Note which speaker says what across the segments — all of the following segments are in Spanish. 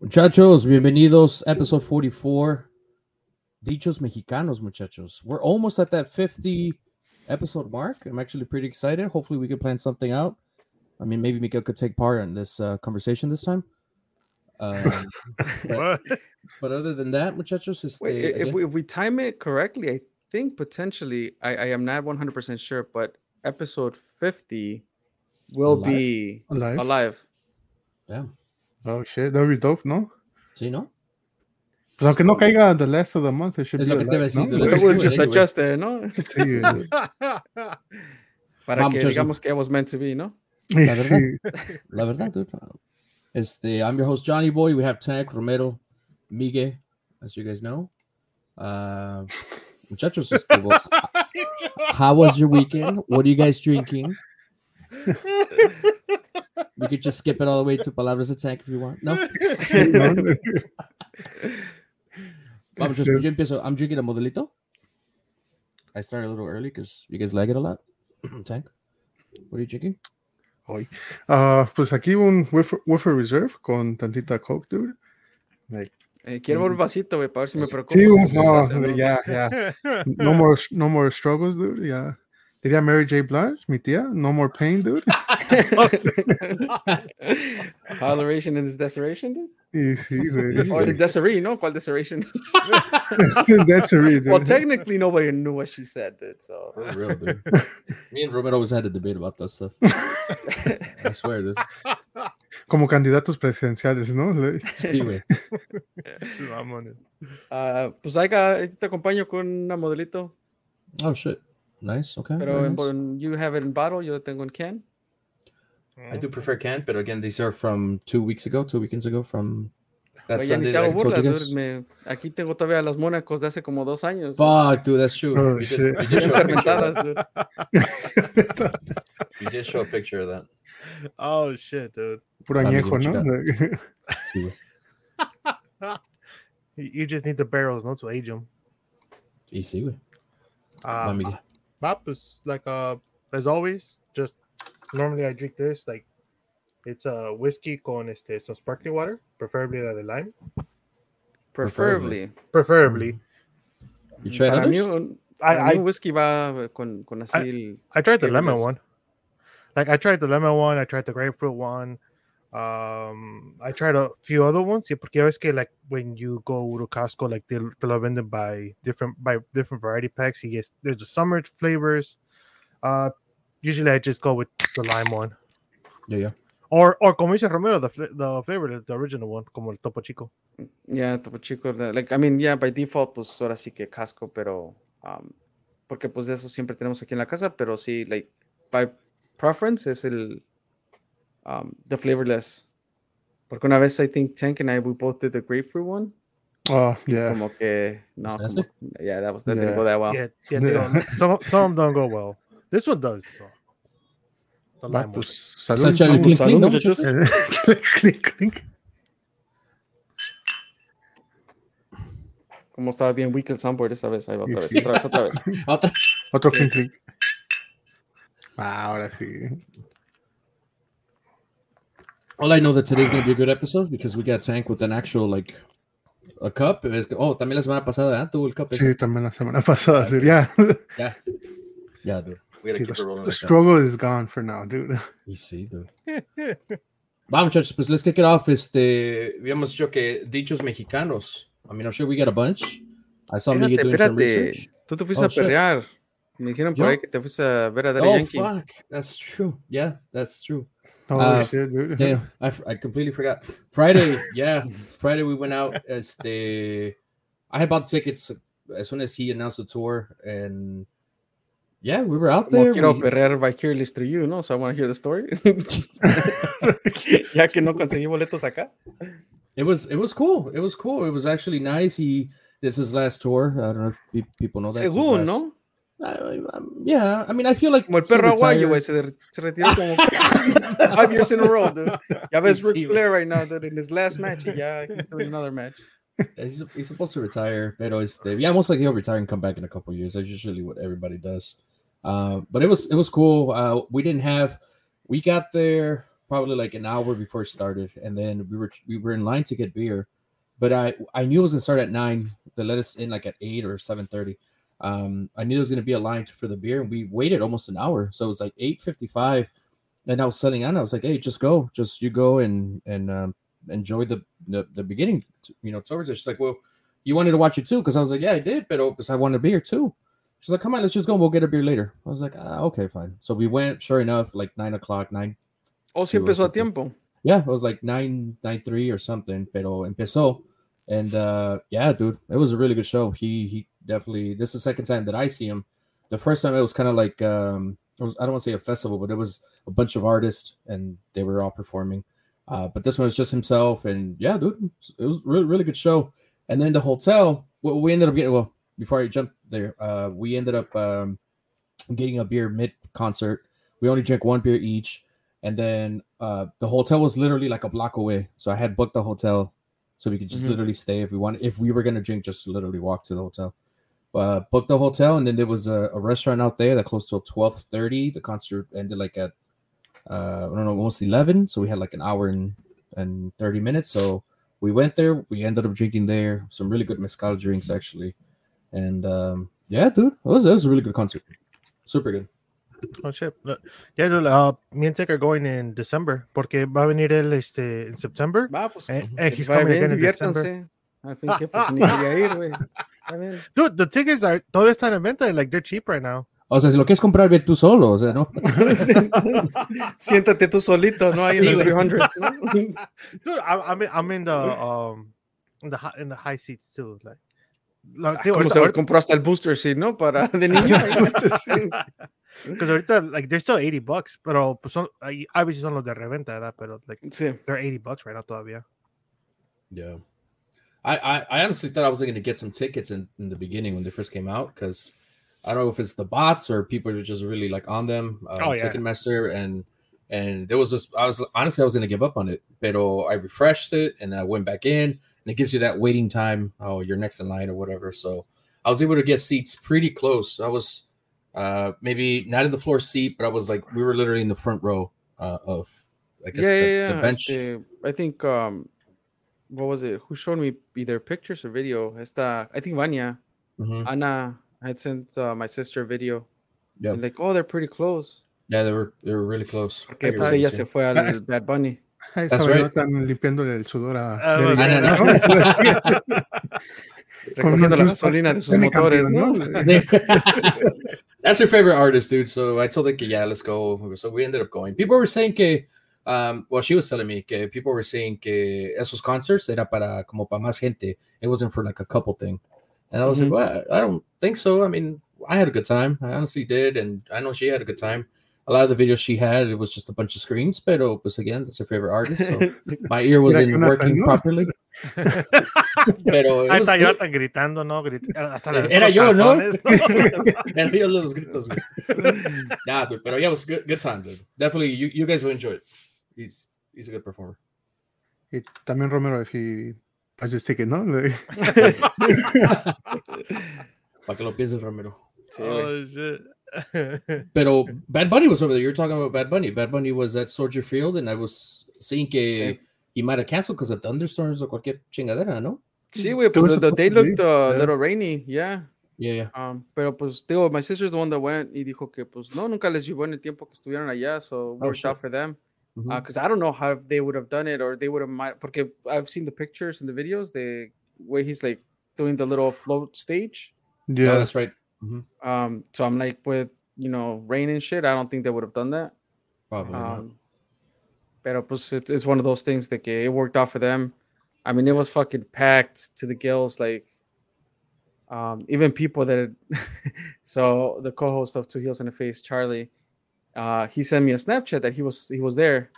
Speaker 1: Muchachos, bienvenidos. Episode 44. Dichos mexicanos, muchachos. We're almost at that 50 episode mark. I'm actually pretty excited. Hopefully, we can plan something out. I mean, maybe Miguel could take part in this uh, conversation this time. Um, but, but other than that, muchachos, este,
Speaker 2: Wait, i- if,
Speaker 1: again-
Speaker 2: we, if we time it correctly, I think potentially, I, I am not 100% sure, but episode 50 will
Speaker 1: Alive?
Speaker 2: be
Speaker 3: Alive.
Speaker 2: alive.
Speaker 3: Oh shit, that would be dope, ¿no?
Speaker 1: sí, ¿no?
Speaker 3: Pues aunque no caiga on the last of the month, it should
Speaker 1: Es
Speaker 3: be
Speaker 1: lo que te iba a
Speaker 3: alive,
Speaker 1: decir,
Speaker 3: ¿no? güey?
Speaker 1: let's
Speaker 2: we'll
Speaker 1: do it anyway.
Speaker 2: just adjust it, ¿no?
Speaker 3: Sí, güey.
Speaker 2: Para
Speaker 1: Vamos,
Speaker 2: que
Speaker 1: Joseph.
Speaker 2: digamos que it was meant to be, ¿no?
Speaker 1: La
Speaker 3: Sí.
Speaker 1: La verdad, dude. Este, I'm your host, Johnny Boy. We have Tech, Romero, Miguel, as you guys know. Uh, muchachos, este, well, how was your weekend? What are you guys drinking? You could just skip it all the way to Palabras de Tech if you want. No,
Speaker 3: No, no.
Speaker 1: Vamos, yo,
Speaker 3: Este-
Speaker 1: yo empiezo. I'm drinking a modelito. I started a little early because you guys like it a lot. Tank, what are you drinking?
Speaker 3: Ah, pues aquí un Woofer Woofer Reserve con tantita Coke, dude.
Speaker 2: Eh,
Speaker 1: Mm-hmm.
Speaker 2: quiero ver un vasito, güey, para ver si me preocupo.
Speaker 3: Sí,
Speaker 2: si
Speaker 3: un,
Speaker 2: se les
Speaker 3: no,
Speaker 2: hace, ¿no?
Speaker 3: ya, ya. No more, no more struggles, dude. Ya. Diría Mary J. Blige, mi tía. No more pain, dude.
Speaker 2: Holleration and desperation, dude?
Speaker 3: Y sí, güey.
Speaker 2: Or the desiree, ¿no? ¿Cuál desperation?
Speaker 3: That's a read,
Speaker 2: well,
Speaker 3: dude.
Speaker 2: technically, nobody knew what she said, dude, so...
Speaker 1: For real, dude. Me and Robert always had a debate about that stuff. I swear, dude.
Speaker 3: Como candidatos presidenciales, ¿no? Le-
Speaker 1: Sí, güey.
Speaker 2: Ah, pues ahí ca- te acompaño con una modelito,
Speaker 1: Oh shit. Nice. Okay.
Speaker 2: pero
Speaker 1: very
Speaker 2: en,
Speaker 1: nice.
Speaker 2: en- you have it in bottle, yo lo tengo en can.
Speaker 1: I do prefer canned, but again, these are from two weeks ago, two weekends ago from that
Speaker 2: Güey, ya
Speaker 1: Sunday
Speaker 2: ni te
Speaker 1: that I
Speaker 2: hago
Speaker 1: told
Speaker 2: burla,
Speaker 1: you
Speaker 2: dude,
Speaker 1: guys.
Speaker 2: me- aquí tengo todavía las Mónacos de hace como dos años. güey,
Speaker 1: Fuck, dude, that's true.
Speaker 3: Oh,
Speaker 1: we,
Speaker 3: shit.
Speaker 1: did, we, did
Speaker 2: bien
Speaker 1: show a picture, of
Speaker 2: fermentadas, dude.
Speaker 1: that. we did show a picture of that.
Speaker 4: Oh shit, dude.
Speaker 3: Puro
Speaker 1: Dame
Speaker 3: añejo,
Speaker 1: un
Speaker 3: ¿no? Le-
Speaker 1: Sí, güey.
Speaker 4: You, you just need the barrels, not to age them.
Speaker 1: Y sí, güey.
Speaker 2: Ah,
Speaker 4: Uh,
Speaker 1: Let me get-
Speaker 4: map is like uh as always. Just normally I drink this like it's a uh, whiskey con este some sparkling water, preferably la de lime.
Speaker 2: Preferably.
Speaker 4: Preferably,
Speaker 1: You tried
Speaker 2: Para mí,
Speaker 1: others?
Speaker 2: un, para
Speaker 4: I,
Speaker 2: mí un
Speaker 4: I
Speaker 2: whisky va eh, con, con así el-
Speaker 4: I tried the
Speaker 2: favorite
Speaker 4: lemon
Speaker 2: is-
Speaker 4: one. Like I tried the lemon one. I tried the grapefruit one. Um, I tried a few other ones. Yeah, porque ya ves que like when you go to Costco, like they they lo venden by different by different variety packs. You get there's the summer flavors. Uh, usually I just go with the lime one.
Speaker 1: Yeah, yeah.
Speaker 4: Or or como dice Romero, the fl- the flavor, the original one, como el Topo Chico.
Speaker 2: Ya, Topo Chico, la- like, I mean, yeah, by default, pues ahora sí que casco, pero um, porque pues de eso siempre tenemos aquí en la casa, pero sí, like, by preference es el um, the flavorless. Porque una vez I think Tank and I we both did the grapefruit one,
Speaker 3: Oh, yeah.
Speaker 2: como que no,
Speaker 1: ¿Se
Speaker 2: como, yeah, that was that didn't
Speaker 3: Yeah.
Speaker 2: go that well.
Speaker 4: Yeah, yeah. they
Speaker 3: Yeah.
Speaker 4: don't- some some of them don't go well. This one does. So. The
Speaker 3: Va,
Speaker 4: lime one.
Speaker 3: pues, salud.
Speaker 1: Sacha, el
Speaker 3: Vamos,
Speaker 1: clink,
Speaker 3: salud.
Speaker 1: clink, ¿no,
Speaker 2: muchachos?
Speaker 1: muchachos?
Speaker 3: Clink, clink.
Speaker 2: Como estaba bien weak el soundboard esta vez, ahí va otra vez,
Speaker 3: Sí.
Speaker 2: otra vez, otra vez.
Speaker 1: Otra-
Speaker 3: Otro clink, clink. Ah, ahora sí.
Speaker 1: All I know that today's gonna be a good episode because we got Tank with an actual like a cup. Es que- Oh, también la semana pasada ¿eh? tuvo el cup. ese.
Speaker 3: Sí, también la semana pasada, dude. Yeah.
Speaker 1: Yeah, dude. We gotta
Speaker 3: Sí,
Speaker 1: keep
Speaker 3: the,
Speaker 1: it rolling
Speaker 3: the
Speaker 1: like that.
Speaker 3: struggle is gone for now, dude.
Speaker 1: Y sí, dude. Vamos, muchachos, pues let's kick it off. Este, habíamos dicho que dichos mexicanos. I mean, I'm sure we got a bunch. I saw
Speaker 2: Espérate,
Speaker 1: Miguel doing some research.
Speaker 2: espérate, tú te fuiste
Speaker 1: Oh,
Speaker 2: a
Speaker 1: shit.
Speaker 2: perrear. Me dijeron
Speaker 1: Yo-
Speaker 2: por ahí que te fuiste a ver a Daddy
Speaker 1: Oh,
Speaker 2: Yankee.
Speaker 1: fuck. That's true. Yeah, that's true.
Speaker 3: Holy
Speaker 1: Uh,
Speaker 3: shit, dude.
Speaker 1: Damn, I, f- I completely forgot. Friday, yeah. Friday, we went out. As the, I had bought the tickets as soon as he announced the tour. And yeah, we were out
Speaker 2: Como
Speaker 1: there.
Speaker 2: quiero
Speaker 1: we-
Speaker 2: perrear vicariously through you, ¿no? So I want to hear the story. ya que no conseguí boletos acá.
Speaker 1: it was it was cool. It was cool. It was actually nice. He this is his last tour. I don't know if pe- people know that. it's his last-
Speaker 2: Según, ¿no?
Speaker 1: I- I'm- yeah, I mean, I feel like
Speaker 2: Como el
Speaker 1: he
Speaker 2: perro
Speaker 1: retired-
Speaker 2: aguayo, güey, se, de- se retiró como five years in a row, dude. Ya ves
Speaker 1: Sí,
Speaker 2: Ric
Speaker 1: güey.
Speaker 2: Flair right now, dude, in his last match. y Ya, he's doing another match.
Speaker 1: He's, he's supposed to retire, pero este, yeah, most likely he'll retire and come back in a couple years. That's usually what everybody does. Uh, but it was it was cool. Uh, we didn't have we got there probably like an hour before it started, and then we were we were in line to get beer, but I I knew it was gonna start at nine. They let us in like at eight or seven thirty. Um, I knew there was gonna be a line for the beer, and we waited almost an hour. So it was like eight fifty five, and I was telling Anna, I was like, "Hey, just go, just you go and and um, enjoy the, the the beginning, you know." Towards it, she's like, "Well, you wanted to watch it too?" Because I was like, "Yeah, I did, but because I wanted a beer too." She's like, "Come on, let's just go. We'll get a beer later." I was like, ah, "Okay, fine." So we went. Sure enough, like nine o'clock, nine
Speaker 2: O si
Speaker 1: Sí,
Speaker 2: empezó a
Speaker 1: bastante.
Speaker 2: tiempo.
Speaker 1: yeah, it was like nine nine three or something, pero empezó. And uh yeah, dude, it was a really good show. He he definitely this is the second time that I see him. The first time it was kind of like um it was I don't want to say a festival, but it was a bunch of artists and they were all performing. Uh but this one was just himself and yeah, dude, it was really really good show. And then the hotel, what we ended up getting well, before I jump there, uh we ended up um getting a beer mid concert. We only drank one beer each and then uh the hotel was literally like a block away so i had booked the hotel so we could just
Speaker 2: Mhm.
Speaker 1: literally stay if we wanted if we were going to drink just literally walk to the hotel uh booked the hotel and then there was a, a restaurant out there that closed till twelve thirty. the concert ended like at uh i don't know almost 11 so we had like an hour and and 30 minutes so we went there we ended up drinking there some really good mezcal drinks actually and um yeah dude it was, it was a really good concert super good
Speaker 4: Oh, shit. Look, Yeah, dude, uh, me and Tech are going in December porque va a venir él este, en September.
Speaker 2: Va, pues. que
Speaker 4: Eh, eh,
Speaker 2: les
Speaker 4: he's
Speaker 2: vaya
Speaker 4: coming
Speaker 2: bien,
Speaker 4: again in December.
Speaker 2: diviértanse. Al fin, que pues, ni quería ir, güey. Está bien.
Speaker 4: Dude, the tickets are todavía están en venta. Like, they're cheap right now.
Speaker 1: o sea si lo quieres comprar ve tú solo o sea no
Speaker 2: Siéntate tú solito, no hay en el
Speaker 1: Sí, güey.
Speaker 2: 300. ¿no?
Speaker 4: Dude, I'm, I'm, in, I'm in the, um, in the, hi- in the high seats too. Like, like
Speaker 2: Ah, ¿Cómo se lo compró hasta el booster seat, no? Para de niño.
Speaker 4: Because ahorita, like, they're still 80 bucks, pero pues, son, ahí- obviously son los de reventa, ¿verdad? Pero, like,
Speaker 2: sí.
Speaker 4: they're 80 bucks right now todavía.
Speaker 1: Yeah. I, I, I honestly thought I was going to get some tickets in, in the beginning when they first came out because I don't know if it's the bots or people are just really like on them. Uh,
Speaker 4: Oh, yeah.
Speaker 1: Ticketmaster and and there was just I was honestly I was going to give up on it, but I refreshed it and then I went back in and it gives you that waiting time. Oh, you're next in line or whatever. So I was able to get seats pretty close. I was uh maybe not in the floor seat, but I was like we were literally in the front row uh, of I guess
Speaker 2: Yeah,
Speaker 1: the,
Speaker 2: yeah,
Speaker 1: the
Speaker 2: yeah,
Speaker 1: bench.
Speaker 2: este, I think, um, what was it? Who showed me either pictures or video? Esta, I think Vanya, Mm.
Speaker 1: Mhm.
Speaker 2: Anna had sent uh, my sister a video.
Speaker 1: Yeah.
Speaker 2: And like, oh, they're pretty close.
Speaker 1: Yeah, they were they were really close.
Speaker 2: Porque
Speaker 1: They
Speaker 2: pues
Speaker 1: were
Speaker 2: ella
Speaker 1: sí.
Speaker 2: se fue al
Speaker 3: Nice.
Speaker 2: Bad Bunny.
Speaker 3: Ahí
Speaker 1: That's
Speaker 3: se
Speaker 1: right.
Speaker 3: están limpiándole el sudor a.
Speaker 4: Ah,
Speaker 3: Derek
Speaker 1: I
Speaker 4: bueno.
Speaker 1: don't
Speaker 3: Carr,
Speaker 1: know.
Speaker 2: Recogiendo la
Speaker 3: unos
Speaker 2: gasolina de sus
Speaker 3: Tiene
Speaker 2: motores, ¿no?
Speaker 3: campeón,
Speaker 1: That's your favorite artist, dude. So I told her, que, yeah, let's go. So we ended up going. People were saying que, um, well, she was telling me que people were saying que esos concerts era para como para más gente. It wasn't for like a couple thing. And I was
Speaker 2: Mhm.
Speaker 1: like, well, I don't think so. I mean, I had a good time. I honestly did, and I know she had a good time. A lot of the videos she had, it was just a bunch of screams. But pues again, that's her favorite artist. So my ear wasn't
Speaker 3: Jonathan,
Speaker 1: working
Speaker 3: ¿no?
Speaker 1: properly. Pero it
Speaker 4: Ahí
Speaker 1: was
Speaker 4: está
Speaker 1: good.
Speaker 4: Jonathan gritando, ¿no? Grit-
Speaker 2: eh,
Speaker 4: Hasta le-
Speaker 1: Era yo, ¿no?
Speaker 4: calzones,
Speaker 1: Yeah, he had little gritos, güey. nah, dude, pero yeah, it was a good, good time, dude. Definitely, you, you guys will enjoy it. He's he's a good performer.
Speaker 3: Y también Romero, if he buys his ticket, ¿no? Le-
Speaker 1: Para que lo pienses, Romero.
Speaker 2: Sí, güey.
Speaker 4: oh, shit.
Speaker 1: Pero Bad Bunny was over there. You were talking about Bad Bunny. Bad Bunny was at Soldier Field, and I was seeing que
Speaker 2: Sí.
Speaker 1: he might have canceled because of thunderstorms or cualquier chingadera, ¿no?
Speaker 2: Sí, güey, pues
Speaker 3: was
Speaker 2: the- the- they
Speaker 3: supposed to be,
Speaker 2: looked uh, a
Speaker 3: yeah.
Speaker 2: little rainy, yeah.
Speaker 1: Yeah, yeah.
Speaker 2: Um, pero pues, digo, my sister's the one that went y dijo que pues no, nunca les llevó en el tiempo que estuvieron allá, so worked
Speaker 1: shit.
Speaker 2: out for them.
Speaker 1: Mhm.
Speaker 2: Because I don't know how they would have done it or they would have might, porque I've seen the pictures and the videos, the way he's like doing the little float stage.
Speaker 1: No,
Speaker 3: Yeah.
Speaker 1: that's right.
Speaker 2: Um, so I'm like, with you know, rain and shit, I don't think they would have done that.
Speaker 1: Probably not.
Speaker 2: Um, pero pues it's, it's one of those things that it worked out for them. I mean, it was fucking packed to the gills, like um, even people that. Had so the co-host of Two Heels and a Face, Charlie, uh, he sent me a Snapchat that he was he was there,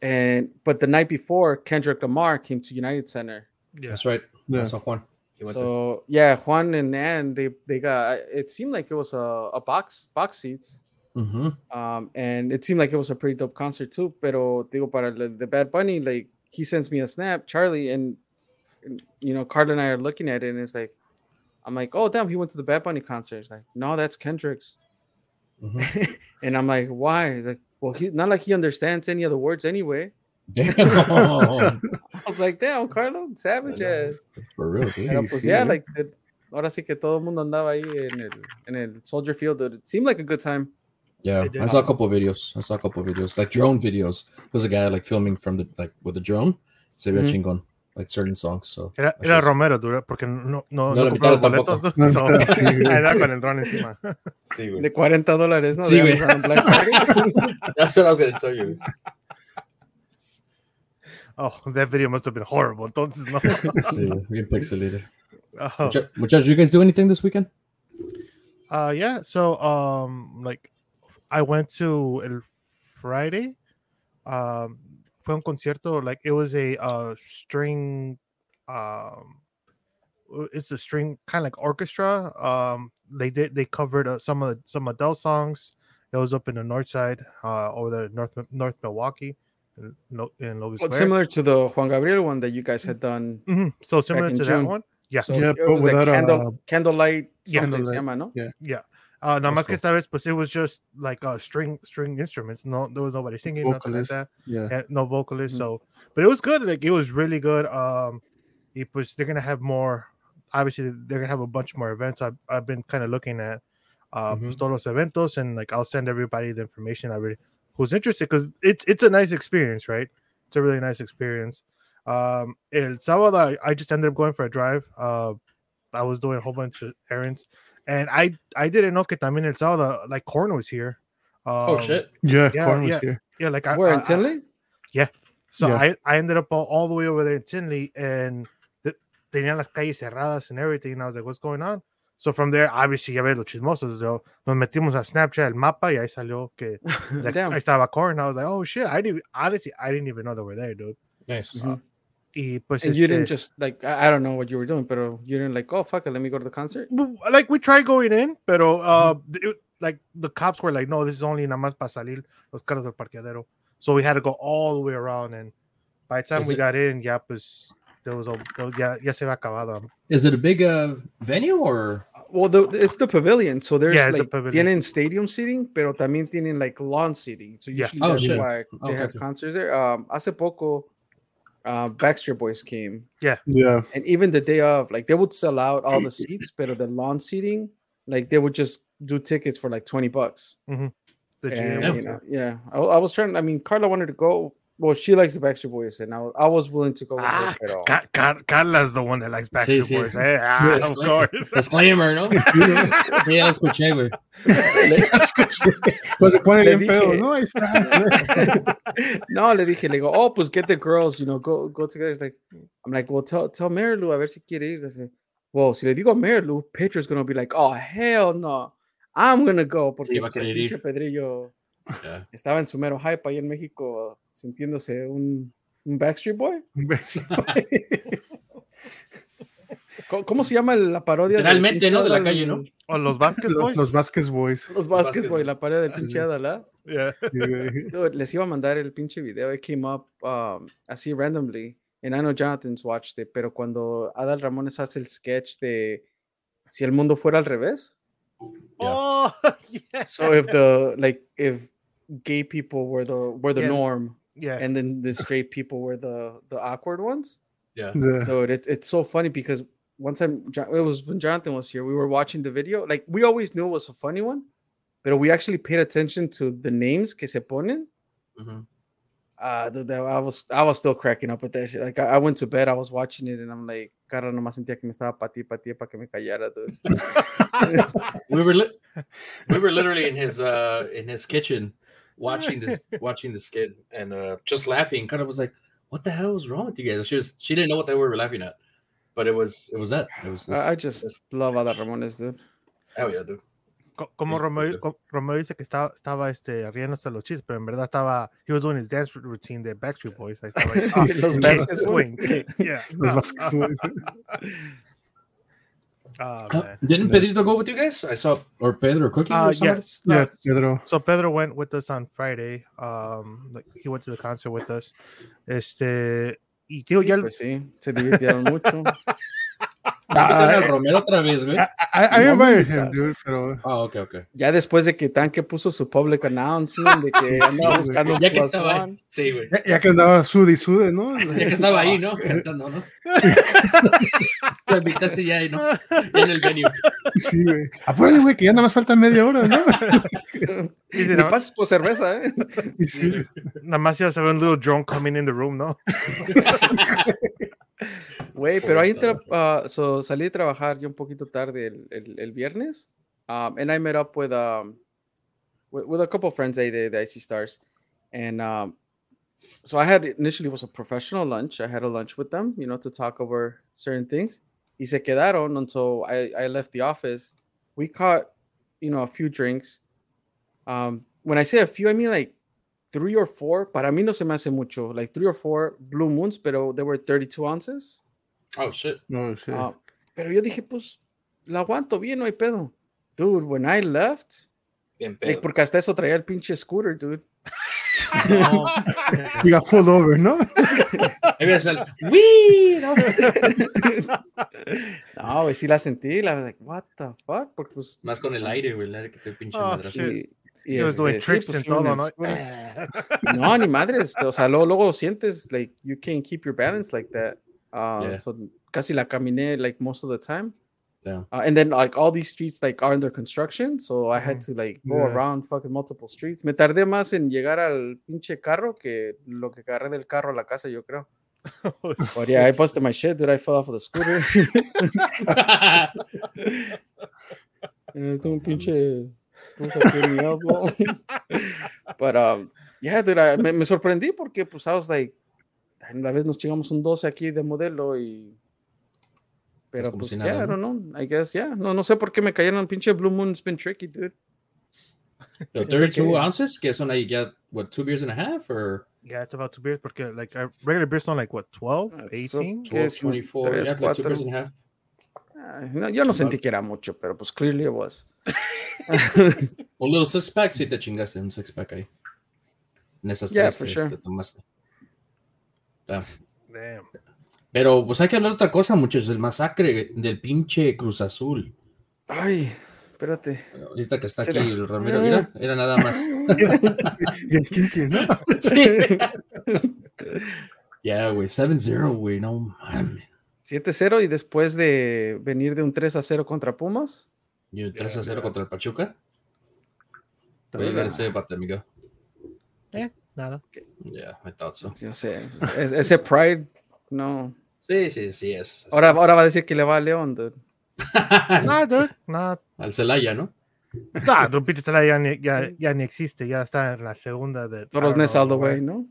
Speaker 2: and but the night before Kendrick Lamar came to United Center.
Speaker 4: Yeah.
Speaker 1: That's right.
Speaker 3: Yeah.
Speaker 1: That's Juan. He went there.
Speaker 2: So yeah, Juan and Ann, they they got it seemed like it was a, a box box seats.
Speaker 1: Mhm.
Speaker 2: Um, and it seemed like it was a pretty dope concert too. Pero digo para the, the Bad Bunny, like he sends me a snap, Charlie, and, and, you know Carla and I are looking at it, and it's like, I'm like, oh damn, he went to the Bad Bunny concert. It's like, no, that's Kendrick's.
Speaker 1: Mhm.
Speaker 2: and I'm like, why? He's like, Well, he not like he understands any of the words anyway.
Speaker 1: Damn.
Speaker 2: I was like, damn, Carlo, savage
Speaker 1: I know.
Speaker 2: ass.
Speaker 1: For real, dude.
Speaker 2: Pero
Speaker 3: Sí,
Speaker 2: pues
Speaker 3: sí,
Speaker 2: yeah,
Speaker 3: eh.
Speaker 2: like the- ahora sí que todo el mundo andaba ahí en el, en el Soldier Field. dude. It seemed like a good time.
Speaker 1: Yeah,
Speaker 4: They
Speaker 1: I
Speaker 4: did.
Speaker 1: saw a couple of videos. I saw a couple of videos, like drone videos. There's a guy like filming from the like with the drone. Se veía
Speaker 2: Mhm.
Speaker 1: chingón, like certain songs. So
Speaker 4: Era,
Speaker 1: Así
Speaker 4: era
Speaker 1: es.
Speaker 4: Romero, dude, porque no,
Speaker 1: No
Speaker 4: no, no,
Speaker 1: le
Speaker 4: compró los
Speaker 1: quitaron
Speaker 4: boletos.
Speaker 1: tampoco.
Speaker 4: dude,
Speaker 3: No,
Speaker 4: so,
Speaker 3: sí, güey.
Speaker 4: ahí andaba con el dron encima.
Speaker 2: De 40 dólares, ¿no?
Speaker 1: Sí,
Speaker 2: De
Speaker 1: güey.
Speaker 2: Amazon on Black Friday.
Speaker 5: That's what I was gonna tell you.
Speaker 4: Oh, that video must have been horrible. Entonces, no.
Speaker 1: sí, bien pixelated.
Speaker 4: Oh.
Speaker 1: Mucha- Muchachos, you guys do anything this weekend?
Speaker 4: Uh, yeah. So, um, like, I went to El Friday. Um, fue un concierto. Like, it was a uh string. Um, w- it's a string kind of like orchestra. Um, they did they covered uh, some of some Adele songs. It was up in the north side, uh, over the north North Milwaukee, in, Lo- in Logan
Speaker 2: Well,
Speaker 4: Square.
Speaker 2: similar to the Juan Gabriel one that you guys had done.
Speaker 4: Mhm, So similar
Speaker 2: in
Speaker 4: to
Speaker 2: June.
Speaker 4: that one. Yeah.
Speaker 2: So
Speaker 3: Yeah,
Speaker 2: it
Speaker 3: but
Speaker 2: was like
Speaker 3: without,
Speaker 2: candle,
Speaker 3: uh,
Speaker 2: candlelight,
Speaker 4: Yeah.
Speaker 2: something se
Speaker 3: Candlelight.
Speaker 2: llama, ¿no?
Speaker 4: Uh, nada más
Speaker 1: Awesome.
Speaker 4: que esta vez, pues, it was just like uh, string string instruments. No, there was nobody singing, nothing like
Speaker 3: Vocalist.
Speaker 4: that.
Speaker 3: Yeah.
Speaker 4: Yeah, no vocalist.
Speaker 2: Mm.
Speaker 4: So, but it was good. Like it was really good. Um, it was. They're gonna have more. Obviously, they're gonna have a bunch more events. I've, I've been kind of looking at uh,
Speaker 2: Mm-hmm.
Speaker 4: pues, todos los eventos, and like I'll send everybody the information I really who's interested because it's it's a nice experience, right? It's a really nice experience. Um, el sábado I, I just ended up going for a drive. Uh, I was doing a whole bunch of errands, and I I didn't know que también el sábado like Corn was here. Um,
Speaker 5: Oh shit.
Speaker 3: Yeah.
Speaker 4: Yeah,
Speaker 3: Corn was
Speaker 4: yeah.
Speaker 3: here.
Speaker 4: Yeah, like I,
Speaker 2: Where
Speaker 4: I,
Speaker 2: in
Speaker 4: I-
Speaker 2: Tinley?
Speaker 4: so
Speaker 3: Yeah.
Speaker 4: I, I ended up all, all the way over there in Tinley and the, tenían las calles cerradas and everything. And I was like, what's going on? So from there, obviously, ya ves los chismosos. So nos metimos a Snapchat, el mapa, y ahí salió que like,
Speaker 2: Damn.
Speaker 4: ahí estaba Corn. I was like, oh shit, I didn't, honestly, I didn't even know they were there, dude.
Speaker 1: Nice.
Speaker 2: Mhm.
Speaker 4: Y pues
Speaker 2: And you
Speaker 4: este,
Speaker 2: didn't just like I, I don't know what you were doing, but you didn't like, oh fuck it, let me go to the concert.
Speaker 4: w- like we tried going in, pero uh, th- it- like the cops were like, no, this is only nada más para salir los carros del parqueadero. So we had to go all the way around, and by the time
Speaker 1: Is
Speaker 4: we
Speaker 1: it-
Speaker 4: got in, yeah, pues there was a there- ya ya se había acabado.
Speaker 1: Is it a big uh, venue or
Speaker 2: Uh, Well, the, it's the pavilion, so there's
Speaker 4: Yeah, it's the
Speaker 2: like
Speaker 4: pavilion.
Speaker 2: tienen stadium seating, pero también tienen like lawn seating. So
Speaker 4: Yeah.
Speaker 2: usually
Speaker 1: Oh,
Speaker 2: that's
Speaker 1: shit.
Speaker 2: why they
Speaker 1: Okay,
Speaker 2: have
Speaker 1: okay.
Speaker 2: concerts there. Um, hace poco, uh, Backstreet Boys came,
Speaker 3: Yeah.
Speaker 2: and even the day of, like they would sell out all the seats, but the lawn seating, like they would just do tickets for like twenty bucks.
Speaker 4: The
Speaker 2: And,
Speaker 4: GM
Speaker 2: you
Speaker 4: was
Speaker 2: know,
Speaker 4: there.
Speaker 2: yeah, I, I was trying. I mean, Carla wanted to go. Well, she likes the Backstreet Boys, and I, was- I was willing to go with
Speaker 4: Ah,
Speaker 2: her. But, uh,
Speaker 4: Car- Car- Carla's the one that likes
Speaker 5: Sí,
Speaker 4: Backstreet
Speaker 5: sí.
Speaker 4: Boys. Eh? Ah,
Speaker 1: Yes.
Speaker 4: of course.
Speaker 1: disclaimer? No. yeah, let's go check. güey.
Speaker 3: Pues se pone
Speaker 2: Le
Speaker 3: bien pedo,
Speaker 2: dije.
Speaker 3: ¿no? Ahí está.
Speaker 2: no, le dije, le digo, oh, pues get the girls, you know, go go together. It's like, I'm like, well, tell tell Marilu, a ver si quiere ir. I said, well, si le digo a Marilu, Pedro's gonna be like, oh, hell no, I'm gonna go porque
Speaker 1: Sí, va a
Speaker 2: pues, el
Speaker 1: querer ir.
Speaker 2: pinche Pedrillo
Speaker 1: Yeah.
Speaker 2: estaba en su mero hype ahí en México sintiéndose un, un Backstreet Boy. ¿Cómo, cómo se llama la parodia? del
Speaker 1: Literalmente,
Speaker 2: pinche
Speaker 1: ¿no? De la
Speaker 2: Adal?
Speaker 1: calle, ¿no?
Speaker 4: O Oh, los Vasquez
Speaker 3: Los,
Speaker 4: Boys.
Speaker 3: los Vázquez Boys.
Speaker 2: Los
Speaker 1: Vázquez,
Speaker 2: Vázquez, güey,
Speaker 1: güey.
Speaker 2: la pared del pinche Adal, ¿ah?
Speaker 4: yeah.
Speaker 3: Sí, güey.
Speaker 2: Dude, les iba a mandar el pinche video. It came up um, así randomly. And I know Jonathan's watched it, pero cuando Adal Ramones hace el sketch de si el mundo fuera al revés.
Speaker 4: Oh, yes.
Speaker 2: So if the like if gay people were the were the
Speaker 4: Yeah.
Speaker 2: norm
Speaker 4: yeah.
Speaker 2: and then the straight people were the the awkward ones.
Speaker 1: Yeah.
Speaker 3: Yeah.
Speaker 2: Dude, it, it's so funny because one time Jo- it was when Jonathan was here, we were watching the video. Like we always knew it was a funny one, but we actually paid attention to the names que se ponen.
Speaker 1: Mhm.
Speaker 2: Uh, dude, that- I was I was still cracking up with that shit. Like I, I went to bed, I was watching it, and I'm like, cara, nomás sentía que me estaba pati pati para que me callara, dude.
Speaker 1: We were li- we were literally in his uh in his kitchen watching this watching this kid and uh just laughing. Kind of was like, what the hell was wrong with you guys? She was she didn't know what they were laughing at, but it was it was that it was this,
Speaker 2: I, I just love Ada Ramones, dude.
Speaker 1: hell yeah, dude.
Speaker 4: Co- Como
Speaker 1: Sí,
Speaker 4: Romeo,
Speaker 1: porque-
Speaker 4: co- Romeo dice que estaba, estaba este, riéndose de los chistes, pero en verdad estaba, he was doing his dance routine de Backstreet Boys. Ahí estaba ahí, ah,
Speaker 2: Los
Speaker 4: kick,
Speaker 2: Vasquez Boys.
Speaker 4: swing, kick, yeah.
Speaker 3: Los Vázquez Boys.
Speaker 4: Ah,
Speaker 1: Uh,
Speaker 4: man.
Speaker 1: didn't
Speaker 3: Yeah.
Speaker 1: Pedrito go with you guys? I saw or Pedro cooking.
Speaker 4: Uh,
Speaker 1: or somebody?
Speaker 4: yes.
Speaker 3: Yeah,
Speaker 4: no,
Speaker 3: Pedro.
Speaker 4: So Pedro went with us on Friday. Um, like he went to the concert with us. Este, y tío, ya el-
Speaker 2: Pues sí, se divirtieron mucho.
Speaker 3: Ah, Uh, eh,
Speaker 1: eh, Hay que traer al Ah, Romero otra vez, güey.
Speaker 4: I,
Speaker 2: No
Speaker 4: I
Speaker 2: me
Speaker 4: invited him.
Speaker 2: invitaron.
Speaker 3: him, dude, pero
Speaker 1: Oh, okay, okay.
Speaker 2: Ya después de que Tanque puso su public announcement de que andaba
Speaker 3: güey.
Speaker 2: buscando un
Speaker 5: Ya que
Speaker 2: plus
Speaker 5: estaba
Speaker 2: one.
Speaker 5: ahí. Sí, güey.
Speaker 3: ya, ya que andaba sude y sude, ¿no?
Speaker 5: Ya que estaba ahí, ¿no? Cantando, ¿no? Lo invitaste ya ahí, ¿no? Ya en el venue.
Speaker 3: Sí, güey. Apúrale, güey, que ya nada más falta media hora, ¿no?
Speaker 4: He
Speaker 2: Ni
Speaker 4: did not-
Speaker 2: pases por cerveza, ¿eh?
Speaker 3: Y sí, güey.
Speaker 4: Nada más ibas a ver un little drone coming in the room, ¿no?
Speaker 2: Güey, pero ahí
Speaker 1: Pobrecito.
Speaker 2: tra- ah, so, salí de trabajar yo un poquito tarde el, el- el viernes. Um, and I met up with, um, with, with a couple friends ahí de, de IC Stars. And um, so I had initially was a professional lunch. I had a lunch with them, you know, to talk over certain things. Y se quedaron until I, I left the office. We caught, you know, a few drinks. Um, when I say a few, I mean like three or four. Para mí no se me hace mucho. Like three or four Blue Moons, pero they were 32 ounces.
Speaker 5: Oh, shit.
Speaker 3: No, shit.
Speaker 2: Ah, pero yo dije, pues, la aguanto bien, no hay pedo. Dude, when I left,
Speaker 5: Bien
Speaker 2: like,
Speaker 5: pedo.
Speaker 2: porque hasta eso traía el pinche scooter, dude.
Speaker 5: No.
Speaker 3: You got pulled over, ¿no?
Speaker 5: Ahí voy a hacer el ¡Wii! ¿no?
Speaker 2: No, güey, sí la sentí, la like, what the fuck, porque pues...
Speaker 5: Más con el aire, güey. El aire que te pinche
Speaker 4: Ah,
Speaker 5: madrazo.
Speaker 4: shit.
Speaker 2: y- y
Speaker 4: He was
Speaker 2: este,
Speaker 4: doing
Speaker 2: sí,
Speaker 4: tricks
Speaker 2: pues,
Speaker 4: and
Speaker 2: sí, en
Speaker 4: todo,
Speaker 2: el
Speaker 4: ¿no?
Speaker 2: scooter. No, ni madres. O sea, luego, luego sientes, like, you can't keep your balance like that. Uh,
Speaker 1: Yeah.
Speaker 2: So, casi la caminé, like, most of the time.
Speaker 1: Yeah.
Speaker 2: Uh, and then, like, all these streets, like, are under construction. So I had to, like, go
Speaker 3: Yeah.
Speaker 2: around fucking multiple streets. Me tardé más en llegar al pinche carro que lo que agarré del carro a la casa, yo creo. But yeah, I busted my shit, dude. I fell off of the scooter. Eh, tengo un pinche. cosa aquí en mi elbow. But, um, yeah, dude, I- me, me sorprendí porque, pues, I was like, "Ay, una vez nos chingamos un 12 aquí de modelo y. Pero,
Speaker 1: como
Speaker 2: pues,
Speaker 1: si
Speaker 2: ya,
Speaker 1: nada,
Speaker 2: I
Speaker 1: ¿no?
Speaker 2: don't know. I guess, yeah. No, no sé por qué me cayeron pinche Blue Moon. It's been tricky, dude.
Speaker 1: Yo,
Speaker 2: Siempre
Speaker 1: 32
Speaker 2: que-
Speaker 1: ounces, que son ahí ya, what, two beers and a half? Or
Speaker 4: Yeah, it's about two beers because like our regular beers on like what 12,
Speaker 2: Ah, so-
Speaker 4: 18?
Speaker 2: ¿Qué
Speaker 1: 12,
Speaker 2: es? Unos
Speaker 1: 24,
Speaker 2: tres,
Speaker 1: yeah, like two
Speaker 2: cuatro.
Speaker 1: beers and a half.
Speaker 2: Ah, no, yo no sentí que era mucho, pero, pues, clearly it was.
Speaker 1: Un little six pack, sí te chingaste un six pack ahí. En esas
Speaker 2: Yeah,
Speaker 1: tres
Speaker 2: for
Speaker 1: que
Speaker 2: sure.
Speaker 1: te tomaste. Damn.
Speaker 4: Damn.
Speaker 1: Pero pues hay que hablar otra cosa, muchachos, del masacre del pinche Cruz Azul.
Speaker 2: Ay, espérate.
Speaker 1: Ahorita que está
Speaker 2: Sí,
Speaker 1: aquí
Speaker 2: no. Eh.
Speaker 1: el Ramiro, mira, era nada más.
Speaker 3: Y el Kiki, ¿no?
Speaker 1: Yeah, güey, 7-0, güey, no mames.
Speaker 2: 7-0 y después de venir de un 3-0 contra Pumas.
Speaker 1: Y un 3 a 0
Speaker 4: yeah.
Speaker 1: contra el Pachuca. Voy a ver ese debate, amigo.
Speaker 4: Nada.
Speaker 1: Yeah, I thought so.
Speaker 2: Yo sé, pues, es- ese Pride, no.
Speaker 1: Sí, sí, sí, es. es-
Speaker 2: Ahora,
Speaker 1: es-
Speaker 2: ahora va a decir que le va a León, dude.
Speaker 4: Nah, dude. Nah,
Speaker 1: Al Celaya, ¿no?
Speaker 4: nah, dude, pinche Celaya ya ni, ya, ya ni existe. Ya está en la segunda de.
Speaker 2: Toros Nets all the way,
Speaker 4: way.
Speaker 2: ¿no?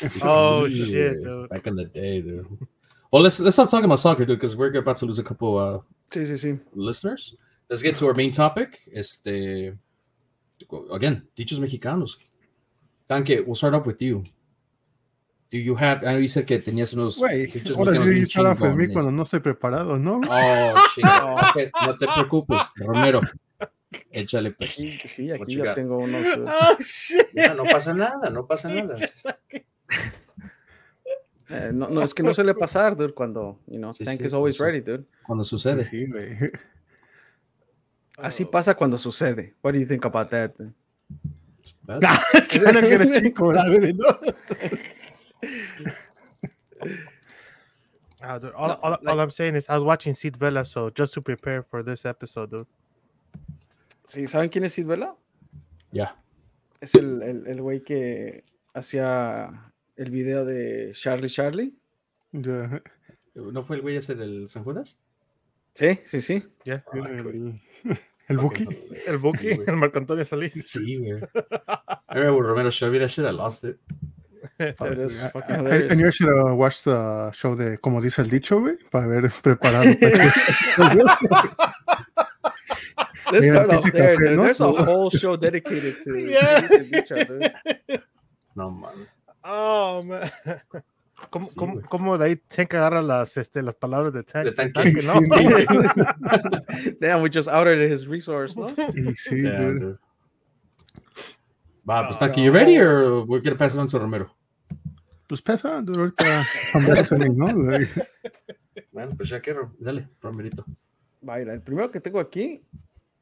Speaker 2: eh.
Speaker 4: Oh,
Speaker 1: Sí,
Speaker 4: shit,
Speaker 1: güey,
Speaker 4: dude.
Speaker 1: Back in the day, dude. Well, let's let's stop talking about soccer, dude, because we're about to lose a couple uh,
Speaker 2: Sí, sí, sí.
Speaker 1: listeners. Let's get to our main topic. Este, again, dichos mexicanos. Tanque, we'll start off with you. Do you have? I know you said que tenías unos
Speaker 3: Güey,
Speaker 1: dichos
Speaker 3: ahora
Speaker 1: mexicanos
Speaker 3: sí,
Speaker 1: bien
Speaker 3: you start off with me
Speaker 1: chingones.
Speaker 3: cuando no estoy preparado, ¿no?
Speaker 1: Oh, shit. Ok, no te preocupes, Romero. Échale, pues.
Speaker 2: Sí, sí,
Speaker 1: What
Speaker 2: aquí
Speaker 1: you
Speaker 2: yo
Speaker 1: got?
Speaker 2: tengo unos. eh,
Speaker 4: Oh shit.
Speaker 1: Ya, no pasa nada, no pasa nada.
Speaker 2: eh, no, no, es que no suele pasar, dude, cuando, you know,
Speaker 1: Sí,
Speaker 2: Tank
Speaker 1: sí,
Speaker 2: is always
Speaker 1: sí.
Speaker 2: ready, dude.
Speaker 1: Cuando sucede.
Speaker 3: Pues Sí, güey.
Speaker 2: Así pasa cuando sucede. What do you think about that? dude?
Speaker 1: Ah.
Speaker 3: Ya no quiero chico, la verdad, ¿no?
Speaker 4: Ah, dude, all,
Speaker 2: No,
Speaker 4: all,
Speaker 2: like-
Speaker 4: all I'm saying is I was watching Sid Vela, so just to prepare for this episode, dude.
Speaker 2: Sí, ¿saben quién es Sid Vela?
Speaker 1: Ya.
Speaker 2: Es el, el, el güey que hacía el video de Charlie Charlie.
Speaker 3: Ya,
Speaker 1: ¿No fue el güey ese del San Judas?
Speaker 2: Sí, sí, sí.
Speaker 3: el- El Buki.
Speaker 4: El
Speaker 1: Buki,
Speaker 4: Buki, el Marco Antonio Solís.
Speaker 1: Sí, güey. I remember Romero showed me that shit. I lost it.
Speaker 2: Pero es
Speaker 3: Yeah,
Speaker 2: fucking
Speaker 3: I, I-
Speaker 2: hilarious.
Speaker 3: and you should uh, watch the show de como dice el dicho, güey, para ver preparado. para que-
Speaker 2: Let's
Speaker 3: Mira,
Speaker 2: start off
Speaker 3: pinche
Speaker 2: there.
Speaker 3: café,
Speaker 2: dude.
Speaker 3: ¿no?
Speaker 2: There's a whole show dedicated to
Speaker 4: Yeah.
Speaker 2: to Luis Lucha, dude.
Speaker 1: No, man.
Speaker 4: Oh, man. ¿Cómo,
Speaker 1: Sí,
Speaker 4: cómo,
Speaker 1: güey.
Speaker 4: cómo de ahí Tank agarra las, este, las palabras de Tank?
Speaker 1: De Tank.
Speaker 4: Tank, ¿no?
Speaker 3: Sí, güey.
Speaker 2: Damn, we just outed his resource, no?
Speaker 3: Y sí,
Speaker 1: Yeah,
Speaker 3: dude.
Speaker 1: dude. Va, pues,
Speaker 4: Oh,
Speaker 1: Tanque, you ready or we're gonna pass it on to Romero?
Speaker 3: Pues pesa, dude, ahorita conversaciones, ¿no? Like,
Speaker 1: Bueno, pues ya quiero. Dale, Romerito.
Speaker 2: Vaya, el primero que tengo aquí,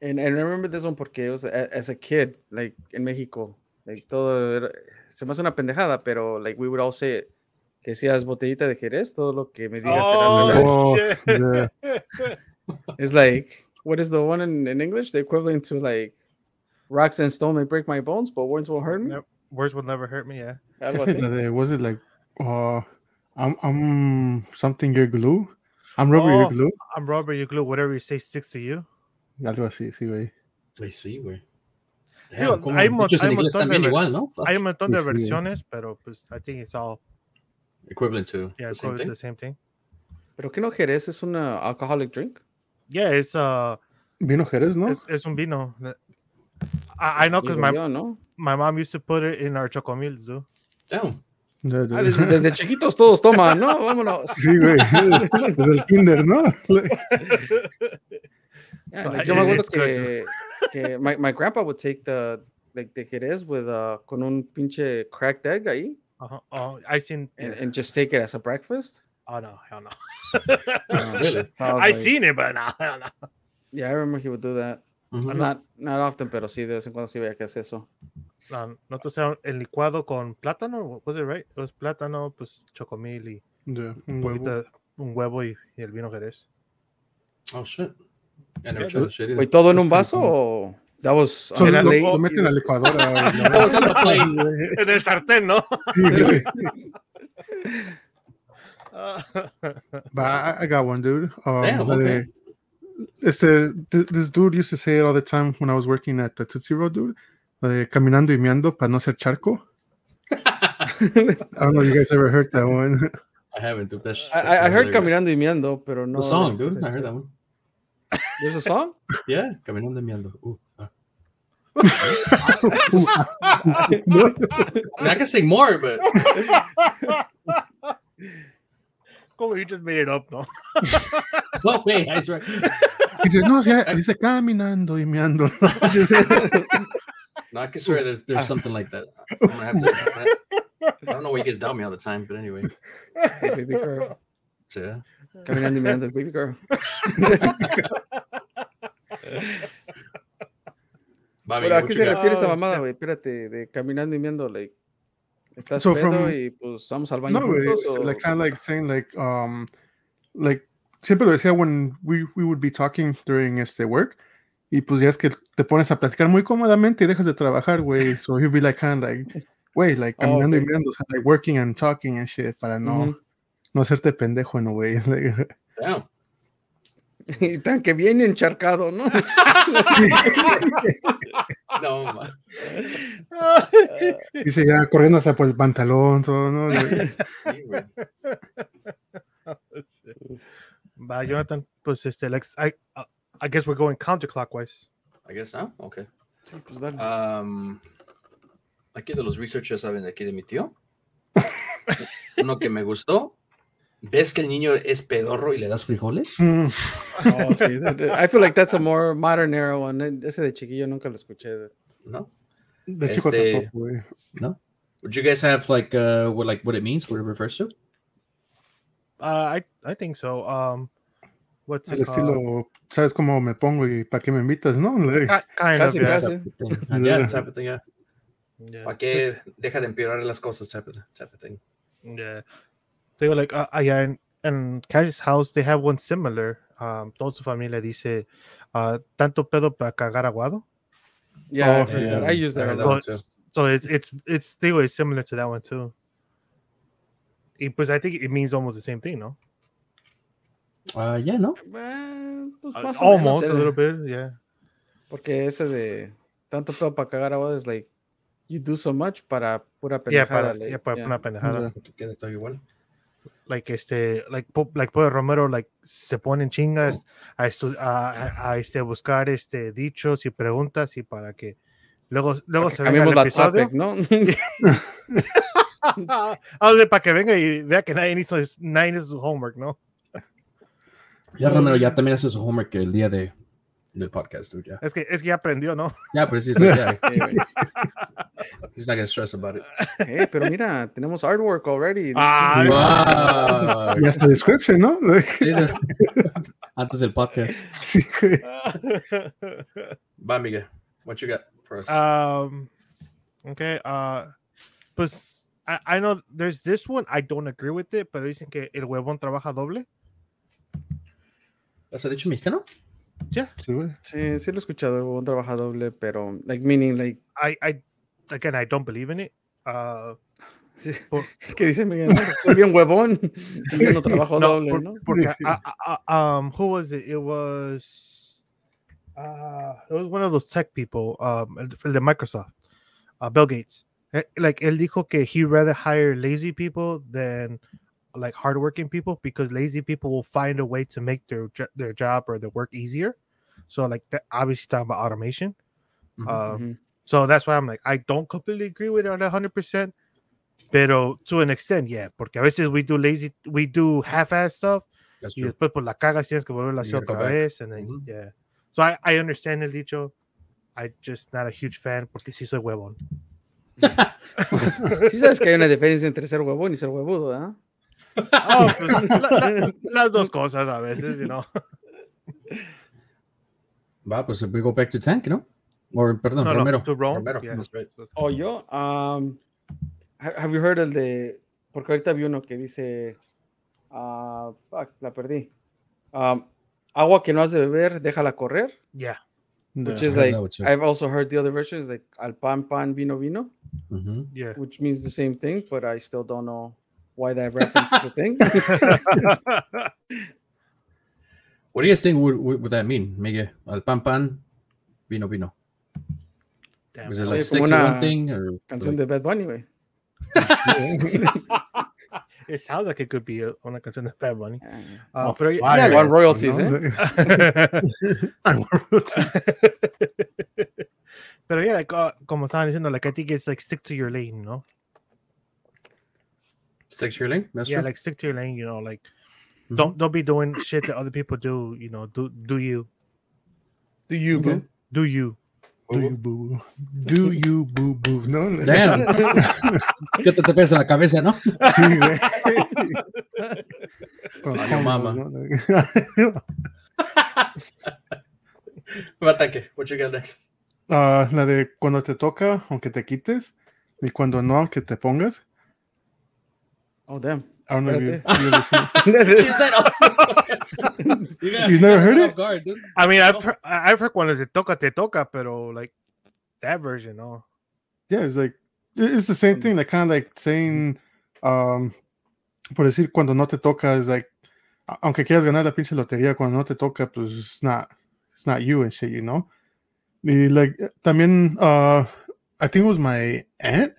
Speaker 2: and I remember this one porque it was a- as a kid, like in México, like todo era- se me hace una pendejada, pero like we would all say it, que seas botellita de Jerez, todo lo que me digas
Speaker 4: Oh,
Speaker 2: era
Speaker 3: Oh,
Speaker 4: shit.
Speaker 3: yeah.
Speaker 2: It's like what is the one in, in English? The equivalent to like rocks and stone may break my bones, but words won't hurt me.
Speaker 4: Nope. Words will never hurt me. Yeah.
Speaker 2: Algo
Speaker 3: That's
Speaker 2: así.
Speaker 3: another- Was it like, uh, I'm, I'm something your glue? I'm rubber your
Speaker 4: Oh.
Speaker 3: glue?
Speaker 4: I'm rubber, you glue, whatever you say sticks to you.
Speaker 3: Algo así, sí, güey.
Speaker 1: Pues sí, güey.
Speaker 4: Digo,
Speaker 1: Damn, cómo
Speaker 4: hay
Speaker 1: los
Speaker 4: mon-
Speaker 1: dichos en
Speaker 4: hay
Speaker 1: inglés
Speaker 4: montón de
Speaker 1: también
Speaker 4: ver-
Speaker 1: igual, ¿no? Fuck.
Speaker 4: Hay un montón de
Speaker 3: Sí, sí.
Speaker 4: versiones, pero pues I think it's all
Speaker 1: Equivalent to
Speaker 4: yeah,
Speaker 1: the
Speaker 4: it's
Speaker 1: same
Speaker 4: all
Speaker 1: thing.
Speaker 4: the same thing.
Speaker 2: Pero que no Jerez es una alcoholic drink.
Speaker 4: Yeah, it's uh
Speaker 3: Vino Jerez, ¿no?
Speaker 4: it's, it's un vino. that- I, I know because
Speaker 2: Digo
Speaker 4: my
Speaker 2: yo, ¿no?
Speaker 4: my mom used to put it in our chocomil, dude.
Speaker 1: Damn.
Speaker 3: De- de-
Speaker 2: Ah, desde, desde chiquitos todos toman, ¿no? Vámonos.
Speaker 3: Sí, güey. Desde el kinder, ¿no?
Speaker 2: Yeah,
Speaker 4: But
Speaker 2: like,
Speaker 4: I-
Speaker 2: yo me acuerdo
Speaker 4: it's good.
Speaker 2: que, que my, my grandpa would take the like the Jerez with uh, con un pinche cracked egg ahí
Speaker 4: Uh-huh. Oh, I seen.
Speaker 2: and, and just take it as a breakfast.
Speaker 4: Oh no, hell no.
Speaker 1: Ah, Really?
Speaker 2: So I, was
Speaker 4: I
Speaker 2: like-
Speaker 4: seen it, but no, hell no.
Speaker 2: Yeah, I remember he would do that.
Speaker 1: Mhm.
Speaker 2: Not not often, pero sí de vez en cuando sí veía que hace eso.
Speaker 4: No, no te usaron el licuado con plátano, was it right? It was plátano, pues chocomil y
Speaker 3: Yeah,
Speaker 4: un
Speaker 3: un huevo.
Speaker 4: poquito, un huevo y, y el vino jerez.
Speaker 1: Oh shit. I never
Speaker 4: Yeah,
Speaker 1: tried that shit either.
Speaker 2: Wait, todo en un vaso o that was on
Speaker 3: So,
Speaker 2: a
Speaker 4: Era
Speaker 3: lo,
Speaker 2: plate
Speaker 3: lo
Speaker 2: y
Speaker 3: meten a la
Speaker 2: des-
Speaker 3: licuadora. güey,
Speaker 1: That was
Speaker 3: ¿no?
Speaker 1: on the plane.
Speaker 4: en el sartén, ¿no?
Speaker 3: Sí, güey.
Speaker 4: Ah.
Speaker 3: But I, I got one, dude. Um,
Speaker 1: Damn,
Speaker 3: la de-
Speaker 1: okay.
Speaker 3: este, th- this dude used to say it all the time when I was working at the Tootsie Roll, dude. la de caminando y meando para no ser charco. I don't know if you guys ever heard that one.
Speaker 1: I haven't. Dude. That's
Speaker 2: I, I- I heard caminando y miando, pero no.
Speaker 1: The song,
Speaker 2: like,
Speaker 1: dude.
Speaker 2: ese-
Speaker 1: I heard that one.
Speaker 2: There's a song.
Speaker 1: Yeah, caminando miando. Ooh. uh. I, mean, I can sing more, but
Speaker 4: Como you just made it up, ¿no?
Speaker 1: no way. That's right.
Speaker 3: Dice, no, sí, dice caminando y meando.
Speaker 1: No, I can swear there's there's something like that. I'm gonna have to. I'm gonna- I don't know why you guys doubt me all the time, but anyway, uh,
Speaker 2: Hey, baby girl.
Speaker 1: so, yeah.
Speaker 2: Caminando y miando, baby girl.
Speaker 1: Bobby,
Speaker 2: Pero a
Speaker 1: what
Speaker 2: qué
Speaker 1: you
Speaker 2: se
Speaker 1: got?
Speaker 2: refiere esa
Speaker 4: Oh,
Speaker 2: mamada, güey? Espérate, de caminando y miando, like. Estás
Speaker 3: So
Speaker 2: pedo
Speaker 3: from-
Speaker 2: y pues vamos al baño.
Speaker 3: no, güey.
Speaker 2: juntos,
Speaker 3: it's
Speaker 2: o-
Speaker 3: Like, kind of like saying, like, um, like, siempre lo decía when we, we would be talking during este work. Y pues ya es que te pones a platicar muy cómodamente y dejas de trabajar, güey. So he'd be like, kind of like, güey, like,
Speaker 2: Oh,
Speaker 3: caminando y
Speaker 2: okay.
Speaker 3: meando, o sea, like, working and talking and shit, para no,
Speaker 2: Ujú.
Speaker 3: no hacerte pendejo, no, güey. Like,
Speaker 1: Damn.
Speaker 2: Y tan que viene encharcado, ¿no?
Speaker 1: No, uh, ma-
Speaker 3: dice ya corriendo hasta por el pantalón, todo, ¿no? Like,
Speaker 1: sí, güey.
Speaker 4: Va, Jonathan, pues este, Lex, I, uh, I guess we're going counterclockwise.
Speaker 1: I guess now. Okay.
Speaker 2: Sí, pues dale.
Speaker 1: Um, aquí de los research ya saben, de aquí de mi tío. Uno que me gustó. ¿Ves que el niño es pedorro y le das frijoles?
Speaker 3: mm,
Speaker 2: No, sí, de- de- I feel like that's a more modern era one. eh, Ese de chiquillo nunca lo escuché.
Speaker 1: No.
Speaker 3: de chico
Speaker 1: Este-
Speaker 3: tampoco, güey.
Speaker 1: Would you guys have like uh what like what it means, what it refers to?
Speaker 4: Uh, I, I think so. Um, what's
Speaker 3: El
Speaker 4: it called?
Speaker 3: estilo, ¿sabes cómo me pongo y para qué me invitas, no? Like,
Speaker 2: Ah,
Speaker 4: Ki- Kind
Speaker 2: Casi,
Speaker 4: of, yeah.
Speaker 2: casi.
Speaker 1: Thing. Uh, Yeah, type of thing, yeah.
Speaker 4: yeah.
Speaker 1: ¿Para qué deja de empeorar las cosas? Type of, type of thing.
Speaker 4: Yeah. They were like, uh, uh, yeah, and, and Cassie's house, they have one similar. Um, toda su familia dice, uh, tanto pedo para cagar aguado.
Speaker 2: Yeah,
Speaker 3: Oh,
Speaker 2: I, heard
Speaker 1: yeah.
Speaker 2: that. I used
Speaker 1: I
Speaker 2: that.
Speaker 1: heard
Speaker 2: a
Speaker 1: that one
Speaker 2: lot.
Speaker 1: too.
Speaker 4: So it's it's it's they were similar to that one too. It, but I think it means almost the same thing, no?
Speaker 1: Uh, yeah, no.
Speaker 2: Bueno, pues,
Speaker 4: Uh,
Speaker 2: más o menos
Speaker 4: almost a
Speaker 2: era.
Speaker 4: little bit, yeah.
Speaker 2: Porque ese de tanto pedo para cagar agua es like you do so much para pura
Speaker 4: yeah,
Speaker 2: pendejada.
Speaker 4: para,
Speaker 2: like,
Speaker 4: yeah, para
Speaker 2: yeah.
Speaker 4: una pendejada.
Speaker 3: Yeah.
Speaker 1: Que quede todo igual.
Speaker 4: Like este, like po- like Pedro Romero, like se ponen chingas a, estu- a, a, a este buscar este dichos y preguntas y para que luego luego se venga
Speaker 2: Cambiamos
Speaker 4: el
Speaker 2: la
Speaker 4: episodio.
Speaker 2: topic, ¿no?
Speaker 4: Ah, o sea, para que venga y vea que nadie hizo, nadie hizo su homework, ¿no?
Speaker 1: Ya Romero ya también hace su homework el día de del podcast, dude. Yeah,
Speaker 4: Es que, es que ya aprendió, ¿no?
Speaker 1: yeah but it's just like, yeah,
Speaker 2: Sí, güey.
Speaker 1: he's not gonna stress about it.
Speaker 2: Eh, pero mira, tenemos artwork already.
Speaker 4: Ah,
Speaker 1: Wow.
Speaker 3: Y hasta description, ¿no? Like,
Speaker 1: Sí, de- antes del podcast.
Speaker 3: Sí, güey.
Speaker 5: Va, Miguel. What you got for us?
Speaker 4: Um, okay. Uh, pues I, I know there's this one. I don't agree with it, pero dicen que el huevón trabaja doble.
Speaker 5: ¿Has dicho mexicano?
Speaker 3: Sí, güey.
Speaker 2: Sí, sí lo he escuchado, un trabaja doble, pero, like, meaning, like,
Speaker 4: I, I again, I don't believe in it. Uh,
Speaker 2: sí,
Speaker 4: Por-
Speaker 2: ¿qué dice Miguel? Soy bien huevón, y yo no trabajo
Speaker 4: No,
Speaker 2: doble,
Speaker 4: por-
Speaker 2: ¿no?
Speaker 4: porque
Speaker 3: Sí.
Speaker 4: I- I- I- um, who was it? It was uh, it was one of those tech people, um, el- el de Microsoft, uh, Bill Gates. Eh, Like él dijo que he rather hire lazy people than like hardworking people because lazy people will find a way to make their jo- their job or their work easier. So like that, obviously talking about automation.
Speaker 5: Ujú.
Speaker 4: Um,
Speaker 2: Ujú.
Speaker 4: So that's why I'm like, I don't completely agree with it on 100%, pero to an extent, yeah, porque a veces we do lazy, we do half-ass stuff,
Speaker 5: That's
Speaker 4: y
Speaker 5: true.
Speaker 4: después por la cagas tienes que volverla a
Speaker 5: You
Speaker 4: hacer
Speaker 5: gotta go
Speaker 4: otra
Speaker 5: back.
Speaker 4: vez, and then,
Speaker 5: Ujú.
Speaker 4: yeah. So I, I understand el dicho, I just not a huge fan, porque sí soy huevón.
Speaker 2: Sí sabes que hay una diferencia entre ser huevón y ser huevudo, ¿ah?
Speaker 4: Oh, pues, la- la- las dos cosas a veces, you know.
Speaker 1: Va, pues we go back to tank, ¿no? Or, perdón,
Speaker 4: No,
Speaker 1: Romero.
Speaker 4: no, to Rome,
Speaker 5: Romero,
Speaker 4: yeah.
Speaker 5: that's right.
Speaker 2: O yo, um, ha- have you heard el de, porque ahorita vi uno que dice, ah, fuck, la perdí. Um, agua que no has de beber, déjala correr,
Speaker 4: Yeah.
Speaker 2: which
Speaker 1: I
Speaker 2: is
Speaker 1: heard
Speaker 2: like,
Speaker 1: that one too.
Speaker 2: I've also heard the other version is like, al pan, pan, vino, vino.
Speaker 1: Mhm.
Speaker 4: Yeah.
Speaker 2: which means the same thing, but I still don't know why that reference is a thing.
Speaker 1: What do you guys think would, would, would that mean, Miguel? Al pan pan, vino vino.
Speaker 4: Damn.
Speaker 1: Was it
Speaker 2: Oye,
Speaker 1: like
Speaker 2: como
Speaker 1: stick to one
Speaker 2: una
Speaker 1: thing? Or,
Speaker 2: Canción de Bad Bunny, güey.
Speaker 4: It sounds like it could be a- una canción de Bad Bunny. Uh,
Speaker 3: Oh,
Speaker 4: pero,
Speaker 3: fire.
Speaker 2: One Ah, royalties, ¿eh?
Speaker 4: yeah.
Speaker 3: I'm royalties.
Speaker 4: Pero yeah, like, uh, como estaban diciendo, like I think it's like stick to your lane, ¿no?
Speaker 1: stick to your lane? That's
Speaker 4: yeah,
Speaker 1: true.
Speaker 4: like stick to your lane, you know, like
Speaker 1: Mhm.
Speaker 4: don't don't be doing shit that other people do, you know, do do you.
Speaker 2: Do you,
Speaker 1: Okay.
Speaker 2: boo?
Speaker 3: Do
Speaker 4: Do you.
Speaker 3: you boo boo? Do you boo boo? No, no.
Speaker 1: Damn. ¿Qué te, te pesa la cabeza, no?
Speaker 3: Sí, güey. Con
Speaker 1: Valió
Speaker 3: combos,
Speaker 1: mama.
Speaker 3: ¿no?
Speaker 5: Va, tanque. What you got next?
Speaker 3: Ah, la de cuando te toca, aunque te quites, y cuando no, aunque te pongas.
Speaker 2: Oh, damn.
Speaker 3: I don't know if you-
Speaker 2: Espérate.
Speaker 3: you ever seen-
Speaker 5: Is that all?
Speaker 1: You
Speaker 3: You've never heard it?
Speaker 1: Guard, dude.
Speaker 4: I mean
Speaker 5: No.
Speaker 4: I've heard, I've heard cuando te toca te toca, pero like that version, no.
Speaker 3: Yeah, it's like it- it's the same
Speaker 2: Mm.
Speaker 3: thing. Like kind of like saying, um, por decir cuando no te toca is like, a- aunque quieras ganar la pinche lotería, cuando no te toca, pues it's not, it's not you and shit, you know. Y like eh, también, uh, I think it was my aunt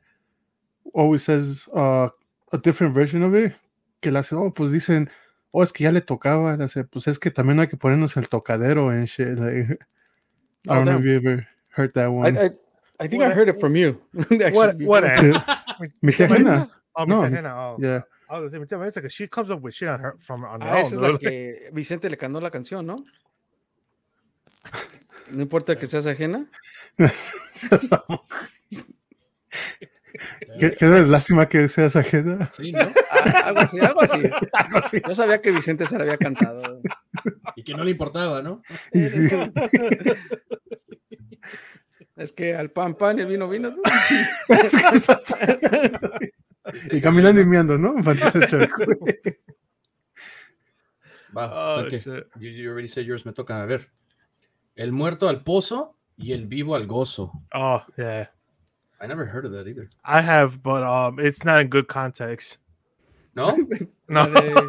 Speaker 3: always says uh, a different version of it. Que la hace, oh, pues dicen, oh, es que ya le tocaba. Le hace, pues es que también hay que ponernos el tocadero and shit. Like, I
Speaker 2: Oh,
Speaker 3: don't know
Speaker 2: damn.
Speaker 3: if you ever heard that
Speaker 2: I,
Speaker 3: one.
Speaker 2: I, I think I
Speaker 4: What-
Speaker 2: heard it from you. actually,
Speaker 4: What
Speaker 2: before.
Speaker 4: what a-
Speaker 3: Mi tía Jena,
Speaker 4: Oh,
Speaker 3: No.
Speaker 4: mi tía Jena, oh.
Speaker 3: yeah.
Speaker 4: I was gonna say, mi tía Jena, it's like she comes up with shit on her from on her
Speaker 2: Ah,
Speaker 4: own.
Speaker 2: esa es
Speaker 4: Oh, dude.
Speaker 2: la que Vicente le cantó la canción, ¿no? No importa que seas ajena.
Speaker 3: Qué, qué lástima que seas ajena.
Speaker 1: Sí, ¿no?
Speaker 2: Ah, algo así, algo así.
Speaker 3: Algo así.
Speaker 2: Yo sabía que Vicente se la había cantado.
Speaker 1: Y que no le importaba, ¿no?
Speaker 3: Y sí,
Speaker 2: Es que al pan, pan, el vino, vino. tú.
Speaker 3: y caminando y meando, ¿no? Parece charco.
Speaker 1: Va,
Speaker 4: Oh,
Speaker 1: tanque.
Speaker 4: shit.
Speaker 1: You, you already said yours, me toca. A ver. El muerto al pozo y el vivo al gozo.
Speaker 4: oh yeah.
Speaker 1: I never heard of that either.
Speaker 4: I have, but um it's not in good context.
Speaker 1: No?
Speaker 4: No.
Speaker 2: La de-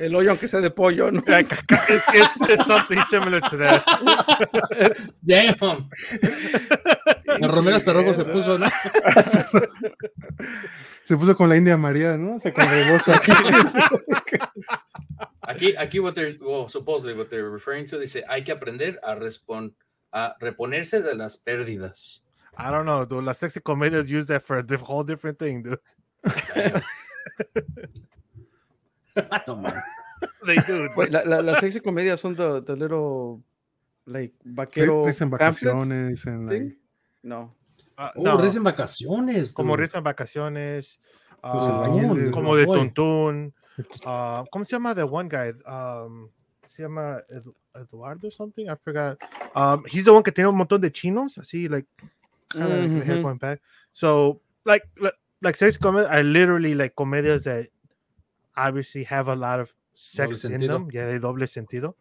Speaker 2: El hoyo, aunque sea de pollo, ¿no?
Speaker 4: Like, it's, it's, it's something similar to that.
Speaker 1: Damn. El Romero Cerrojo se puso, ¿no?
Speaker 3: Se puso con la India María, ¿no? Se congregó aquí.
Speaker 5: Aquí, aquí, what they're, well, supposedly what they're referring to, dice, hay que aprender a, respon a reponerse de las pérdidas.
Speaker 4: I don't know, dude. La sexy comedians use that for a diff- whole different thing, dude.
Speaker 5: Ah,
Speaker 1: No, man.
Speaker 4: They do.
Speaker 2: Wait, Pues, la, la, las sexy comedias son the, the little, like, vaquero
Speaker 3: Dicen
Speaker 2: pamphlets
Speaker 3: vacaciones. En la...
Speaker 2: thing? No.
Speaker 4: Uh,
Speaker 1: Oh,
Speaker 4: no.
Speaker 1: risa en vacaciones.
Speaker 4: como
Speaker 1: dude.
Speaker 4: risa en vacaciones,
Speaker 3: Pues el
Speaker 4: ah,
Speaker 3: bañil de-
Speaker 4: como de
Speaker 1: Boy.
Speaker 4: Tuntún. ah, ¿Cómo se llama the one guy? Um, se llama Edu- Eduardo or something. I forgot. Um, he's the one que tiene un montón de chinos, así, like, kind of like the hair
Speaker 2: Mhm.
Speaker 4: going back. So, like, like, like sex comedies are literally like comedias that obviously have a lot of sex in
Speaker 5: sentido.
Speaker 4: them. Yeah, de doble sentido.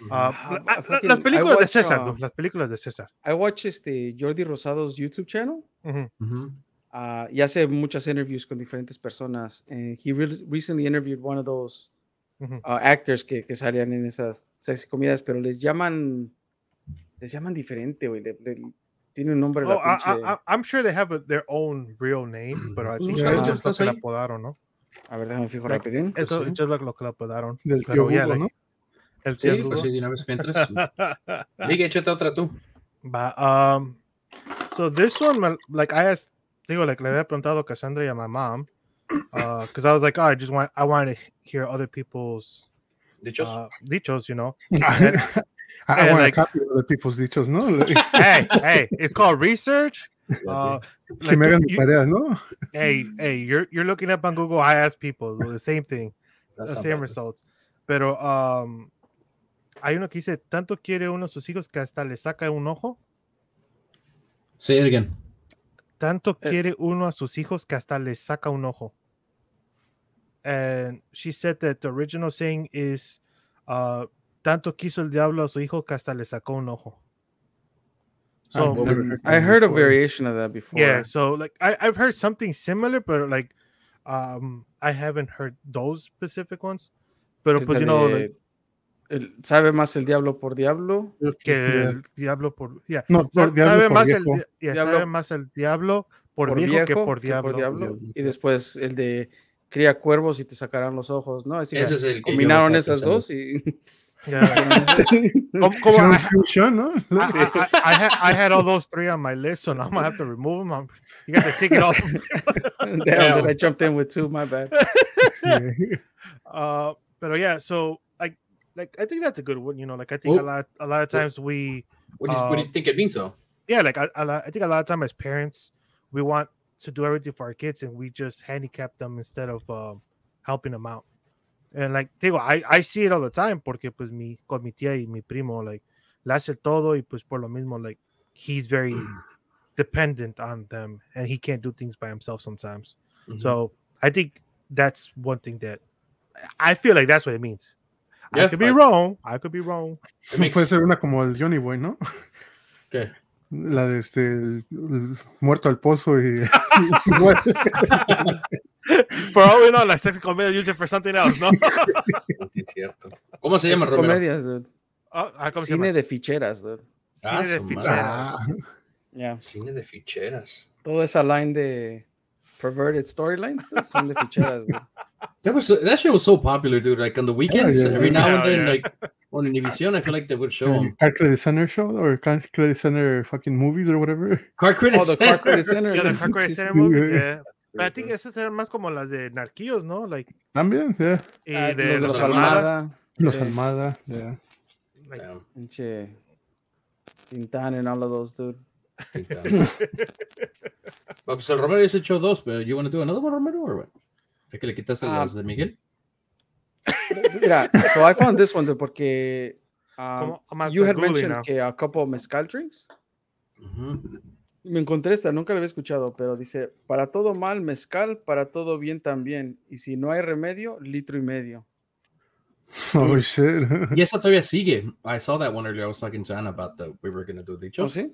Speaker 5: Ujú.
Speaker 4: Uh,
Speaker 2: Ah,
Speaker 4: la-
Speaker 2: I
Speaker 4: la-
Speaker 2: fucking-
Speaker 4: las
Speaker 2: I
Speaker 4: películas de
Speaker 2: watch,
Speaker 4: César,
Speaker 2: uh,
Speaker 4: dude, las películas de César.
Speaker 2: I watch este Jordi Rosado's YouTube channel
Speaker 4: Ujú.
Speaker 5: Ujú.
Speaker 2: uh, y hace muchas interviews con diferentes personas. And he re- recently interviewed one of those
Speaker 4: Ujú.
Speaker 2: uh, actors que, que salían en esas sexy comidas, pero les llaman, les llaman diferente, güey. le- le- tiene un nombre
Speaker 4: Oh,
Speaker 2: la
Speaker 4: I,
Speaker 2: pinche-
Speaker 4: I, I- I'm sure they have a- their own real name, pero I think
Speaker 2: Busca,
Speaker 4: it's
Speaker 2: busca,
Speaker 4: just lo
Speaker 5: estás
Speaker 4: que le
Speaker 5: ahí.
Speaker 4: apodaron, ¿no?
Speaker 2: A ver, déjame fijo
Speaker 4: ah. Like,
Speaker 2: rapidín.
Speaker 4: It's
Speaker 5: sí.
Speaker 4: it's just like lo que le apodaron.
Speaker 3: Del
Speaker 4: Pero
Speaker 3: tío
Speaker 4: ya,
Speaker 3: Google,
Speaker 4: like, El
Speaker 5: Sí,
Speaker 4: tío
Speaker 5: pues
Speaker 4: Google.
Speaker 5: sí, de una vez mientras. Ligue, échate otra tú.
Speaker 4: But um, so this one, my- like I asked, digo, like le había preguntado a Cassandra and my mom, because I was like, oh, I just want, I want to hear other people's
Speaker 5: De hecho,
Speaker 4: uh, dichos, you know.
Speaker 3: ¿no?
Speaker 4: And-
Speaker 3: I
Speaker 4: and
Speaker 3: want
Speaker 4: like-
Speaker 3: a copy of the people's dichos, ¿no? Like,
Speaker 4: hey, hey, it's called research. Uh,
Speaker 3: que me hagan
Speaker 4: you-
Speaker 3: tareas, ¿no?
Speaker 4: hey, hey, you're you're looking up on Google. I ask people the same thing.
Speaker 5: that's
Speaker 4: the
Speaker 5: not
Speaker 4: same
Speaker 5: bad.
Speaker 4: results. Pero um, hay uno que dice, tanto quiere uno a sus hijos que hasta le saca un ojo.
Speaker 1: Say it again.
Speaker 4: Tanto
Speaker 2: Eh.
Speaker 4: quiere uno a sus hijos que hasta le saca un ojo. And she said that the original saying is, uh, tanto quiso el diablo a su hijo que hasta le sacó un ojo. So,
Speaker 3: I've never that
Speaker 2: I heard a
Speaker 3: before.
Speaker 2: variation of that before.
Speaker 4: yeah, so like I, I've heard something similar, but like um, I haven't heard those specific ones. Pero
Speaker 2: Es la
Speaker 4: pues, you know,
Speaker 2: de,
Speaker 4: like,
Speaker 2: el- sabe más el diablo por diablo.
Speaker 4: que
Speaker 3: Yeah.
Speaker 4: el diablo por ya
Speaker 3: No,
Speaker 4: Sa-
Speaker 3: por diablo,
Speaker 4: sabe
Speaker 3: por
Speaker 4: más
Speaker 3: viejo.
Speaker 4: el di- ya,
Speaker 2: Diablo.
Speaker 4: sabe más el diablo por, viejo, que por diablo,
Speaker 2: Y después el de cría cuervos y te sacarán los ojos, ¿no? Así que
Speaker 5: Ese es el que yo
Speaker 2: combinaron
Speaker 5: estaba
Speaker 2: esas
Speaker 5: pensando.
Speaker 2: dos y
Speaker 4: Yeah. Como- como
Speaker 3: Hicieron
Speaker 4: I,
Speaker 3: fusion, ¿no?
Speaker 4: I- I- I- I had, I had all those three on my list so now I'm gonna have to remove them I'm- you got to take it off
Speaker 2: Damn,
Speaker 5: Yeah.
Speaker 2: that I jumped in with two, my bad.
Speaker 4: Ah,
Speaker 3: Sí.
Speaker 4: uh but yeah so like like I think that's a good one you know like I think a
Speaker 5: Oh.
Speaker 4: lot a lot of times we
Speaker 5: What, is, what do
Speaker 4: Uh,
Speaker 5: you think it means, though?
Speaker 4: yeah like I, I think a lot of time as parents we want to do everything for our kids and we just handicap them instead of um, helping them out and like digo I, I see it all the time porque pues mi con mi tía y mi primo like le hace todo y pues por lo mismo like he's very dependent on them and he can't do things by himself sometimes
Speaker 5: Ujú.
Speaker 4: so I think that's one thing that I feel like that's what it means I
Speaker 5: Yeah,
Speaker 4: could be
Speaker 5: I-
Speaker 4: wrong Pues, I could be wrong
Speaker 5: It makes-
Speaker 3: Puede ser una como el Johnny Boy, ¿no?
Speaker 5: ¿Qué?
Speaker 3: La de este, el, el muerto al pozo y. y muere.
Speaker 4: for all we know like sex comedia use it for something else no
Speaker 5: Ah, Sí, es cierto. ¿Cómo se llama,
Speaker 2: Esas
Speaker 5: Romero?
Speaker 2: comedias, dude.
Speaker 4: Oh, ah, ¿cómo se llama?
Speaker 2: Cine de ficheras, dude.
Speaker 5: Ah,
Speaker 4: Cine de
Speaker 5: su
Speaker 4: ficheras.
Speaker 3: ah,
Speaker 2: Yeah.
Speaker 5: Cine de ficheras.
Speaker 2: Toda esa line de perverted storylines, dude, son de ficheras, dude.
Speaker 1: That was that shit was so popular, dude. Like on the weekends,
Speaker 3: yeah,
Speaker 1: every
Speaker 4: yeah.
Speaker 1: now
Speaker 4: Hell
Speaker 1: and then,
Speaker 4: yeah.
Speaker 1: like on Univision, I feel like they would
Speaker 2: Oh.
Speaker 1: show
Speaker 3: el
Speaker 1: them
Speaker 3: Car Credit Center show or Car Credit Center fucking movies or whatever.
Speaker 1: car critics.
Speaker 2: Oh, the Car Credit Center.
Speaker 4: Yeah, the
Speaker 2: dude.
Speaker 4: Hardcore
Speaker 2: Sí,
Speaker 4: Center
Speaker 3: sí,
Speaker 4: movies,
Speaker 3: güey.
Speaker 4: yeah. But I think esas eran más como las de Narquillos, ¿no? Like,
Speaker 3: También, yeah.
Speaker 4: y
Speaker 2: Ah,
Speaker 4: de
Speaker 2: los de
Speaker 4: los,
Speaker 2: los
Speaker 4: Almadas.
Speaker 2: Almada.
Speaker 3: Los
Speaker 2: Sí.
Speaker 3: Almada, yeah.
Speaker 4: Like,
Speaker 5: Damn,
Speaker 2: Pinche Tintán and all of those, dude.
Speaker 5: think that-
Speaker 1: Well, pues el Romero has hecho dos, pero you want to do another one, Romero, or what? ¿Es que le quitaste
Speaker 2: Ah.
Speaker 1: las de Miguel?
Speaker 2: Mira, so I found this one, dude, porque um,
Speaker 4: como- I'm out
Speaker 2: you
Speaker 4: there
Speaker 2: had
Speaker 4: Googling
Speaker 2: mentioned
Speaker 4: now.
Speaker 2: que a couple of mezcal drinks.
Speaker 1: Ujú.
Speaker 2: Me encontré esta, nunca la había escuchado, pero dice, para todo mal, mezcal, para todo bien también. Y si no hay remedio, litro y medio.
Speaker 3: Oh shit.
Speaker 1: Y esa todavía sigue. I saw that one earlier. I was talking to Ana about that. We were going to do the
Speaker 2: ¿Oh,
Speaker 1: show.
Speaker 2: sí?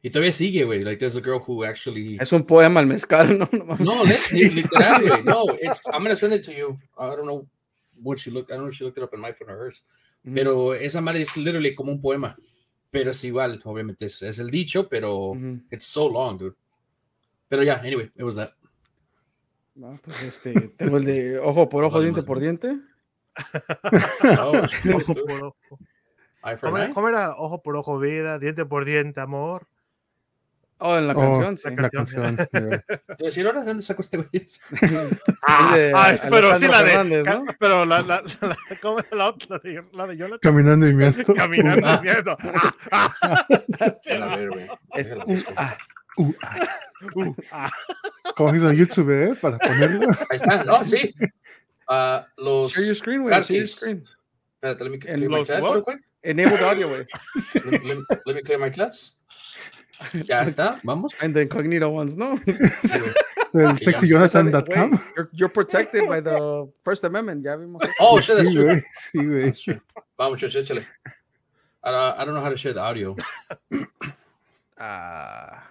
Speaker 1: Y todavía sigue, güey. Like, there's a girl who actually.
Speaker 2: Es un poema el mezcal, ¿no? No mames.
Speaker 1: No, let- li- literal, güey. No, it's, I'm going to send it to you. I don't know what she looked. I don't know if she looked it up in my phone or hers.
Speaker 2: Ujú.
Speaker 1: Pero esa madre es literally como un poema. Pero es igual, obviamente. Es, es el dicho, pero.
Speaker 2: Ujú.
Speaker 1: It's so long, dude. Pero yeah, anyway, it was that.
Speaker 2: No, pues este, tengo el de ojo por ojo,
Speaker 1: Vale,
Speaker 2: diente por
Speaker 1: madre.
Speaker 2: diente.
Speaker 1: Oh, shit,
Speaker 4: Ojo
Speaker 1: dude.
Speaker 4: por ojo.
Speaker 1: Eye for
Speaker 4: ¿Cómo,
Speaker 1: an
Speaker 4: era,
Speaker 1: eye?
Speaker 4: cómo era? Ojo por ojo, vida, diente por diente, amor.
Speaker 2: Oh, en la
Speaker 3: Oh,
Speaker 2: canción, sí.
Speaker 3: La canción. yeah.
Speaker 1: Yo
Speaker 5: Eh,
Speaker 1: decía, "Ahora, ¿de dónde sacó este güey eso?"
Speaker 4: Ah,
Speaker 2: de
Speaker 4: ah, es- pero sí
Speaker 2: Alejandro
Speaker 4: la de.
Speaker 2: Fernández,
Speaker 4: ca-
Speaker 2: ¿no?
Speaker 4: Pero la, la, la, ¿cómo era la otra? La de, la de Jonathan.
Speaker 3: Caminando y miento.
Speaker 4: Caminando,
Speaker 1: Ah.
Speaker 4: miedo. Ah,
Speaker 5: A ver, güey.
Speaker 2: Es
Speaker 5: Déjalo,
Speaker 2: un-
Speaker 5: busco.
Speaker 2: ah,
Speaker 3: Uh, ah,
Speaker 4: uh, ah.
Speaker 3: como hizo en YouTube, ¿eh? Para ponerlo.
Speaker 5: Ahí está, no, sí. Ah, los
Speaker 2: share your screen, güey. share your
Speaker 5: cárteles
Speaker 2: screen.
Speaker 5: Espérate, let me
Speaker 2: And
Speaker 5: clear my
Speaker 4: los
Speaker 5: tabs
Speaker 4: what?
Speaker 5: real quick.
Speaker 2: Enable the audio, güey.
Speaker 5: Let me, let me- let me clear my tabs. Ya está.
Speaker 1: Vamos.
Speaker 2: And the incognito ones, no.
Speaker 3: El
Speaker 2: Güey,
Speaker 3: sexyjonathan.com.
Speaker 2: You're, you're protected by the First Amendment. Ya vimos eso.
Speaker 5: Oh, shit, that's
Speaker 3: Sí,
Speaker 5: true.
Speaker 3: güey. Sí, güey.
Speaker 5: That's true. Vamos, muchachos, échale. I don't, I don't know how to share the audio.
Speaker 2: Ah,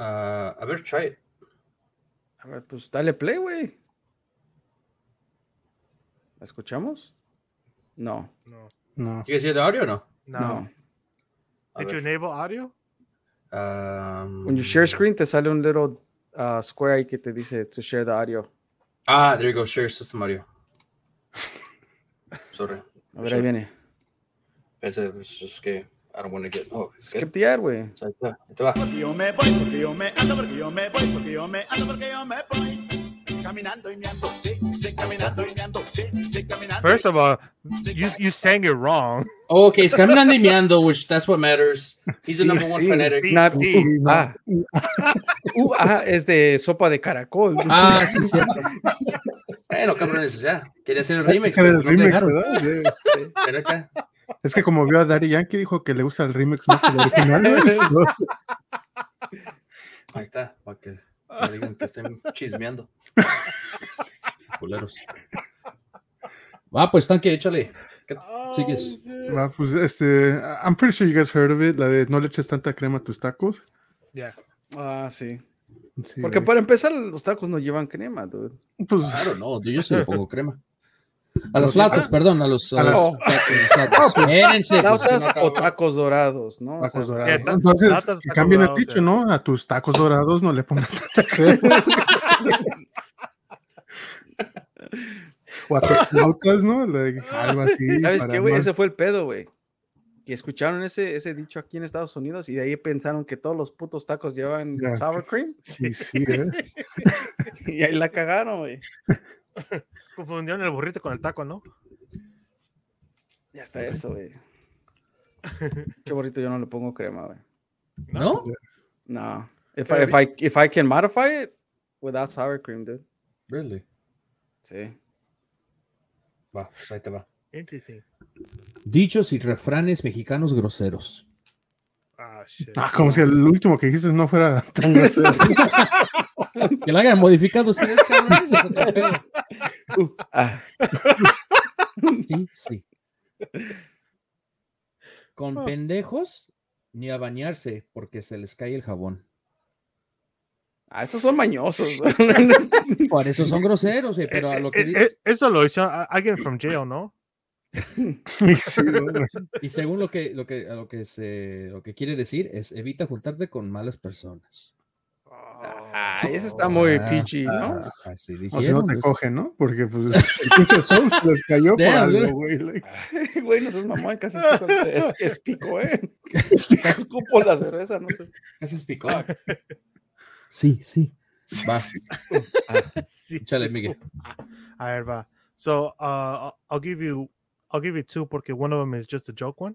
Speaker 5: Uh, I better try it.
Speaker 2: a ver, pues dale play, güey. ¿La escuchamos? No.
Speaker 4: No.
Speaker 3: No.
Speaker 5: You guys hear the audio or no?
Speaker 4: No.
Speaker 2: No.
Speaker 5: A
Speaker 4: Did you
Speaker 5: ver.
Speaker 4: enable audio?
Speaker 5: Um,
Speaker 2: When you share screen, te sale un little uh, square ahí que te dice to share the audio.
Speaker 5: Ah, there you go. Share system audio. Sorry.
Speaker 2: A ver,
Speaker 5: Sure.
Speaker 2: ahí viene.
Speaker 5: Es, es, es que I don't want to get. Oh, es que.
Speaker 2: Skip the ad, güey.
Speaker 5: Ahí te va, ahí te va.
Speaker 6: Porque yo me voy, porque yo me ando, porque yo me voy, porque yo me ando, porque yo me voy. Caminando y me ando, sí, sí, caminando y me ando, sí, sí, caminando.
Speaker 4: First of all,
Speaker 6: sí,
Speaker 4: you you sang it wrong.
Speaker 5: Okay, it's Caminando y Meando, which that's what matters. He's the
Speaker 2: Sí,
Speaker 5: number one
Speaker 2: sí.
Speaker 5: fanatic.
Speaker 4: Sí,
Speaker 2: Not
Speaker 4: sí.
Speaker 2: uh, ah. Uh, ah, es de sopa de caracol.
Speaker 1: Ah, sí, sí.
Speaker 5: Bueno, cabrones, ya. Quería hacer el remix, pero
Speaker 3: Era el
Speaker 5: no te
Speaker 3: remix,
Speaker 5: dejaron.
Speaker 3: ¿verdad? Yeah.
Speaker 5: Pero acá.
Speaker 3: Es que como vio a Daddy Yankee, dijo que le gusta el remix más que el original. güey. So,
Speaker 5: Ahí está, para que no digan que estén chismeando. Culeros.
Speaker 1: Va, pues tanque, échale.
Speaker 4: Ah,
Speaker 1: Sigues.
Speaker 4: shit.
Speaker 3: va, pues, este, I'm pretty sure you guys heard of it, la de no le eches tanta crema a tus tacos.
Speaker 4: Yeah.
Speaker 2: Ah, sí.
Speaker 3: Sí,
Speaker 2: Porque pues,
Speaker 3: güey.
Speaker 2: para empezar, los tacos no llevan crema, dude.
Speaker 3: pues,
Speaker 1: I don't know, dude, yo sí le pongo crema. A las latas, perdón, a los. A
Speaker 3: A
Speaker 1: los,
Speaker 2: las-
Speaker 1: a las latas. Espérense, pues,
Speaker 2: Flautas
Speaker 1: no acabo.
Speaker 2: o tacos dorados, ¿no? O
Speaker 3: tacos
Speaker 2: sea,
Speaker 3: dorados.
Speaker 4: ta-
Speaker 3: Entonces,
Speaker 4: latas,
Speaker 3: que
Speaker 4: tacos
Speaker 3: cambien el
Speaker 4: dorados,
Speaker 3: dicho,
Speaker 4: ya.
Speaker 3: ¿no? A tus tacos dorados no le pongas tanta crema. o a tus flautas, ¿no? Like, algo así.
Speaker 2: ¿Sabes
Speaker 3: para
Speaker 2: qué, güey?
Speaker 3: más-
Speaker 2: Ese fue el pedo, güey. Que escucharon ese, ese dicho aquí en Estados Unidos y de ahí pensaron que todos los putos tacos llevan
Speaker 3: Ya.
Speaker 2: sour cream
Speaker 3: Sí, sí, ¿eh?
Speaker 2: y ahí la cagaron, güey.
Speaker 4: Confundieron el burrito con el taco, ¿no?
Speaker 2: Ya está eso, güey. Qué bonito, yo no le pongo crema, güey.
Speaker 1: ¿No?
Speaker 2: No. If I, if, I, if I can modify it without sour cream, dude.
Speaker 5: Really?
Speaker 2: Sí.
Speaker 5: Va, pues ahí te va.
Speaker 4: Interesting.
Speaker 1: Dichos y refranes mexicanos groseros.
Speaker 4: Ah, shit.
Speaker 3: Ah, como si el último que dijiste no fuera tan grosero.
Speaker 1: Que la hayan modificado ustedes, cabrones, es otro pedo.
Speaker 2: Uh, ah,
Speaker 1: Sí, sí. Con
Speaker 4: Ah.
Speaker 1: pendejos ni a bañarse porque se les cae el jabón.
Speaker 2: ah, estos son mañosos.
Speaker 1: Por eso son groseros, güey, pero a lo que
Speaker 4: Eh, eh,
Speaker 1: dices,
Speaker 4: eh, eso lo hizo a- alguien from jail, ¿no?
Speaker 3: Sí, güey.
Speaker 4: eh.
Speaker 1: y según lo que, lo que, a lo que se, lo que quiere decir es evita juntarte con malas personas.
Speaker 4: Oh,
Speaker 2: Ah, eso está muy
Speaker 1: Ah,
Speaker 2: peachy, ¿no?
Speaker 1: ah, Así
Speaker 3: O si no
Speaker 1: dijeron.
Speaker 3: te
Speaker 1: güey.
Speaker 3: cogen, ¿no? Porque pues el pinche Soul se les cayó por
Speaker 1: Damn,
Speaker 3: algo,
Speaker 1: dude.
Speaker 3: güey. like.
Speaker 2: Güey, no seas mamón, casi escupo, es, es pico, ¿eh? Casi escupo la cerveza, no sé.
Speaker 5: Casi es picó.
Speaker 1: Sí, sí. Va,
Speaker 4: Sí.
Speaker 1: échale, Miguel.
Speaker 4: A ver, va. So, uh, I'll- I'll give you, I'll give you two porque one of them is just a joke one.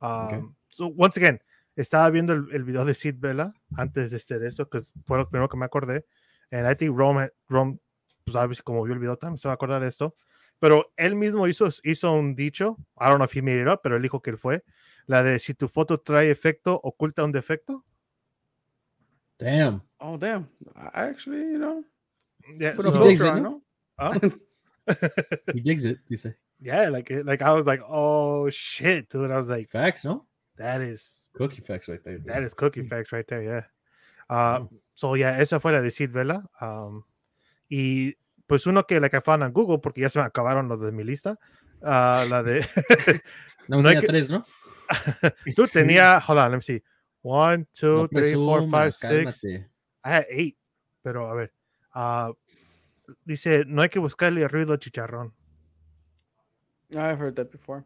Speaker 4: Um, So, once again, estaba viendo el, el video de Sid Vela antes de este de esto, que fue lo primero que me acordé. And I think Rome, Rome, pues obviously como vio el video también se va a acordar de esto. Pero él mismo hizo, hizo un dicho, I don't know if he made it up, pero él dijo que él fue, la de si tu foto trae efecto, oculta un defecto.
Speaker 1: Damn.
Speaker 2: Oh, damn. I- Actually, you know.
Speaker 4: Yeah,
Speaker 2: Put a
Speaker 1: so-
Speaker 2: filter on,
Speaker 1: ¿no?
Speaker 2: ¿no?
Speaker 4: Ah.
Speaker 1: He digs it, dice.
Speaker 4: yeah, like, it- like I was like, oh shit, dude. I was like,
Speaker 1: Facts, ¿no?
Speaker 4: that is
Speaker 1: Cookie facts right there. dude.
Speaker 4: That is cookie facts right there, yeah. Uh, So, yeah, esa fue la de Sid Vela. Um, y pues uno que la que found en Google, porque ya se me acabaron los de mi lista. uh, la de.
Speaker 1: Nada más
Speaker 4: no hay
Speaker 1: tenía
Speaker 4: que-
Speaker 1: tres, ¿no?
Speaker 4: Tú tenía. Hold on, let me see. One, two,
Speaker 1: No
Speaker 4: three, four, five,
Speaker 1: presumas,
Speaker 4: six.
Speaker 1: cálmate.
Speaker 4: I had eight. Pero a ver. uh, dice: No hay que buscarle ruido al chicharrón.
Speaker 2: I've heard that before.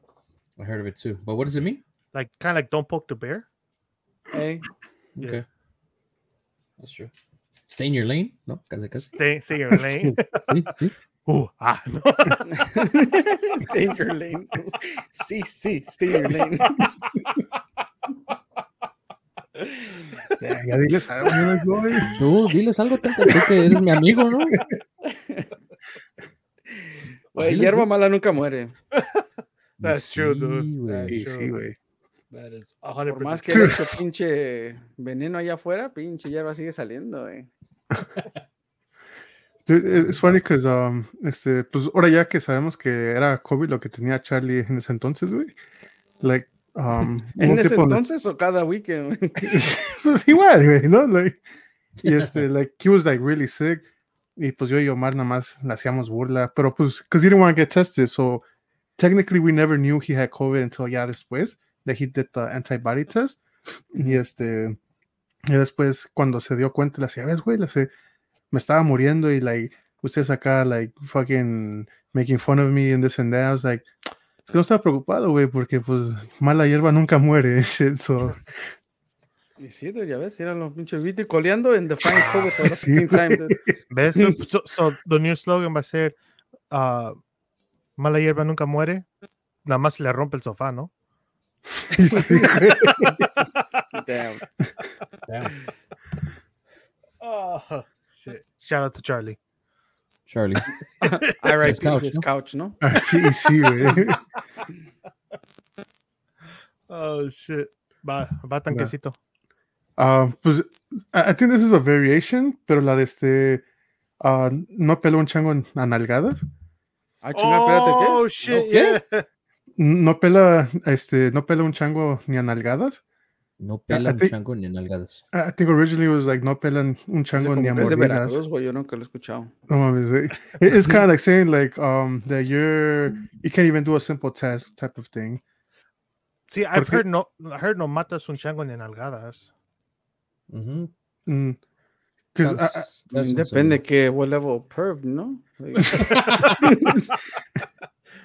Speaker 1: I heard of it too. But what does it mean?
Speaker 4: Like, kind of like don't poke the bear.
Speaker 2: Hey,
Speaker 4: Yeah.
Speaker 1: Okay. That's true. Stay in your lane, ¿no? Casi, casi.
Speaker 4: Stay, stay in your lane.
Speaker 1: Sí, sí.
Speaker 4: Uh, ah, no.
Speaker 2: stay in your lane. Sí, sí, stay in your lane.
Speaker 3: Ya, ya diles algo, ¿no, güey.
Speaker 1: Tú diles algo, tanto tú que eres mi amigo, ¿no?
Speaker 2: Güey, hierba mala nunca muere.
Speaker 4: That's true, dude.
Speaker 1: sí, güey.
Speaker 4: That's
Speaker 3: Sí, sí,
Speaker 4: true.
Speaker 3: güey.
Speaker 5: That is-
Speaker 4: A hundred
Speaker 2: Por más que
Speaker 4: percent.
Speaker 2: le eche pinche veneno allá afuera, pinche hierba sigue saliendo, eh.
Speaker 3: Dude, it- it's e-, funny because, um, este, pues ahora ya que sabemos que era COVID lo que tenía Charlie en ese entonces, güey. Like, um, hubo
Speaker 2: ¿En
Speaker 3: un
Speaker 2: ese
Speaker 3: tiempo donde-
Speaker 2: entonces o cada weekend? güey?
Speaker 3: pues igual, güey, ¿no? Like, y este, like, he was like really sick. Y pues yo y Omar nada más le hacíamos burla, pero pues, because he didn't want to get tested, so technically we never knew he had COVID until ya después, that he did the antibody test. Y este, y después cuando se dio cuenta, le hacía, ves, güey, le hace- me estaba muriendo y like, ustedes acá, like, fucking making fun of me and this and that. I was like, es que no estaba preocupado, güey, porque pues mala hierba nunca muere, shit, so.
Speaker 2: Y sí, dude, ya ves, eran los pinches viti coleando en Define COVID for the
Speaker 3: Sí,
Speaker 2: second time, dude.
Speaker 4: ¿Ves? So, so- so the new slogan va a ser ah, Mala hierba nunca muere, nada más se le rompe el sofá, ¿no?
Speaker 3: Sí, güey.
Speaker 2: Damn.
Speaker 1: Damn.
Speaker 4: Oh, shit. Shout out to Charlie.
Speaker 1: Charlie.
Speaker 2: RIP
Speaker 1: couch,
Speaker 2: his
Speaker 1: ¿no?
Speaker 2: couch, ¿no?
Speaker 3: Sí, sí, güey.
Speaker 4: Oh, shit. Va, va tanquecito.
Speaker 3: Ah, pues, I I think this is a variation, pero la de este. ah, no peló un chango a nalgadas.
Speaker 2: Ah, chinga, espérate, ¿qué?
Speaker 4: Oh, shit,
Speaker 1: ¿No
Speaker 4: yeah.
Speaker 1: qué?
Speaker 3: No pela, este, no pela un chango ni a nalgadas.
Speaker 1: No pela
Speaker 3: I
Speaker 1: un
Speaker 3: think-
Speaker 1: chango ni nalgadas.
Speaker 3: I think originally it was like no pelan un
Speaker 2: Ese
Speaker 3: chango
Speaker 2: como
Speaker 3: ni
Speaker 2: que
Speaker 3: a
Speaker 2: Es de
Speaker 3: mordidas.
Speaker 2: Veracruz, güey, yo nunca lo he escuchado.
Speaker 3: No mames, eh. It- It's kind of like saying like um that you're you can't even do a simple test type of thing.
Speaker 4: See, I've
Speaker 3: Porque-
Speaker 4: heard no, I heard no matas un chango ni nalgadas.
Speaker 1: Ujú.
Speaker 3: Mm. 'Cause I- I-
Speaker 1: That's- that's
Speaker 2: Depende que what level of perv, ¿no? Like,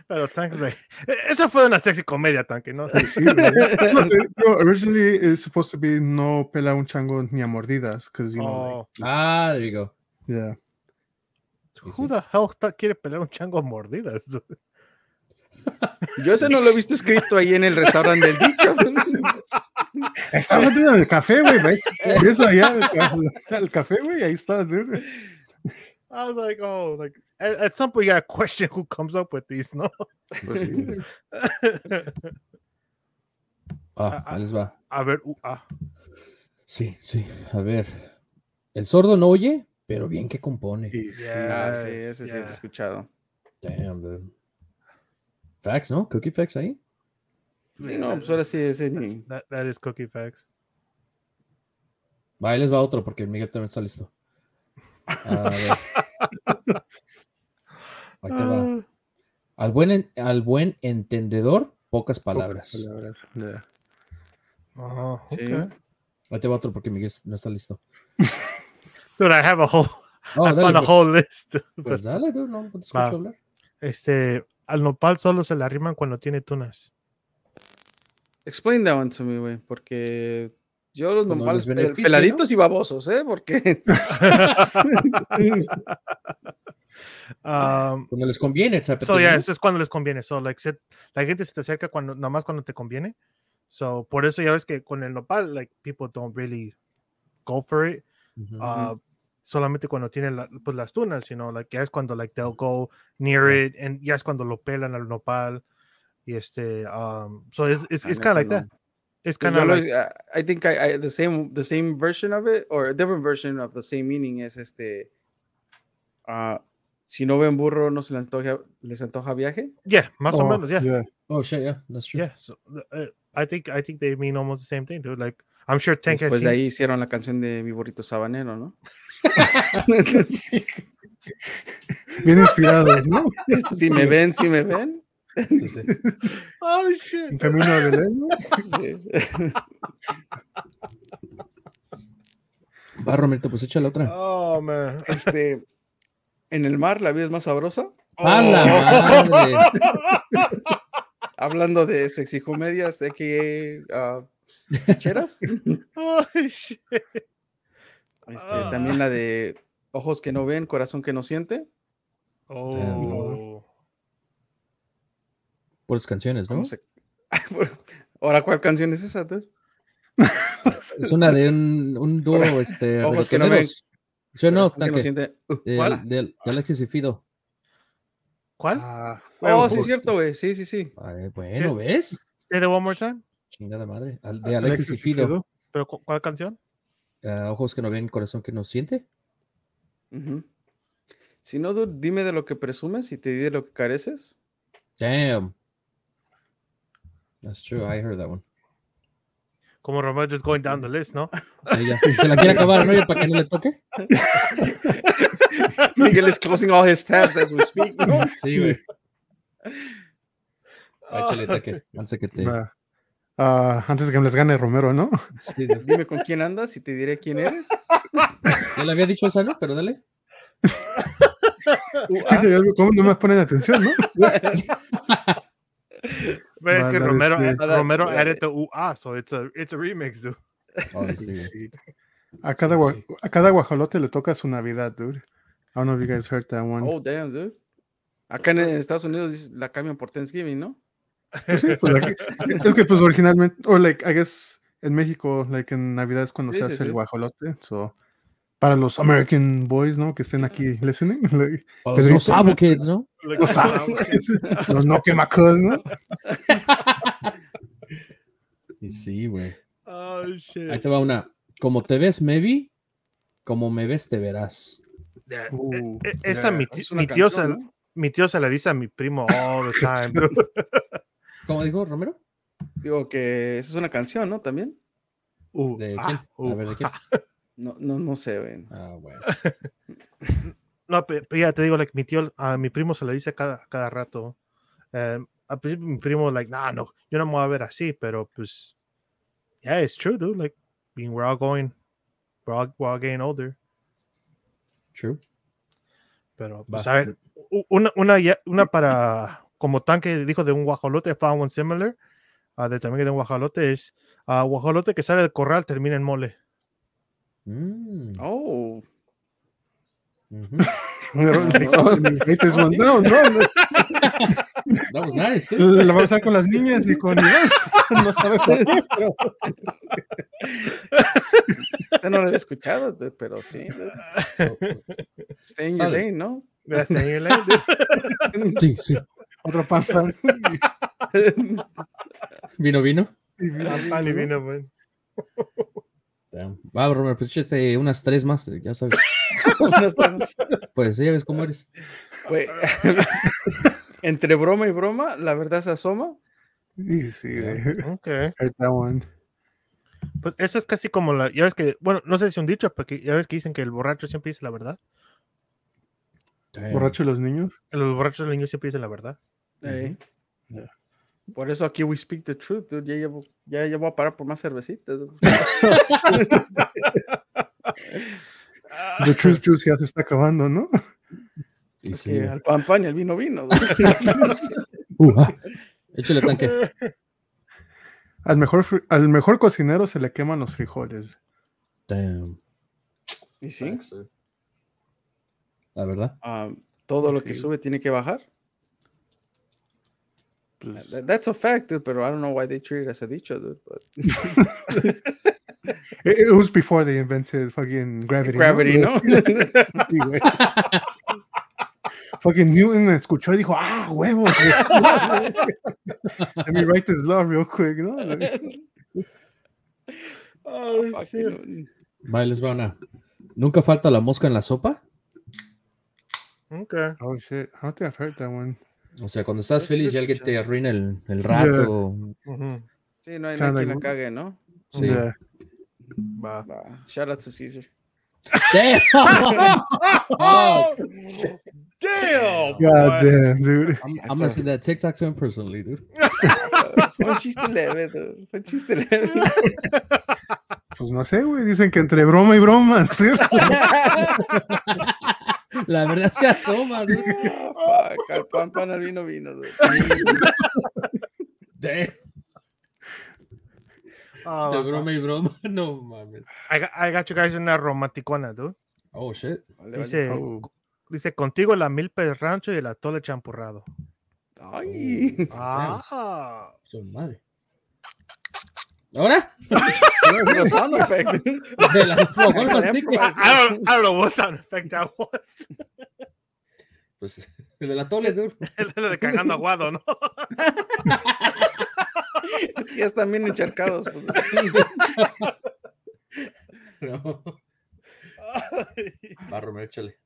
Speaker 4: Pero tanque, de- E-, esa fue una sexy comedia, tanque, ¿no?
Speaker 3: Sí, güey. No, te- no, originally it's supposed to be no pela un chango ni a mordidas, because you know,
Speaker 4: Oh,
Speaker 1: awesome. Ah, there you go.
Speaker 3: like, yeah.
Speaker 4: who the hell ta- quiere pelear un chango a mordidas?
Speaker 2: Yo ese no lo he visto escrito ahí en el restaurante del dicho.
Speaker 3: Está hablando del café, güey. ¿ves? Ves allá al ca- al café, güey. Ahí está, dude.
Speaker 4: I was like, oh, like at, at some point you gotta question who comes up with these, no?
Speaker 1: Ah, ahí les va.
Speaker 4: A ver, uh, ah,
Speaker 1: Sí, sí. A ver. El sordo no oye, pero bien que compone.
Speaker 3: Y sí,
Speaker 2: Ah, sí,
Speaker 4: yes,
Speaker 2: ese sí lo he
Speaker 4: yeah.
Speaker 2: escuchado.
Speaker 1: Damn, dude. Facts, ¿no? Cookie facts ahí.
Speaker 2: Sí, no, pues ahora sí, ese es mi.
Speaker 4: that, that is cookie facts.
Speaker 1: Va, ahí les va otro porque el Miguel también está listo. A ver. Ahí te va. Al buen, en- al buen entendedor, pocas palabras.
Speaker 3: palabras, Ah, yeah.
Speaker 4: Oh,
Speaker 2: Ah. Sí.
Speaker 4: okay.
Speaker 1: Ahí te va otro porque Miguel no está listo.
Speaker 4: Dude, I have a whole,
Speaker 1: No,
Speaker 4: I
Speaker 1: dale,
Speaker 4: found a
Speaker 1: pues,
Speaker 4: whole list.
Speaker 1: pues dale, dude, no, no te escucho
Speaker 4: Va.
Speaker 1: hablar.
Speaker 4: Este, al nopal solo se le arriman cuando tiene tunas.
Speaker 2: Explain that one to me, güey, porque yo los
Speaker 1: Como
Speaker 2: normales
Speaker 1: les beneficia,
Speaker 2: peladitos y babosos, ¿eh? Porque
Speaker 4: Um,
Speaker 1: Cuando les conviene, ¿sabes?
Speaker 4: so yeah, eso es cuando les conviene. So like, se- la gente se te acerca cuando, nada más cuando te conviene. So por eso ya ves que con el nopal, like people don't really go for it.
Speaker 1: Ujú.
Speaker 4: uh, solamente cuando tienen la- pues, las tunas, you know, like, ya es cuando like they'll go near
Speaker 1: Yeah.
Speaker 4: it, and ya es cuando lo pelan al nopal, y este, um, so it's,
Speaker 2: Ah,
Speaker 4: it's,
Speaker 2: La
Speaker 4: it's kind
Speaker 2: neta, Pues
Speaker 4: of like that. It's kind
Speaker 2: yo
Speaker 4: of
Speaker 2: lo-
Speaker 4: like,
Speaker 2: ah, I think I, I- the same the same version of it or a different version of the same meaning es este ah, si no ven burro no se les antoja les antoja viaje.
Speaker 4: yeah, más o
Speaker 3: Oh,
Speaker 4: menos, yeah, yeah.
Speaker 1: Oh, shit, yeah, that's true.
Speaker 4: So, uh, I think I think they mean almost the same thing, dude. Like I'm sure Tank has
Speaker 2: Después de
Speaker 4: seen-
Speaker 2: ahí hicieron la canción de mi burrito sabanero, ¿no?
Speaker 3: Bien inspirados, ¿no?
Speaker 2: si me ven, si me ven.
Speaker 1: Sí, sí.
Speaker 4: Oh shit.
Speaker 3: En camino a Belén, ¿no?
Speaker 1: Va, Romerito, pues echa la otra.
Speaker 4: Oh man.
Speaker 2: Este, en el mar la vida es más sabrosa.
Speaker 1: ¡A la madre!
Speaker 2: Hablando de sexy comedias, a.k.a. ah, cheras.
Speaker 4: Oh, shit.
Speaker 2: Este,
Speaker 4: Ah.
Speaker 2: También la de ojos que no ven, corazón que no siente.
Speaker 4: Oh.
Speaker 1: Por las canciones, ¿no?
Speaker 2: ¿Cómo se- Ahora, ¿cuál canción es esa? tú?
Speaker 1: Es una de un, un dúo, este.
Speaker 2: Ojos que no
Speaker 1: reggaetoneros. Yo no,
Speaker 2: Corazón que no
Speaker 1: tanque,
Speaker 2: siente. Uh,
Speaker 1: de,
Speaker 2: ¿cuál?
Speaker 1: de- de Alexis y Fido.
Speaker 4: ¿Cuál?
Speaker 3: Ah,
Speaker 2: Oh,
Speaker 3: huevo.
Speaker 2: sí, es cierto, güey. Sí, sí, sí.
Speaker 1: Ay, bueno, ¿ves?
Speaker 4: Say that one more time.
Speaker 1: Chingada madre. Al- De Alexis, y Fido.
Speaker 4: ¿Pero cu- cuál canción?
Speaker 1: Ah, ojos que no ven, corazón que no siente.
Speaker 2: Ujú. Si no, dude, dime de lo que presumes y te di de lo que careces.
Speaker 1: Damn. That's true. I heard that one.
Speaker 4: Como Romeo just going down the list, ¿no?
Speaker 1: Sí, ya. Se la quiere acabar, ¿no? ¿Y ¿Para que no le toque?
Speaker 2: Miguel is closing all his tabs as we speak. ¿no?
Speaker 1: Sí, güey. Ahí se le toque. Antes que te.
Speaker 3: Va. Ah, antes que me les gane Romero, ¿no?
Speaker 1: Sí, de-
Speaker 2: Dime con quién andas y te diré quién eres.
Speaker 1: ya le había dicho esa, ¿no? Pero dale.
Speaker 2: Uh,
Speaker 3: Sí,
Speaker 2: ah,
Speaker 3: sí, ¿Cómo no me ponen atención, no?
Speaker 4: Pero es que
Speaker 3: Mala
Speaker 4: Romero, eh,
Speaker 3: decisión.
Speaker 4: Romero added the UA, ah, so it's a, it's a remix, dude.
Speaker 1: Oh, sí, güey.
Speaker 3: Sí. A cada, gua- a cada guajolote le toca su Navidad, dude. I don't know if you guys heard that one.
Speaker 2: Oh, damn, dude. Acá en, en Estados Unidos dice- la cambian por Thanksgiving, ¿no?
Speaker 3: Pues sí, pues, aquí- es que pues originalmente, o like, I guess, en México, like en Navidad es cuando
Speaker 2: Sí,
Speaker 3: se
Speaker 2: sí,
Speaker 3: hace el
Speaker 2: sí.
Speaker 3: guajolote. So, para los American boys, ¿no? Que estén aquí listening. like,
Speaker 1: Para
Speaker 3: Pero
Speaker 1: los
Speaker 3: yo-
Speaker 1: no sabo kids, ¿no?
Speaker 4: Like,
Speaker 3: los,
Speaker 2: Ah,
Speaker 3: los no quemacos, ¿no?
Speaker 1: Y sí, güey.
Speaker 4: oh,
Speaker 1: Ahí
Speaker 4: shit.
Speaker 1: te va una. Como te ves, me vi. Como me ves, te verás.
Speaker 4: Yeah.
Speaker 3: Uh,
Speaker 4: E- Esa mi,
Speaker 2: Es
Speaker 4: mi,
Speaker 2: una
Speaker 4: tío se,
Speaker 2: canción, ¿no?
Speaker 4: mi tío se la dice a mi primo all the time, dude.
Speaker 1: ¿Cómo dijo Romero?
Speaker 2: Digo que eso es una canción, ¿no? También.
Speaker 4: Uh,
Speaker 1: ¿De
Speaker 4: ah,
Speaker 1: quién? A
Speaker 4: uh,
Speaker 1: ver, ¿de quién?
Speaker 2: No, no, no sé, güey.
Speaker 1: Ah, bueno.
Speaker 4: No, pero ya te digo, like, mi tío, a mi primo se le dice cada, cada rato. Em, al principio mi primo, like, nah, no, yo no me voy a ver así, pero pues, yeah, it's true, dude. Like, I mean, we're all going, we're all, we're all getting older.
Speaker 1: True.
Speaker 4: Pero, pues,
Speaker 1: Va.
Speaker 4: a ver, u- una, una, ya- una para, como tanque dijo de un guajolote, found one similar, ah, de también de un guajolote, es ah, guajolote que sale del corral, termina en mole.
Speaker 1: Mm,
Speaker 2: Oh,
Speaker 1: ujú.
Speaker 3: like, oh, you hate this one down, ¿no?
Speaker 1: That was nice. eh. sí.
Speaker 3: La va a usar con las niñas y con no sabe cuál es, pero-
Speaker 2: esta no la había escuchado, dude, pero sí. dude. Stay in your
Speaker 1: Sale.
Speaker 2: lane, ¿no?
Speaker 4: Ya está ahí, like, dude.
Speaker 1: Sí, sí.
Speaker 3: otro pan pan.
Speaker 1: Vino, vino.
Speaker 3: Y- y-
Speaker 4: Ah, pan y vino,
Speaker 2: pues.
Speaker 4: man.
Speaker 1: Damn. Va, Romero, pues échate unas tres más, eh, ya sabes. Pues sí, ya ves cómo eres.
Speaker 2: Güey, Pues, Entre broma y broma, la verdad se asoma.
Speaker 3: y sí, güey.
Speaker 4: Okay.
Speaker 3: Heard that one.
Speaker 4: Pues eso es casi como la. Ya ves que. Bueno, no sé si es un dicho, porque ya ves que dicen que el borracho siempre dice la verdad.
Speaker 1: Damn.
Speaker 3: Borracho y los niños.
Speaker 4: Los borrachos los niños siempre dicen la verdad.
Speaker 2: Eh,
Speaker 3: Yeah.
Speaker 2: Por eso aquí we speak the truth, dude. Ya, llevo, ya, ya voy a parar por más cervecitas. dude.
Speaker 3: The Truth Juice ya se está acabando, ¿no?
Speaker 1: Y
Speaker 2: Es
Speaker 1: sí,
Speaker 2: que
Speaker 1: güey.
Speaker 2: al pan pan y al vino vino. dude.
Speaker 1: Uh, ah. Échale tanque.
Speaker 3: Al mejor, fri- al mejor cocinero se le queman los frijoles.
Speaker 1: Damn.
Speaker 2: Y sí,
Speaker 1: La verdad.
Speaker 2: ah, todo lo que
Speaker 3: Sí.
Speaker 2: sube tiene que bajar.
Speaker 3: pues.
Speaker 2: That- That's a fact, dude, pero I don't know why they treat it as a dicho, dude. but-
Speaker 3: It, it was before they invented fucking gravity.
Speaker 2: Gravity, ¿no?
Speaker 3: Sí, güey. fucking Newton escuchó y dijo, ah, huevo. Let me write this law real quick, ¿no?
Speaker 2: Oh,
Speaker 3: Oh,
Speaker 2: Fucking-
Speaker 1: Va, les va una. Nunca falta la mosca en la sopa.
Speaker 4: Ok.
Speaker 3: Oh, shit. I don't think I've heard that one.
Speaker 1: O sea, cuando estás
Speaker 2: Eso sí lo he
Speaker 1: feliz y alguien te
Speaker 2: escuchado.
Speaker 1: arruina el, el rato.
Speaker 4: Ujú.
Speaker 2: Sí, no hay no hay quien la
Speaker 3: Cada-
Speaker 2: cague, ¿no?
Speaker 1: Sí.
Speaker 3: Yeah.
Speaker 4: Va.
Speaker 2: Bah, Shout out to Caesar.
Speaker 1: Damn. Oh,
Speaker 4: Damn,
Speaker 3: God
Speaker 4: boy.
Speaker 3: damn, dude.
Speaker 1: I'm, I'm gonna send that TikTok to him personally, dude.
Speaker 2: Fue un chiste leve, dude. Fue un chiste leve.
Speaker 3: Pues no sé, güey. Dicen que entre broma y broma. dude.
Speaker 1: La verdad se asoma, dude.
Speaker 2: Ah, fuck, al pan pan al vino vino, dude.
Speaker 1: Damn.
Speaker 4: Ah,
Speaker 1: De
Speaker 4: va,
Speaker 1: broma y broma. No mames.
Speaker 4: I, got, I got you guys una romanticona, dude.
Speaker 1: Oh, shit.
Speaker 2: Vale, vale.
Speaker 4: Dice,
Speaker 3: Oh.
Speaker 4: dice contigo la milpa del rancho y el atole champurrado.
Speaker 2: Ay.
Speaker 4: Ah.
Speaker 1: Oh, Su madre. ¿Ahora?
Speaker 2: Pero sound effect.
Speaker 1: Se la afogó el
Speaker 2: Damn,
Speaker 1: mastique.
Speaker 2: bro.
Speaker 4: I, I don't, I don't know what sound effect that was.
Speaker 1: Pues
Speaker 5: El de la tole, dude.
Speaker 4: La de cagando aguado, ¿no?
Speaker 2: Es que ya están bien encharcados. pues.
Speaker 5: No. Va, Romero, échale.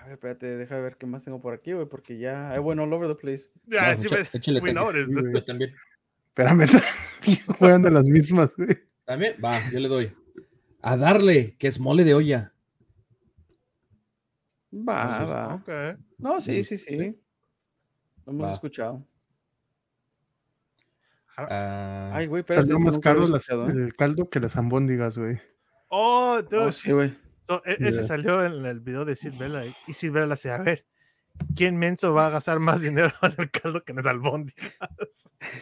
Speaker 2: A ver, espérate, deja ver qué más tengo por aquí, güey, porque ya I went all over the place.
Speaker 4: Ya,
Speaker 1: No,
Speaker 4: sí
Speaker 1: echa- échale
Speaker 4: me, we
Speaker 1: tenis.
Speaker 4: noticed.
Speaker 3: Sí,
Speaker 5: Yo
Speaker 3: güey.
Speaker 5: también.
Speaker 3: Espérame, juegan de las mismas, güey.
Speaker 5: También, va, yo le doy.
Speaker 1: A darle, que es mole de olla.
Speaker 4: Ah,
Speaker 2: Va, Ah, va.
Speaker 4: Okay.
Speaker 2: No, sí, sí, sí. Lo hemos
Speaker 5: Va.
Speaker 2: escuchado.
Speaker 5: Ah,
Speaker 2: Ay, güey, espérate.
Speaker 3: Salió
Speaker 2: este
Speaker 3: más
Speaker 2: nunca lo
Speaker 3: caro
Speaker 2: había
Speaker 3: las-
Speaker 2: escuchado, ¿eh?
Speaker 3: el caldo que las ambóndigas, güey.
Speaker 4: Oh, dude.
Speaker 2: Oh, sí, güey.
Speaker 4: so, e- ese
Speaker 3: Yeah.
Speaker 4: salió en el video de Sid Vela. y- Y Sid Vela le hace, a ver, ¿quién menso va a gastar más dinero en el caldo que en el albóndiga?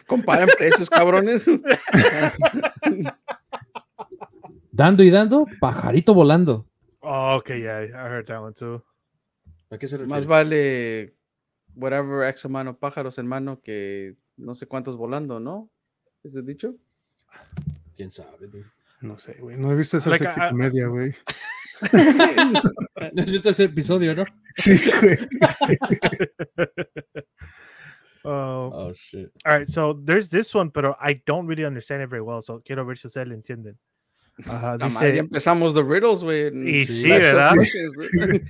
Speaker 2: Comparan precios, cabrones.
Speaker 1: Dando y dando, pajarito volando.
Speaker 4: Oh, okay, yeah, yeah, I heard that one too.
Speaker 5: ¿A qué se refiere?
Speaker 2: Más vale whatever ex mano pájaros en mano que no sé cuántos volando, ¿no? ¿Es el dicho?
Speaker 5: ¿Quién sabe, dude?
Speaker 3: No sé, güey. No he visto esa
Speaker 4: Like,
Speaker 3: sexy
Speaker 4: ah,
Speaker 3: comedia, güey.
Speaker 2: Ah.
Speaker 1: No has visto ese este episodio, ¿no?
Speaker 3: Sí, güey.
Speaker 4: Oh,
Speaker 5: Oh, shit.
Speaker 4: All right, so there's this one, but I don't really understand it very well. So quiero ver si ustedes lo entienden. Ajá,
Speaker 2: La madre, ya
Speaker 4: Ah, dice,
Speaker 2: empezamos the riddles, güey.
Speaker 4: y
Speaker 5: sí,
Speaker 4: sí,
Speaker 2: Back to
Speaker 4: ¿verdad?
Speaker 2: questions, güey.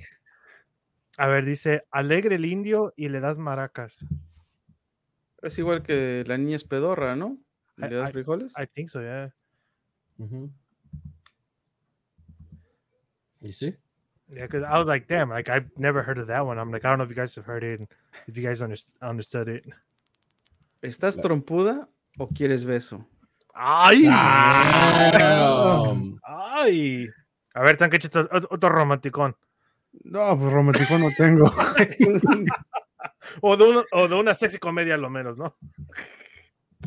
Speaker 4: A ver, dice, alegre el indio y le das maracas.
Speaker 2: Es igual que la niña es pedorra, ¿no? ¿Le
Speaker 4: I-
Speaker 2: das frijoles?
Speaker 4: I think so, yeah.
Speaker 5: Ujú. ¿Y sí?
Speaker 4: Yeah, because I was like, damn, like I've never heard of that one. I'm like, I don't know if you guys have heard it, and if you guys underst- understood it.
Speaker 2: ¿Estás trompuda o quieres beso?
Speaker 4: Ay,
Speaker 1: Damn.
Speaker 4: ay. A ver, tan que otro, otro romanticón.
Speaker 3: No, pues romanticón no tengo.
Speaker 4: O de, una, o de una sexy comedia, a lo menos, ¿no?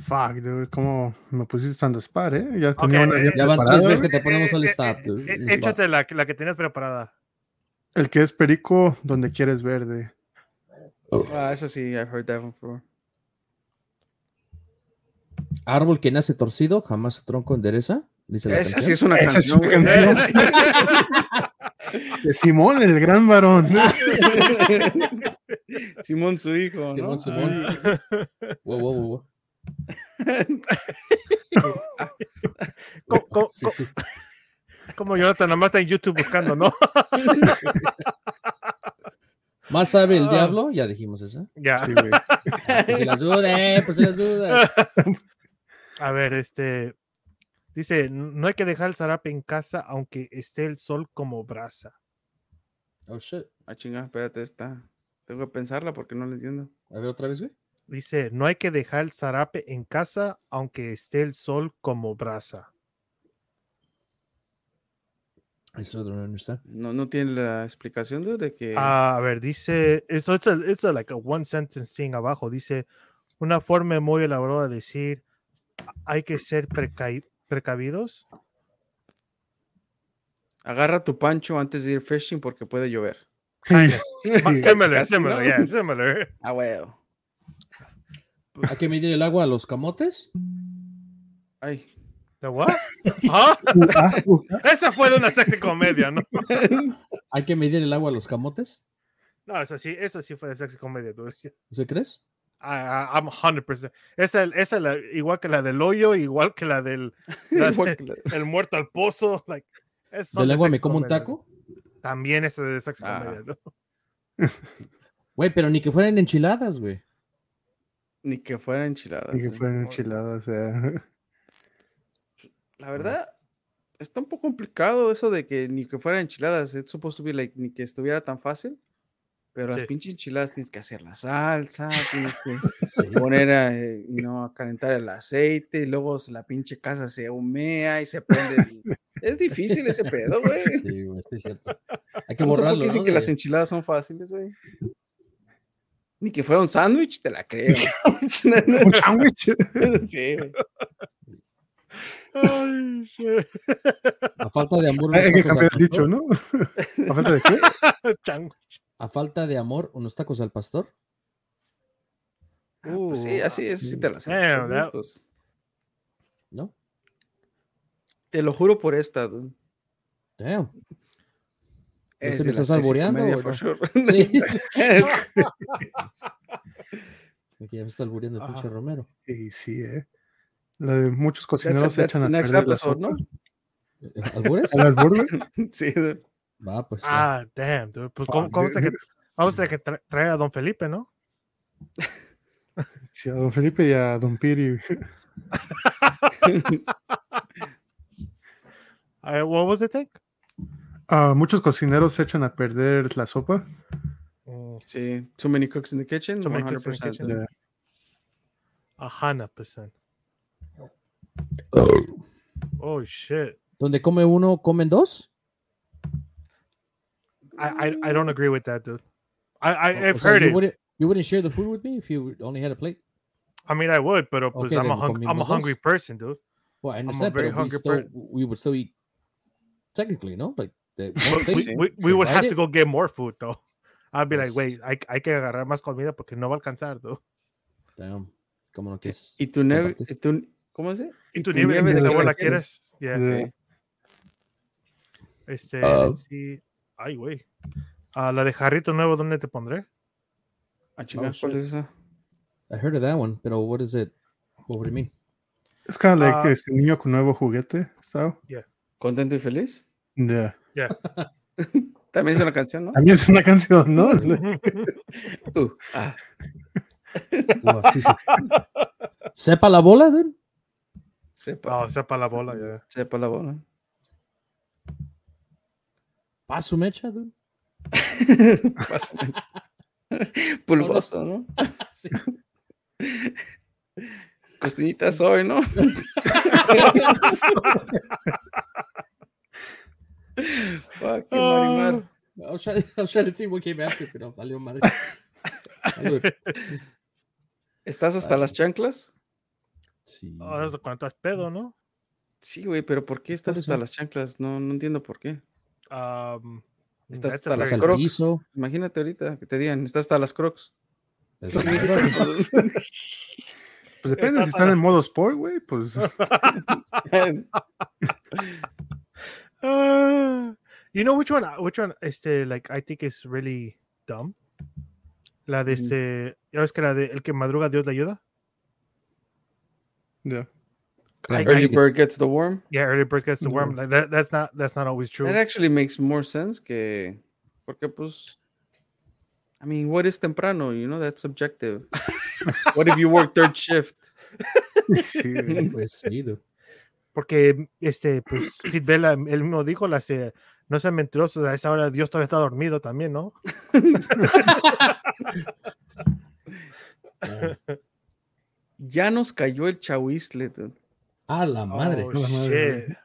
Speaker 3: Fuck, dude, cómo me pusiste on the spot, ¿eh? Ya tenía
Speaker 4: Ok,
Speaker 3: una bien
Speaker 1: Ya van
Speaker 3: preparada.
Speaker 1: tres veces que te ponemos al
Speaker 4: Eh, eh,
Speaker 1: stop.
Speaker 4: eh,
Speaker 1: dude.
Speaker 4: eh, échate la, que- la que tenías preparada.
Speaker 3: El que es perico donde quieres verde.
Speaker 2: Ah, eso sí, I've heard that one before.
Speaker 1: Árbol que nace torcido, jamás su tronco endereza. Dice la
Speaker 2: Esa
Speaker 1: canción.
Speaker 2: sí es una
Speaker 3: Esa es
Speaker 2: canción,
Speaker 3: una
Speaker 2: güey.
Speaker 3: canción. De Simón, el gran varón.
Speaker 2: Simón, su hijo, ¿no?
Speaker 1: Simón, Simón. Wow, wow, wow, wow.
Speaker 4: Co- co-
Speaker 1: Sí,
Speaker 4: co-
Speaker 1: sí.
Speaker 4: Como Jonathan, nada más está en YouTube buscando, ¿no?
Speaker 1: Más sabe el
Speaker 4: Ah.
Speaker 1: diablo, ya dijimos esa.
Speaker 4: ya.
Speaker 3: Sí, güey.
Speaker 1: Por si las dudas, por si las dudas.
Speaker 4: A ver, este. Dice, no hay que dejar el zarape en casa aunque esté el sol como brasa.
Speaker 1: Oh shit.
Speaker 2: Ah, chinga, espérate, está. Tengo que pensarla porque no la entiendo.
Speaker 1: A ver otra vez, güey.
Speaker 4: Dice, no hay que dejar el zarape en casa aunque esté el sol como brasa.
Speaker 1: I still don't understand.
Speaker 2: No, no tiene la explicación dude, de que.
Speaker 4: Ah, a ver, dice, eso es it's a, like a one sentence thing abajo. Dice, una forma muy elaborada de decir, hay que ser precai- precavidos.
Speaker 2: Agarra tu pancho antes de ir fishing porque puede llover.
Speaker 4: Ma-
Speaker 3: Sí,
Speaker 4: Similar,
Speaker 2: casi,
Speaker 4: similar,
Speaker 2: ¿no?
Speaker 4: Ah, yeah, similar.
Speaker 2: Ah, huevo.
Speaker 1: ¿Hay que medir el agua a los camotes?
Speaker 2: Ay.
Speaker 4: The what? Huh?
Speaker 3: Ah, uh,
Speaker 4: Esa fue de una sexy comedia, ¿no?
Speaker 1: ¿Hay que medir el agua a los camotes?
Speaker 4: No, eso sí, eso sí fue de sexy comedia. dude.
Speaker 1: ¿Usted crees?
Speaker 4: I- I- ah, I'm 100%. Esa, esa la- igual que la del hoyo, igual que la del la
Speaker 2: Igual
Speaker 4: de-
Speaker 2: que la-
Speaker 4: el muerto al pozo. Like, es- son
Speaker 1: ¿Del
Speaker 4: de
Speaker 1: agua me
Speaker 4: sex
Speaker 1: como un
Speaker 4: comedy.
Speaker 1: taco?
Speaker 4: También esa de sex
Speaker 2: Ah.
Speaker 4: comedia. ¿no?
Speaker 1: Güey, pero ni que fueran enchiladas, güey.
Speaker 2: Ni que fuera eh. enchilada.
Speaker 3: y que fueron enchiladas, o sea.
Speaker 2: La verdad, está un poco complicado eso de que ni que fueran enchiladas. Es supposed to be like, ni que estuviera tan fácil. Pero las
Speaker 4: Sí.
Speaker 2: pinches enchiladas tienes que hacer la salsa, tienes que
Speaker 5: Sí.
Speaker 2: poner a, eh, no, a calentar el aceite y luego se- la pinche casa se humea y se prende. el- es difícil ese pedo, güey.
Speaker 1: Sí, güey, sí es cierto. Hay que
Speaker 2: No sé por qué
Speaker 1: borrarlo.
Speaker 2: dicen
Speaker 1: ¿no?
Speaker 2: que las
Speaker 1: De-
Speaker 2: enchiladas son fáciles, güey. Ni que fuera un sándwich, te la creo.
Speaker 3: Un sándwich.
Speaker 2: sí, güey.
Speaker 4: Ay, shit.
Speaker 1: A falta de amor. unos
Speaker 3: Hay que
Speaker 1: tacos al
Speaker 3: cambiar el
Speaker 1: pastor.
Speaker 3: dicho, ¿no? ¿A falta de qué?
Speaker 4: Chango.
Speaker 1: A falta de amor, unos tacos al pastor.
Speaker 2: Ah, pues sí,
Speaker 4: Uh,
Speaker 2: así es, sí te la sé.
Speaker 4: damn,
Speaker 2: pero,
Speaker 4: that-
Speaker 2: pues,
Speaker 1: ¿No?
Speaker 2: te lo juro por esta, dude.
Speaker 1: Damn. ¿No
Speaker 2: Es
Speaker 1: se me
Speaker 2: de las
Speaker 1: estás
Speaker 2: seis y
Speaker 1: alboreando
Speaker 2: comedia,
Speaker 1: o
Speaker 2: for
Speaker 1: no?
Speaker 2: sure.
Speaker 1: Sí. Aquí ya me está albureando el
Speaker 3: Ajá.
Speaker 1: pinche Romero.
Speaker 3: Y sí, eh. La de muchos
Speaker 2: That's,
Speaker 3: cocineros se
Speaker 2: that's
Speaker 3: echan
Speaker 2: the
Speaker 3: a
Speaker 2: next
Speaker 3: perder la
Speaker 2: episode, ¿no?
Speaker 1: ¿Albures?
Speaker 3: sopa. ¿Al albur?
Speaker 2: Sí, dude.
Speaker 1: Va, pues. ya.
Speaker 4: Ah, damn, dude. Pues,
Speaker 3: Fuck,
Speaker 4: ¿cómo, cómo te
Speaker 3: dude.
Speaker 4: que, vamos a tener que tra- traer a Don Felipe, ¿no?
Speaker 3: Sí, a don Felipe y a don Piri.
Speaker 4: A ver, what was the thing?
Speaker 3: Ah, muchos cocineros se echan a perder la sopa.
Speaker 4: Mm,
Speaker 2: Sí, Too Many Cooks in the Kitchen,
Speaker 4: Too many cooks in the
Speaker 2: 100%.
Speaker 4: kitchen. A pues, eh. hundred percent. Oh shit.
Speaker 1: ¿Donde come uno, comen dos?
Speaker 4: I, I I don't agree with that, dude. I, I
Speaker 1: O- o
Speaker 4: I've
Speaker 1: sea,
Speaker 4: heard
Speaker 1: you
Speaker 4: it.
Speaker 1: Wouldn't, you wouldn't share the food with me if you only had a plate?
Speaker 4: I mean, I would, but uh, pues,
Speaker 1: Okay,
Speaker 4: I'm a
Speaker 1: then
Speaker 4: hung, I'm a
Speaker 1: comimos
Speaker 4: hungry
Speaker 1: dos.
Speaker 4: person, dude.
Speaker 1: Well, I
Speaker 4: a
Speaker 1: understand,
Speaker 4: very
Speaker 1: but we,
Speaker 4: hungry
Speaker 1: still,
Speaker 4: per-
Speaker 1: we would still eat technically, ¿no? Like, the
Speaker 4: But
Speaker 1: one
Speaker 4: we,
Speaker 1: plate.
Speaker 4: we, we would have
Speaker 1: Divided?
Speaker 4: to go get more food, though. I'd be like,
Speaker 1: Yes.
Speaker 4: wait, hay, hay que agarrar más comida porque no va a alcanzar, dude.
Speaker 1: Damn. ¿Cómo no que es?
Speaker 2: Y tu nieve,
Speaker 1: Compartir.
Speaker 2: y tu, ¿cómo se dice?
Speaker 4: Y tu
Speaker 2: tu
Speaker 4: nieve,
Speaker 2: nieve
Speaker 4: de
Speaker 2: de
Speaker 4: sabor
Speaker 2: la
Speaker 4: la
Speaker 2: quieres.
Speaker 4: quieres. Yeah.
Speaker 3: Sí.
Speaker 4: Este,
Speaker 2: Ah.
Speaker 4: let's see. Ay, güey. Ah, la de jarrito nuevo, ¿dónde te pondré?
Speaker 2: Ah, chinga,
Speaker 1: Oh,
Speaker 2: ¿cuál
Speaker 1: shit.
Speaker 2: es esa?
Speaker 1: I heard of that one, but oh, what is it? What would it mean?
Speaker 3: Es kind of like
Speaker 4: Ah.
Speaker 3: este niño con nuevo juguete, ¿sabes?
Speaker 2: ¿Contento y feliz?
Speaker 3: Yeah.
Speaker 2: También es una canción, ¿no?
Speaker 3: También es una canción, ¿no?
Speaker 2: Uh, ah,
Speaker 1: Ua, sí, sí. Sepa la bola, dude.
Speaker 2: sepa,
Speaker 4: Ah, o sea, para la bola, ya.
Speaker 2: sepa la bola.
Speaker 1: Paso mecha, dude.
Speaker 2: Paso. Pulgoso, ¿no?
Speaker 1: Ah, Sí.
Speaker 2: Costillitas hoy, ¿no? Fuck, qué marimar.
Speaker 4: Ah.
Speaker 1: I was, trying, I was trying to think what came after, pero valió madre. Algo de-
Speaker 2: ¿Estás
Speaker 1: Ah.
Speaker 2: hasta las chanclas?
Speaker 1: Sí.
Speaker 4: Ah, eso cuando estás pedo, ¿no?
Speaker 2: Sí, güey, pero ¿por qué estás
Speaker 1: Por
Speaker 2: hasta
Speaker 1: eso.
Speaker 2: las chanclas? No, no entiendo por qué.
Speaker 4: Um,
Speaker 2: Estás
Speaker 4: that's
Speaker 2: hasta
Speaker 4: a
Speaker 2: las
Speaker 1: Vas
Speaker 4: very-
Speaker 1: al
Speaker 2: Crocs.
Speaker 1: piso.
Speaker 2: Imagínate ahorita que te digan, estás hasta las crocs.
Speaker 1: es-
Speaker 3: Pues depende si están en modo sport, güey. Pues
Speaker 4: Ah, you know which one? Which one? Este, like, I think is really dumb. La de
Speaker 2: Mm.
Speaker 4: este, ya ves que la de el que madruga Dios le ayuda.
Speaker 3: yeah.
Speaker 4: I-
Speaker 2: Early
Speaker 4: I-
Speaker 2: bird gets the worm.
Speaker 4: Yeah, early bird gets the worm. Like, that, that's not that's not always true.
Speaker 2: That actually makes more sense que porque pues I mean, what is temprano? You know, that's subjective. what if you work third shift?
Speaker 3: Sí, güey.
Speaker 1: Pues sí, dude.
Speaker 4: Porque este, pues, Pete Vela, él mismo dijo, las, eh, no sean mentirosos, a esa hora Dios todavía está dormido también, ¿no?
Speaker 1: Ah,
Speaker 2: Ya nos cayó el chahuistle. dude.
Speaker 1: A la madre.
Speaker 4: Oh,
Speaker 3: la madre.
Speaker 4: shit.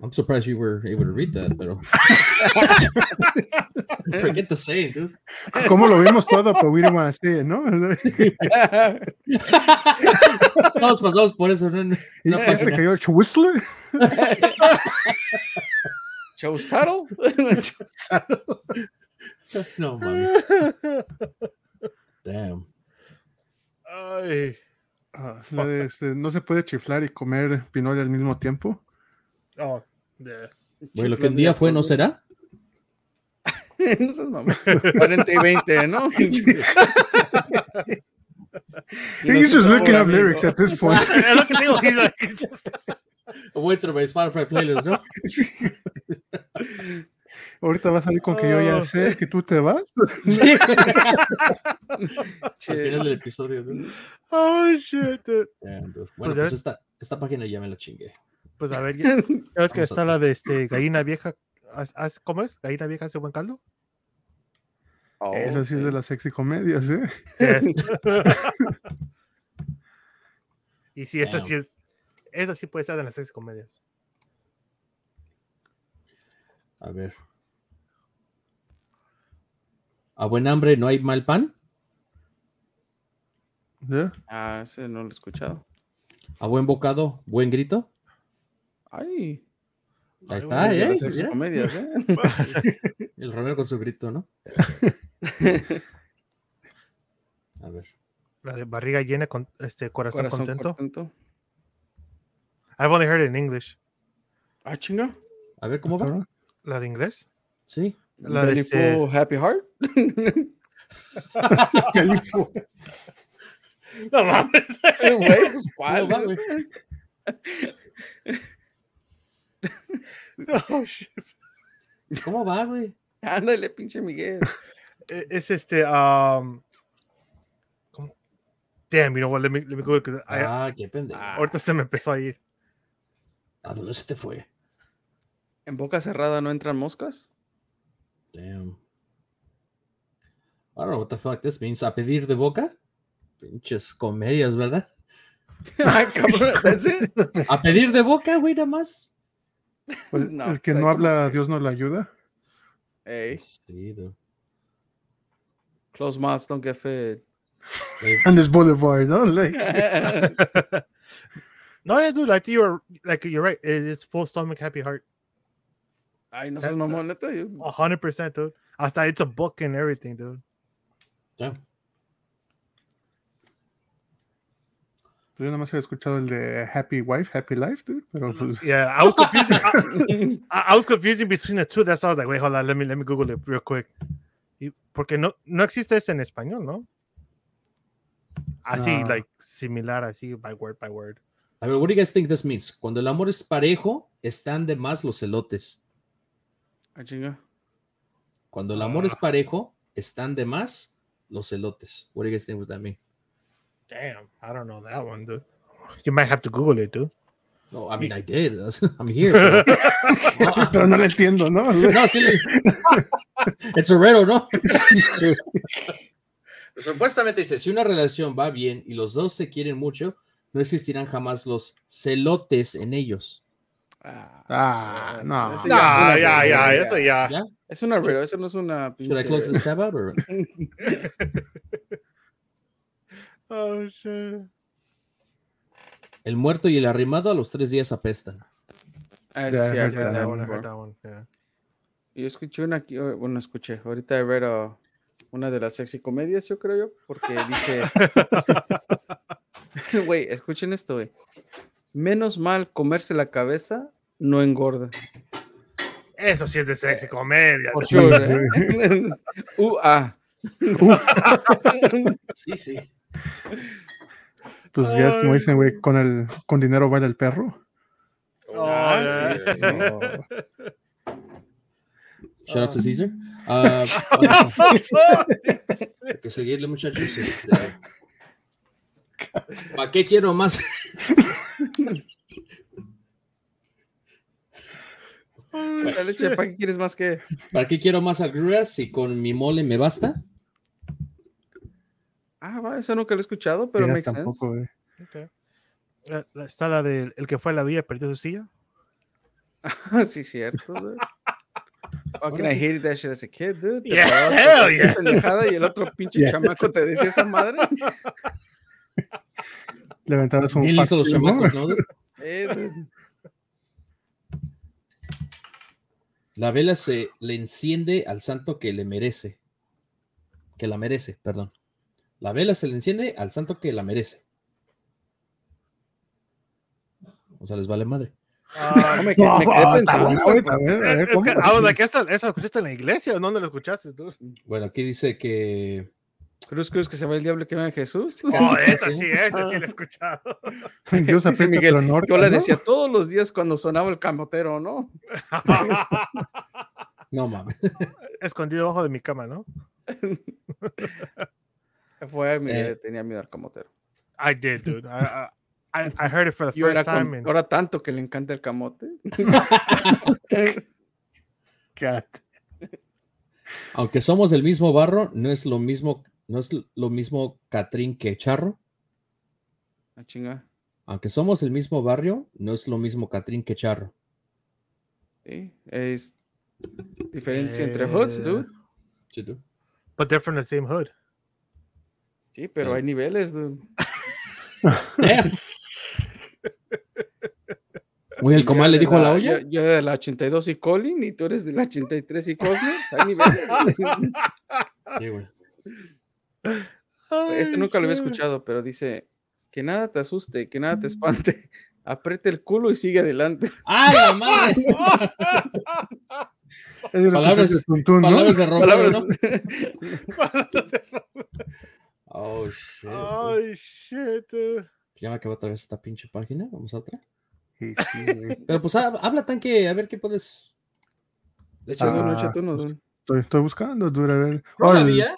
Speaker 1: I'm surprised you were able to read that, pero.
Speaker 5: Forget the saying, dude.
Speaker 3: ¿Cómo lo vimos todo? Pues we don't wanna see it, ¿no?
Speaker 1: Todos pasamos por eso, ¿no?
Speaker 3: Y
Speaker 1: No,
Speaker 3: ya te
Speaker 1: página.
Speaker 3: cayó el chuistle.
Speaker 2: Chaustaro.
Speaker 1: No, mami. Damn.
Speaker 4: Ay.
Speaker 3: La de, este, no se puede chiflar y comer pinole al mismo tiempo.
Speaker 4: Oh, yeah.
Speaker 1: Güey, lo que un día fue, ¿no será?
Speaker 2: No seas mamón. 40 y 20, ¿no? Y
Speaker 3: He's
Speaker 2: nosotros
Speaker 3: just looking
Speaker 2: ahora,
Speaker 3: up
Speaker 2: amigo.
Speaker 3: lyrics at this point.
Speaker 4: Es lo que digo, he's like- he's-
Speaker 1: Voy through my Spotify playlist, ¿no?
Speaker 3: Sí. Ahorita vas a salir con que yo ya
Speaker 4: Oh.
Speaker 3: sé que tú te vas.
Speaker 1: Sí.
Speaker 2: Che,
Speaker 5: Al final del episodio, dude.
Speaker 4: oh, shit, dude.
Speaker 1: Damn, dude. Bueno,
Speaker 4: Pues ya
Speaker 1: pues
Speaker 4: ves.
Speaker 1: esta, esta página ya me la chingué.
Speaker 4: Pues a ver, ya, ya ves que
Speaker 1: Vamos a
Speaker 4: está la de este, gallina vieja. haz- haz- ¿Cómo es? ¿Gallina vieja hace buen caldo?
Speaker 2: oh,
Speaker 3: Eso sí es de las sexy comedias, ¿eh?
Speaker 4: y sí, esa sí
Speaker 1: Damn.
Speaker 4: es. Esa sí puede estar en las seis comedias.
Speaker 1: A ver. A buen hambre no hay mal pan.
Speaker 3: Yeah.
Speaker 2: Ah, ese no lo he escuchado.
Speaker 1: A buen bocado, buen grito.
Speaker 2: Ay.
Speaker 1: Ahí
Speaker 4: Ay,
Speaker 1: está,
Speaker 2: es
Speaker 4: güey,
Speaker 2: de
Speaker 1: ¿eh?
Speaker 2: las sex
Speaker 1: Mira,
Speaker 2: comedias, ¿eh?
Speaker 1: El Romero con su grito, ¿no? A ver.
Speaker 4: La de barriga llena con este corazón,
Speaker 2: Corazón
Speaker 4: contento.
Speaker 2: contento.
Speaker 4: I've only heard it in English.
Speaker 2: Ah, chinga.
Speaker 1: A ver cómo va.
Speaker 3: Cabrón.
Speaker 4: ¿La de inglés?
Speaker 1: Sí.
Speaker 4: La de este-
Speaker 2: Benny Fool, Happy Heart.
Speaker 3: Califo.
Speaker 4: No mames.
Speaker 2: Eh, Güey, pues,
Speaker 1: Ah,
Speaker 2: ¿cuál
Speaker 3: No
Speaker 2: es?
Speaker 3: mames.
Speaker 4: Oh, shit.
Speaker 1: ¿Cómo va, güey?
Speaker 2: Ándale, pinche Miguel.
Speaker 4: E- es este um ¿cómo? damn you know what let me let me go because I
Speaker 1: Ah, qué pendejo.
Speaker 4: ahorita se me empezó a ir
Speaker 1: ¿A dónde se te fue?
Speaker 2: ¿En boca cerrada no entran moscas?
Speaker 1: Damn. I don't know what the fuck this means. ¿A pedir de boca? Pinches comedias, ¿verdad?
Speaker 2: Ay, cabrón, that's it.
Speaker 1: ¿A pedir de boca, güey, nada más?
Speaker 3: El,
Speaker 2: No,
Speaker 3: el que
Speaker 2: está
Speaker 3: no
Speaker 2: como
Speaker 3: habla,
Speaker 2: que-
Speaker 3: Dios no le ayuda.
Speaker 2: Ey,
Speaker 1: Sí, dude.
Speaker 2: close mouths don't get fed.
Speaker 1: Güey,
Speaker 3: And this boulevard, ¿no? Like,
Speaker 4: no yeah dude I think you're like you're right it is full stomach happy heart
Speaker 2: Ay, no seas mamón, neta. yo-
Speaker 4: 100% dude hasta it's a book and everything dude
Speaker 1: ya.
Speaker 3: Pues yo nada más había escuchado el de Happy Wife, Happy Life, dude. Pero pues,
Speaker 4: yeah I was confusing I, I I was confusing between the two that's why I was like wait hold on let me let me google it real quick Y- porque no no existe ese en español no así
Speaker 3: No.
Speaker 4: like similar así by word by word
Speaker 1: A ver, what do you guys think this means? Cuando el amor es parejo, están de más los elotes.
Speaker 2: Ah, chinga.
Speaker 1: Cuando el amor es parejo, están de más los elotes. What do you guys think with that mean?
Speaker 4: Damn, I don't know that one, dude. You might have to Google it, dude.
Speaker 1: No, I mean, I did. I'm here. pero- No,
Speaker 3: pero no le entiendo, ¿no?
Speaker 1: No, sí. le- It's a raro, ¿no? Supuestamente dice, si una relación va bien y los dos se quieren mucho, no existirán jamás los celotes en ellos.
Speaker 2: Ah,
Speaker 3: Ah,
Speaker 2: ese-
Speaker 3: no.
Speaker 2: ese
Speaker 4: Nah,
Speaker 2: fue una
Speaker 4: yeah, yeah,
Speaker 2: verga.
Speaker 4: that's a yeah.
Speaker 1: Yeah.
Speaker 2: Es una raro, eso no es una
Speaker 1: Should I
Speaker 2: pinche.
Speaker 1: close this tab out or-
Speaker 4: Oh shit.
Speaker 1: El muerto y el arrimado a los tres días apestan.
Speaker 3: Yeah,
Speaker 2: Ah, es
Speaker 3: I
Speaker 2: cierto.
Speaker 3: heard
Speaker 4: that
Speaker 3: that
Speaker 4: one, I
Speaker 2: before.
Speaker 4: heard that one. Yeah.
Speaker 2: Yo escuché una aquí, oh, bueno, escuché, ahorita he read una de las sexy comedias, yo creo yo, porque dice, güey, escuchen esto, güey. Menos mal comerse la cabeza no engorda.
Speaker 4: Eso sí es de sexy comedia.
Speaker 2: Por
Speaker 4: dude.
Speaker 2: sure. ¿eh? uh, ah.
Speaker 1: Sí, sí.
Speaker 3: Pues ya es como
Speaker 4: Ay,
Speaker 3: dicen, güey, con, el, con dinero vale el perro.
Speaker 4: Oh,
Speaker 2: Ah, sí,
Speaker 4: yeah.
Speaker 2: sí, sí.
Speaker 1: Shout out to Caesar. Ah, hay que seguirle, muchachos. este, ¿Para qué quiero más?
Speaker 2: La leche, ¿para qué quieres más que?
Speaker 1: ¿Para qué quiero más agruras si con mi mole me basta?
Speaker 2: Ah, va, eso nunca lo he escuchado, pero
Speaker 3: Ya
Speaker 2: makes
Speaker 3: tampoco,
Speaker 2: sense.
Speaker 3: güey.
Speaker 4: Okay. La- la- Está la del el que fue a la villa perdió su silla.
Speaker 2: Ah, sí, cierto. dude. Fucking I hated that shit as a kid, dude. Te
Speaker 4: Yeah,
Speaker 2: parabas
Speaker 4: hell
Speaker 2: con cualquier
Speaker 4: yeah.
Speaker 2: pendejada y el otro pinche
Speaker 3: Yeah.
Speaker 2: chamaco te decía esa madre.
Speaker 3: Levantabas un
Speaker 1: Bien listo los
Speaker 3: fax, ¿no?
Speaker 1: chamacos, ¿no?
Speaker 2: Eh, dude.
Speaker 1: La vela se le enciende al santo que le merece. Que la merece, perdón. La vela se le enciende al santo que la merece. O sea, les vale madre.
Speaker 2: No,
Speaker 4: Um,
Speaker 2: me, que- me quedé
Speaker 3: Ah, está
Speaker 2: pensando,
Speaker 3: bueno,
Speaker 2: güey,
Speaker 3: güey, está bueno, a
Speaker 4: es-
Speaker 3: ver,
Speaker 4: es que-
Speaker 3: ¿cómo?
Speaker 4: I was like, ¿esa, ¿esa la escuchaste en la iglesia o dónde la escuchaste? Dude?
Speaker 1: Bueno, aquí dice que
Speaker 2: Cruz, cruz, que se va el diablo que venga Jesús.
Speaker 1: Casi,
Speaker 4: Oh,
Speaker 1: casi.
Speaker 4: esa sí, esa sí la he escuchado.
Speaker 3: Dios
Speaker 2: Dice
Speaker 3: aprieta,
Speaker 2: Miguel,
Speaker 3: pero no ahorca,
Speaker 2: Yo le
Speaker 3: ¿no?
Speaker 2: decía todos los días cuando sonaba el camotero, ¿no?
Speaker 1: no mames.
Speaker 4: Escondido debajo de mi cama, ¿no?
Speaker 2: Fue mi
Speaker 1: Eh.
Speaker 2: tenía miedo al camotero.
Speaker 4: I did, dude. I, I, I- I heard it for the
Speaker 2: Yo era
Speaker 4: first
Speaker 2: con-
Speaker 4: time. and-
Speaker 2: ahora tanto que le encanta el camote.
Speaker 1: Aunque somos del mismo barro, no es lo mismo, no es lo mismo Catrín que Charro.
Speaker 2: Ah, chinga.
Speaker 1: Aunque somos del mismo barrio, no es lo mismo Catrín que Charro.
Speaker 2: Sí, es diferencia entre
Speaker 1: Eh.
Speaker 2: hoods, dude.
Speaker 1: Sí, tú.
Speaker 4: But they're from the same hood.
Speaker 2: Sí,
Speaker 1: Eh.
Speaker 2: pero hay niveles, dude.
Speaker 1: Damn. Güey, el comal le
Speaker 2: Yo de
Speaker 1: dijo a la olla.
Speaker 2: Yo, yo de la 82 y Colin y tú eres de la 83 y Cosner. Hay niveles. dude.
Speaker 1: Sí, güey.
Speaker 2: Este
Speaker 4: Ay,
Speaker 2: nunca lo había
Speaker 4: shit.
Speaker 2: escuchado, pero dice que nada te asuste, que
Speaker 1: Mm.
Speaker 2: nada te espante. Apriete el culo y sigue adelante.
Speaker 1: ¡Ah, la madre!
Speaker 3: Es de las
Speaker 1: Palabras-
Speaker 3: muchachas tuntún, ¿no?
Speaker 1: Palabras de Romero,
Speaker 2: Palabras-
Speaker 1: ¿no?
Speaker 5: Oh, shit.
Speaker 4: Ay, shit, dude.
Speaker 1: Ya me acabó otra vez esta pinche página. Vamos a otra.
Speaker 3: Sí, sí, güey.
Speaker 1: Pero pues hab- habla tan que a ver qué puedes.
Speaker 2: De hecho, no,
Speaker 3: Ah,
Speaker 2: echa tú, no, no.
Speaker 3: estoy, estoy buscando, dura. A ver. Oh, el,
Speaker 2: eh?
Speaker 1: Todavía.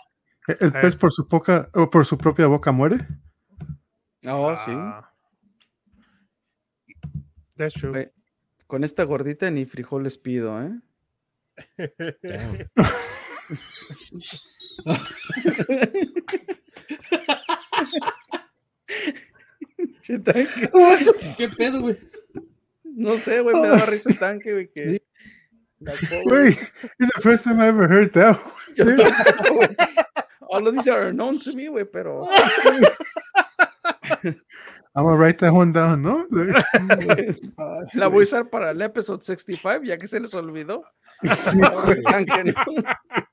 Speaker 3: el pez por su, poca, o por su propia boca muere.
Speaker 2: Oh, sí.
Speaker 4: Ah. That's true.
Speaker 2: Güey, Con esta gordita ni frijoles pido, ¿eh?
Speaker 1: Damn.
Speaker 2: Che, tanque.
Speaker 1: ¿Qué pedo, güey?
Speaker 2: No sé, güey, me daba risa el tanque, güey. Que... Sacó, güey.
Speaker 3: Güey, it's the first time I ever heard that.
Speaker 2: Yo
Speaker 3: Sí.
Speaker 2: tampoco, güey. All of these are known to me, güey, pero.
Speaker 3: I'm gonna write that one down, ¿no?
Speaker 2: La voy a usar para el episodio 65, ya que se les olvidó. Tanque, ¿no?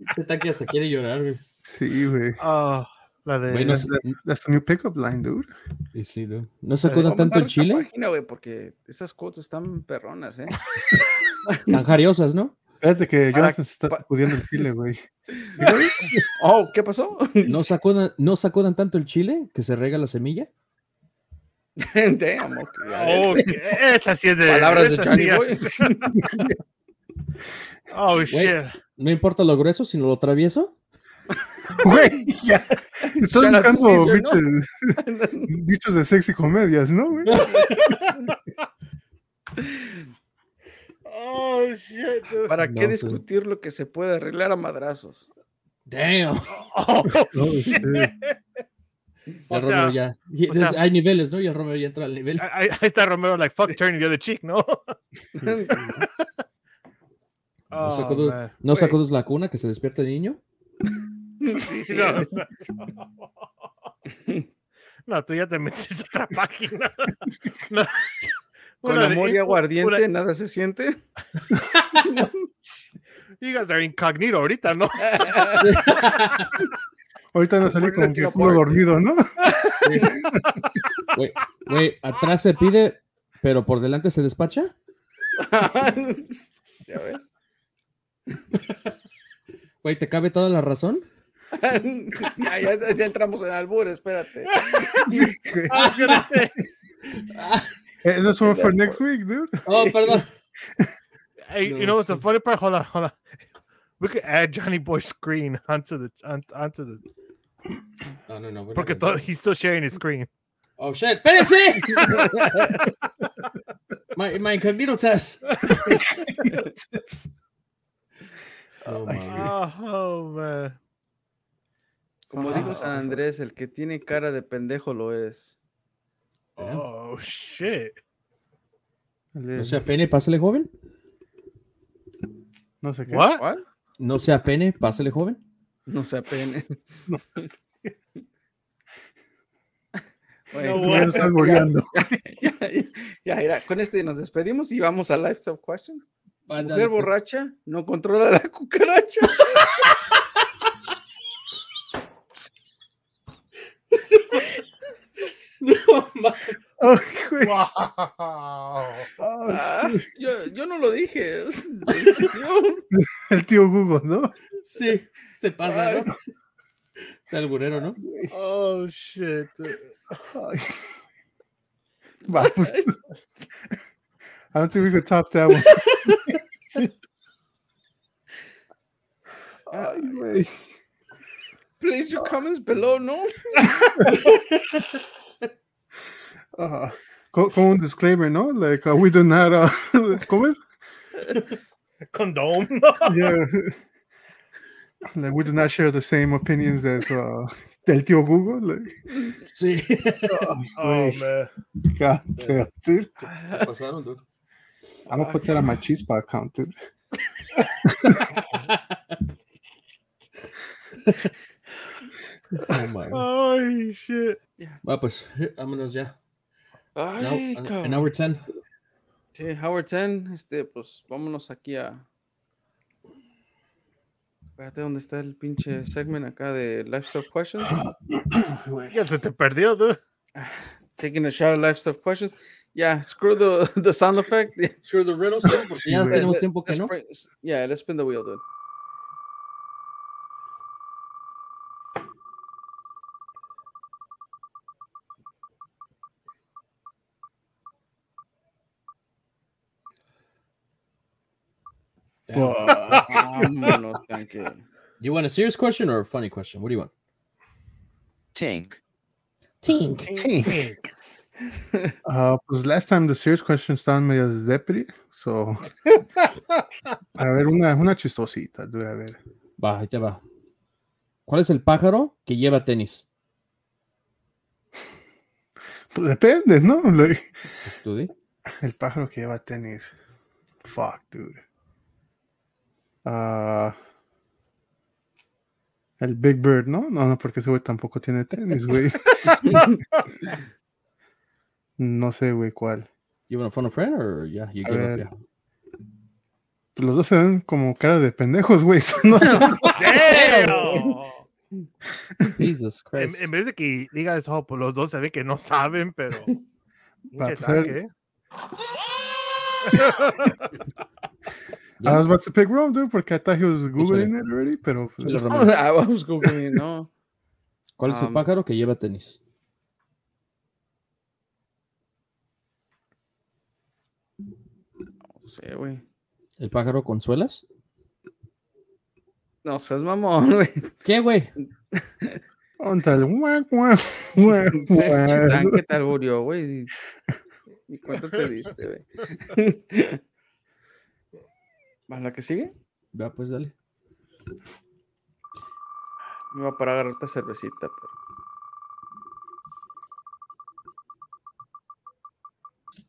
Speaker 1: Este tanque hasta quiere llorar, güey.
Speaker 3: sí, güey.
Speaker 4: Ah, la de.
Speaker 2: Eh,
Speaker 1: Bueno,
Speaker 3: That's, that's, that's the new pickup line, dude.
Speaker 1: Y sí, dude. ¿No se
Speaker 4: Pero
Speaker 1: acudan
Speaker 2: Voy
Speaker 1: tanto
Speaker 2: a mandar
Speaker 1: en
Speaker 2: Eh, esta
Speaker 1: Chile?
Speaker 2: página, güey, porque esas quotes están perronas, ¿eh?
Speaker 1: Tan jariosas, ¿no?
Speaker 3: Espérate que
Speaker 2: Para-
Speaker 3: Jonathan se está
Speaker 2: pa-
Speaker 3: sacudiendo el chile, güey.
Speaker 2: Oh, ¿qué pasó?
Speaker 1: ¿No sacudan, ¿No sacudan tanto el chile que se rega la semilla?
Speaker 2: Damn, ok.
Speaker 4: Oh, esa sí es de.
Speaker 2: Palabras de
Speaker 4: esa
Speaker 2: Johnny
Speaker 4: sí es-
Speaker 2: Boy.
Speaker 4: Oh, shit.
Speaker 1: No importa lo grueso, sino lo travieso.
Speaker 3: Güey, ya. Estás
Speaker 2: Shout out to
Speaker 3: buscando
Speaker 2: Caesar, ¿no?
Speaker 3: bichos, dichos de sexy comedias, ¿no, güey?
Speaker 4: Oh, shit, dude.
Speaker 2: ¿Para
Speaker 1: No,
Speaker 2: qué
Speaker 1: sí.
Speaker 2: discutir lo que se puede arreglar a madrazos?
Speaker 1: Damn.
Speaker 4: Oh,
Speaker 3: Oh,
Speaker 4: shit.
Speaker 3: shit.
Speaker 1: Ya
Speaker 4: O
Speaker 1: Romeo
Speaker 4: sea,
Speaker 1: ya. y-
Speaker 4: o sea-
Speaker 1: des- hay niveles, ¿no? Ya Romeo ya entra al nivel.
Speaker 4: Ahí ahí está Romero, like, fuck, turn the other cheek, ¿no?
Speaker 1: No
Speaker 4: Oh,
Speaker 1: sacudo-
Speaker 4: man.
Speaker 1: ¿No
Speaker 4: Güey.
Speaker 1: sacudes la cuna que se despierta el niño?
Speaker 2: Sí, sí.
Speaker 4: No, no. No, tú ya te metiste a otra página. No.
Speaker 2: Con
Speaker 4: Una de-
Speaker 2: amor y
Speaker 4: una-
Speaker 2: aguardiente nada se siente.
Speaker 4: You guys are incognito ahorita, ¿no?
Speaker 3: Ahorita no salí
Speaker 2: We're
Speaker 3: con
Speaker 2: looking
Speaker 3: que culo
Speaker 2: apart.
Speaker 3: dormido, ¿no?
Speaker 1: Güey, güey, atrás se pide, pero por delante se despacha.
Speaker 2: ¿Ya ves?
Speaker 1: Güey, ¿te cabe toda la razón?
Speaker 2: ya, ya- ya entramos en albur, espérate.
Speaker 3: Sí, güey.
Speaker 4: I was gonna say,
Speaker 1: Ah,
Speaker 3: Eh, That's one for next week, dude.
Speaker 1: oh, perdón.
Speaker 4: hey, you
Speaker 1: No,
Speaker 4: know what's the
Speaker 1: sí.
Speaker 4: funny part? Hold on, hold on. We could add Johnny Boy screen onto the on, onto the
Speaker 1: No, no, no. bueno,
Speaker 4: porque
Speaker 1: bueno.
Speaker 4: to- he's still sharing his screen.
Speaker 1: Oh, shit, espérese. my, my incognito test. No, mames.
Speaker 4: Oh, oh, man.
Speaker 2: Como dijo San Andrés, el que tiene cara de pendejo lo es.
Speaker 1: Damn.
Speaker 4: Oh shit.
Speaker 1: No se apene, pásale, joven.
Speaker 3: No sé qué.
Speaker 4: What?
Speaker 2: ¿Cuál?
Speaker 1: No se apene, pásale, joven.
Speaker 2: No se apene. Güey,
Speaker 4: No,
Speaker 3: Este
Speaker 4: what?
Speaker 3: güey lo estás goleando.
Speaker 2: ya, ya, mira, con este nos despedimos y vamos a Lifestyle Questions.
Speaker 1: Ándale,
Speaker 2: Mujer
Speaker 1: pues.
Speaker 2: borracha no controla la cucaracha.
Speaker 1: No, mames.
Speaker 3: Oh, güey.
Speaker 4: Wow.
Speaker 3: Oh,
Speaker 2: Ah, yo, yo no lo dije.
Speaker 3: el tío Google, ¿no?
Speaker 1: Sí, se pasa, ¿no? Está el burero, ¿no?
Speaker 4: Oh shit.
Speaker 3: Ay. Vamos. I don't think we could top that one. Ay, güey.
Speaker 2: Please your comments below, ¿no?
Speaker 3: Ah, co- con, un disclaimer, ¿no? Like, uh, we do not. Uh, ¿Cómo es?
Speaker 4: Condom.
Speaker 3: Yeah. Like, we do not share the same opinions as uh, del tío Google. Like,
Speaker 1: Sí.
Speaker 4: oh
Speaker 3: Güey.
Speaker 4: man.
Speaker 3: God damn, dude.
Speaker 5: Pasaron, dude.
Speaker 3: I'm gonna put that on my Chispa account, dude.
Speaker 1: No, mames.
Speaker 4: Oh shit.
Speaker 1: Va, pues, vámonos ya. Now,
Speaker 2: Ay,
Speaker 1: an,
Speaker 2: cabrón.
Speaker 1: an hour 10.
Speaker 2: Sí, Howard 10, este, pues vámonos aquí a. Espérate, ¿dónde está el pinche segment acá de Lifestyle Questions?
Speaker 4: Ya se te perdió, dude.
Speaker 2: Taking a shot of life stuff questions. Yeah, screw the the sound effect.
Speaker 5: Sure, the riddles, ¿no? Porque
Speaker 1: Ya
Speaker 5: ya
Speaker 2: Let-
Speaker 1: tenemos
Speaker 2: let-
Speaker 1: tiempo que
Speaker 2: let's
Speaker 1: no.
Speaker 2: bring- yeah, let's spin the wheel, dude.
Speaker 1: Ah,
Speaker 2: Vámonos, tanque.
Speaker 1: Do you want a serious question or a funny question? What do you want?
Speaker 7: Tink.
Speaker 1: Tink.
Speaker 3: Uh, pues last time the serious questions estaban medias depri, so. A ver, una, una chistosita, dude, a ver.
Speaker 1: Va, ahí te va. ¿Cuál es el pájaro que lleva tenis?
Speaker 3: Pues depende, ¿no? Like,
Speaker 1: ¿Tú di?
Speaker 3: el pájaro que lleva tenis. Fuck, dude. Ah, el Big Bird, ¿no? No, no, porque ese güey tampoco tiene tenis, güey. no sé, güey, cuál.
Speaker 1: You want to phone a friend or yeah, you
Speaker 3: A
Speaker 1: give up?
Speaker 3: ver.
Speaker 1: yeah.
Speaker 3: Pues, Los dos se ven como cara de pendejos, güey. so No sé.
Speaker 4: Damn.
Speaker 1: Jesus
Speaker 4: En,
Speaker 1: Christ.
Speaker 4: en vez de que digas, oh, pues los dos se ven que no saben, pero. Pinche
Speaker 3: pues,
Speaker 4: tanque, ¿eh?
Speaker 1: Yeah.
Speaker 3: I was about to pick wrong, dude, porque I thought he was
Speaker 1: Échale.
Speaker 3: googling it already, pero pues,
Speaker 1: Échale, Ramón.
Speaker 2: I was googling, it, no.
Speaker 1: ¿Cuál es el
Speaker 2: Um,
Speaker 1: pájaro que lleva tenis?
Speaker 2: No sé, güey.
Speaker 1: ¿El pájaro con suelas?
Speaker 2: No seas mamón, güey.
Speaker 1: ¿Qué, güey?
Speaker 3: onda el guau, guau, guau, guau.
Speaker 2: ¿Qué tal murió, güey? ¿Y cuánto te diste, güey? ¿Más la que sigue?
Speaker 1: Va, pues dale.
Speaker 2: Me va para agarrar otra cervecita,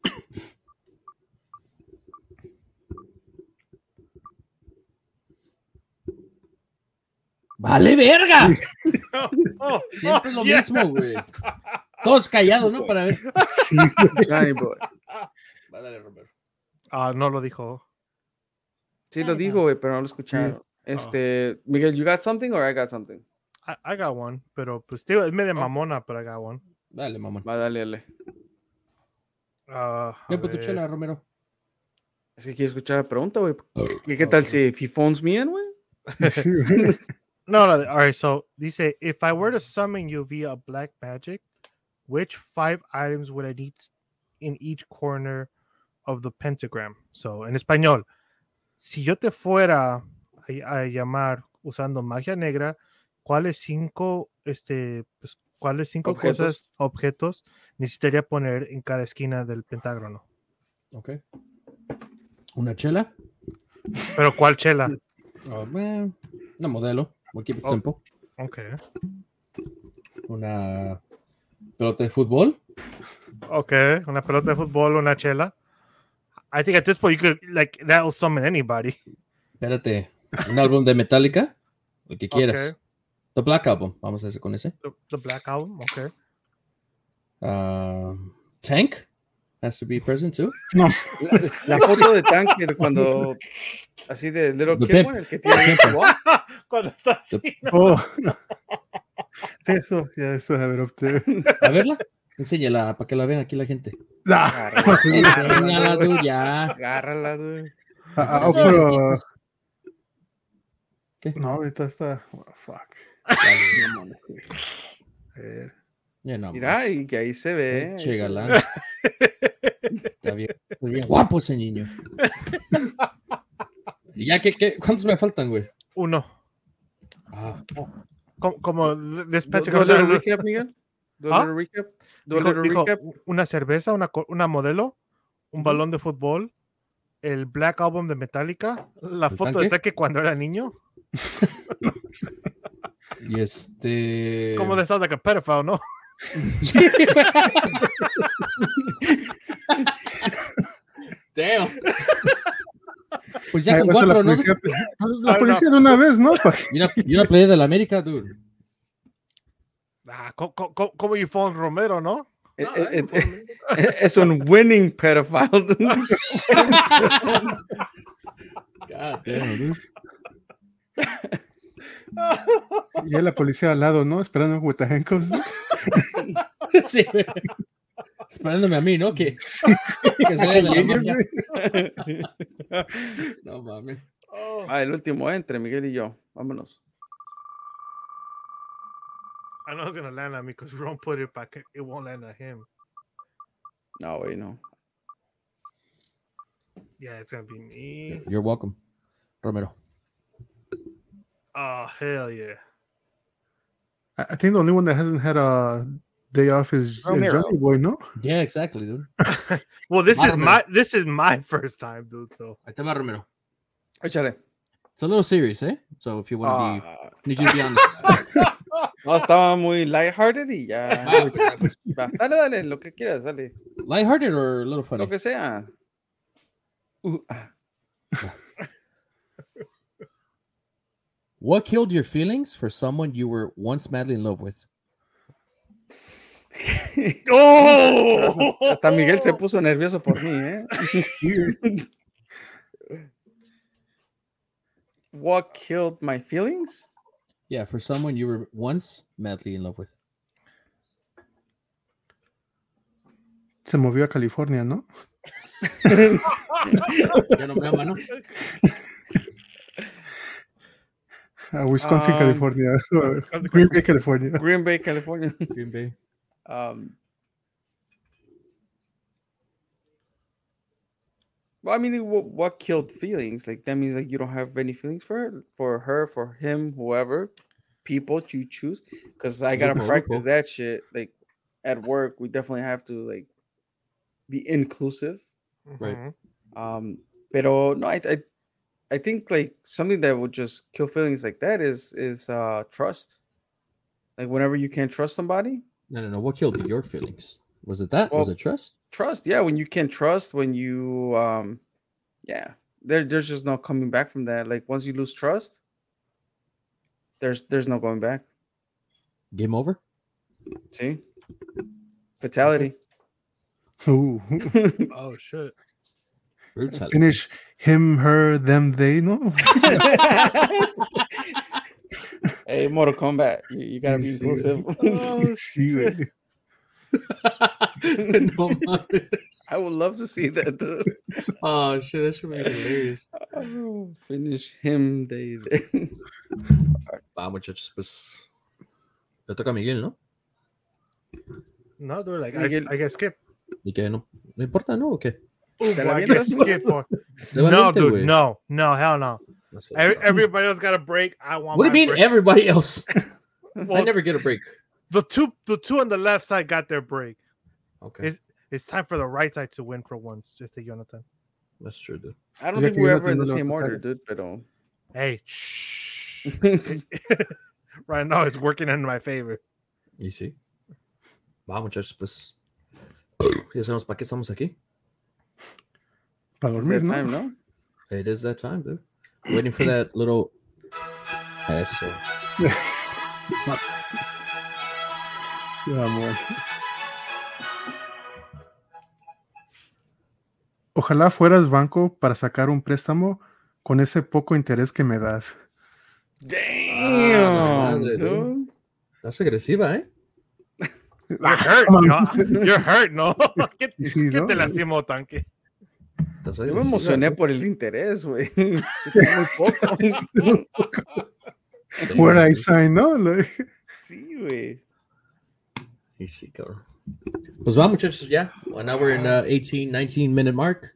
Speaker 2: pero.
Speaker 1: ¡Vale, verga!
Speaker 4: Oh,
Speaker 1: Siempre es lo
Speaker 4: yeah.
Speaker 1: mismo, güey. Todos callados, ¿no? Para ver.
Speaker 3: Sí, güey.
Speaker 2: Johnny Boy.
Speaker 1: Va, dale, Romero.
Speaker 4: Ah, no lo dijo.
Speaker 2: Sí, lo digo, güey, pero no lo escucharon. Este, Miguel, you got something or I got something?
Speaker 4: I, I got one, pero pues tío, es media mamona, pero I got one.
Speaker 1: Dale, mamón.
Speaker 2: Va, dale, dale.
Speaker 4: Ah, a
Speaker 1: Ve por tu
Speaker 4: ver.
Speaker 1: chela, Romero.
Speaker 2: Es que quiero escuchar la pregunta, güey. ¿Qué, qué tal
Speaker 4: Ok.
Speaker 2: si if he phones me in, güey?
Speaker 3: Sí, güey.
Speaker 4: No, no, all right. So dice, if I were to summon you via black magic, which five items would I need in each corner of the pentagram? So en español, si yo te fuera a, a llamar usando magia negra, ¿cuáles cinco, este, pues, cuáles cinco
Speaker 2: Objetos.
Speaker 4: cosas, objetos necesitaría poner en cada esquina del pentágono?
Speaker 1: Ok. ¿Una chela?
Speaker 4: Pero ¿cuál chela?
Speaker 1: Ah, eh, una modelo. We'll keep it
Speaker 4: Oh.
Speaker 1: simple.
Speaker 4: Ok,
Speaker 1: Una pelota de fútbol.
Speaker 4: ok, una pelota de fútbol, una chela. I think at this point you could like that'll summon anybody.
Speaker 1: Espérate. Un álbum de Metallica. Lo que quieras.
Speaker 4: Ok.
Speaker 1: The Black Album. Vamos a hacer con ese.
Speaker 4: The, the Black Album, okay.
Speaker 1: Ah, Tank. Has to be present too.
Speaker 2: La, la foto de tanque de cuando. Así de Little
Speaker 1: The
Speaker 2: Kid,
Speaker 1: Pep.
Speaker 2: güey, el que tiene.
Speaker 1: Pepe.
Speaker 4: Cuando está
Speaker 1: The-
Speaker 4: así.
Speaker 3: Oh. Eso, ya eso, a ver, obte-
Speaker 1: A verla. Enséñala para que la vean aquí la gente.
Speaker 3: Ah,
Speaker 2: Agárrala,
Speaker 1: Enséñala tú ya.
Speaker 2: Agárrala, güey.
Speaker 3: ah, ah,
Speaker 1: Entonces,
Speaker 3: pero,
Speaker 1: pues,
Speaker 3: no, ahorita está. oh, fuck.
Speaker 1: dale,
Speaker 3: A ver.
Speaker 1: ya no,
Speaker 2: Mira,
Speaker 1: mames.
Speaker 2: y que ahí se
Speaker 3: eh,
Speaker 2: ve. ahí se
Speaker 1: Pinche
Speaker 2: ve.
Speaker 1: galán. Está bien, está bien guapo ese niño. ¿Y ya que, cuántos me faltan, güey?
Speaker 4: Uno.
Speaker 1: Ah,
Speaker 4: Como, como this
Speaker 2: Do- do a
Speaker 4: pentagram-
Speaker 2: little recap, Miguel? Do a
Speaker 4: ¿Ah?
Speaker 2: little recap? Do a
Speaker 4: dijo-
Speaker 2: little
Speaker 4: dijo,
Speaker 2: recap?
Speaker 4: una cerveza, una, co- una modelo, un balón de fútbol, el Black Album de Metallica, la
Speaker 1: ¿El
Speaker 4: foto
Speaker 1: tanque?
Speaker 4: de Tanque cuando era niño.
Speaker 1: y este.
Speaker 4: Como de estás like a pedophile, ¿no?
Speaker 5: Damn.
Speaker 1: Pues ya
Speaker 3: Ahí
Speaker 1: con
Speaker 3: pasa
Speaker 1: cuatro, ¿no?
Speaker 3: Ah, la policía, pues, la
Speaker 4: Ah, no.
Speaker 3: policía de una vez, ¿no? Pa-
Speaker 1: Y una, y una playa de la América, dude.
Speaker 4: Ah, co- co- co- como you phone Romero, ¿no?
Speaker 2: Eh, eh, eh, eh, Es un winning pedophile. dude.
Speaker 1: God damn, dude.
Speaker 3: Y ahí la policía al lado, ¿no? Esperando with the handcuffs.
Speaker 1: Sí, güey. Esperándome a mí, ¿no? Que, que salga de la manga. No mames.
Speaker 4: Oh.
Speaker 2: Ah, el último entre Miguel y yo. Vámonos.
Speaker 4: I know Ah, it's gonna land on me because Ron put it back. It won't land on him.
Speaker 2: No, güey, no.
Speaker 4: Yeah, it's gonna be me.
Speaker 1: You're welcome, Romero.
Speaker 4: Oh hell yeah!
Speaker 3: I I think the only one that hasn't had a day off is, is
Speaker 2: Romero.
Speaker 3: Johnny Boy, no?
Speaker 1: Yeah, exactly, dude.
Speaker 4: Well, this is
Speaker 1: Marvel.
Speaker 4: my this is my first time, dude. So
Speaker 1: Ahí te va, Romero.
Speaker 2: Échale.
Speaker 1: It's a little serious, eh? So if you want to be,
Speaker 2: Ah,
Speaker 1: need you to be honest.
Speaker 2: no, estaba muy lighthearted y ya.
Speaker 1: Ah, pues, ah, pues.
Speaker 2: Va, Dale, dale, lo que quieras, dale.
Speaker 1: Lighthearted or a little funny?
Speaker 2: Lo que sea. Uh, ah.
Speaker 1: What killed your feelings for someone you were once madly in love with?
Speaker 4: oh,
Speaker 2: Hasta Miguel se puso nervioso por mí, ¿eh? What killed my feelings?
Speaker 1: Yeah, for someone you were once madly in love with.
Speaker 3: Se movió a California, ¿no?
Speaker 1: Ya no me ama, ¿no?
Speaker 3: A Wisconsin,
Speaker 2: Um,
Speaker 3: California. Green Bay, California.
Speaker 2: Green Bay, California.
Speaker 1: Green Bay.
Speaker 2: Um, well, I mean, what, what killed feelings? Like that means like you don't have any feelings for her, for her, for him, whoever, people you choose. Because I gotta
Speaker 1: Loophole,
Speaker 2: practice
Speaker 1: loophole.
Speaker 2: that shit. Like at work, we definitely have to like be inclusive.
Speaker 1: Right.
Speaker 4: Mhm.
Speaker 2: Um, pero no, I, I, I think like something that would just kill feelings like that is is uh trust. Like whenever you can't trust somebody,
Speaker 1: No, no, no. What killed your feelings? Was it that? Was
Speaker 2: Well-
Speaker 1: it trust?
Speaker 2: trust yeah when you can trust when you um yeah there, there's just no coming back from that like once you lose trust there's there's no going back
Speaker 1: Game over?
Speaker 2: see fatality
Speaker 3: Ooh.
Speaker 4: Oh shit!
Speaker 1: Brutality.
Speaker 3: Uh, Finish him, her, them, they, ¿no?
Speaker 2: hey mortal kombat you, you gotta be
Speaker 3: Sí, sí.
Speaker 2: inclusive
Speaker 3: Oh, Sí, güey.
Speaker 1: no mames.
Speaker 2: i would love to see that dude.
Speaker 1: Oh, shit. That should be hilarious.
Speaker 2: Oh, finish him they, they.
Speaker 1: Va, muchachos, pues. Le toca a Miguel, ¿no?
Speaker 4: No, dude, like I,
Speaker 2: Miguel.
Speaker 4: I got skip.
Speaker 1: Y que no. No importa, ¿no? ¿O qué?
Speaker 4: Ooh,
Speaker 2: ¿Te la
Speaker 4: I got
Speaker 2: avientas, no?
Speaker 4: skip for-
Speaker 1: Le
Speaker 4: No,
Speaker 1: valiste,
Speaker 4: dude,
Speaker 1: güey.
Speaker 4: no, no, hell no.
Speaker 1: That's what-
Speaker 4: Every, everybody else got a break. I want.
Speaker 1: What do you
Speaker 4: my
Speaker 1: mean
Speaker 4: break.
Speaker 1: everybody else? I
Speaker 4: Well,
Speaker 1: never get a break.
Speaker 4: the two, the two on the left side got their break.
Speaker 1: Okay.
Speaker 4: It's- It's time for the right side to win for once, just a Jonathan.
Speaker 1: That's true, dude.
Speaker 2: i don't
Speaker 3: Ya
Speaker 2: think
Speaker 3: que yo
Speaker 2: we're
Speaker 3: no
Speaker 2: ever in the
Speaker 3: tengo la
Speaker 2: same order
Speaker 3: batalla.
Speaker 2: dude pero
Speaker 4: Hey, shh. right now it's working in my favor.
Speaker 1: Y sí. Va, muchachos, pues. Ya sabemos para qué estamos aquí.
Speaker 3: Para
Speaker 2: it's
Speaker 3: dormir,
Speaker 2: that
Speaker 3: ¿no?
Speaker 2: time no
Speaker 1: It is that time, dude. Waiting for that little. Eso.
Speaker 3: Ya, amor. Ojalá fueras banco para sacar un préstamo con ese poco interés que me das.
Speaker 1: Ah, la
Speaker 2: damn
Speaker 1: madre, dude.
Speaker 2: dude.
Speaker 1: Estás agresiva, ¿eh?
Speaker 4: You're hurt, no? You're hurt, no? ¿Qué,
Speaker 3: Y sí,
Speaker 4: qué
Speaker 3: ¿no?
Speaker 4: te lastimó, tanque?
Speaker 1: Estás
Speaker 2: Yo me
Speaker 1: agresiva,
Speaker 2: emocioné
Speaker 1: dude.
Speaker 2: por el interés, güey. Muy poco.
Speaker 1: Damn,
Speaker 3: Where I
Speaker 1: dude.
Speaker 3: sign, ¿no? Like,
Speaker 2: Sí, güey.
Speaker 1: Y sí, cabrón. Pues va, muchachos, ya. Well, now we're in uh, 18, 19 minute mark.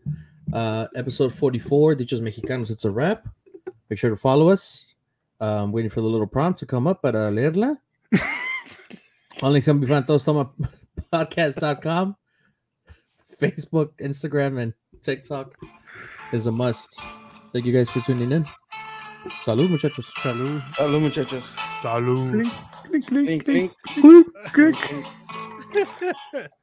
Speaker 1: Uh, episode 44, Dichos Mexicanos, it's a wrap. Make sure to follow us. Um, waiting for the little prompt to come up para leerla. On links can be found at todostomapodcast.com. Facebook, Instagram, and TikTok is a must. Thank you guys for tuning in. Salud, muchachos.
Speaker 3: Salud.
Speaker 2: Salud, muchachos.
Speaker 4: Salud.
Speaker 3: Clic, clic, clic,
Speaker 2: Clink, clink,
Speaker 3: clic, clic.
Speaker 2: clink.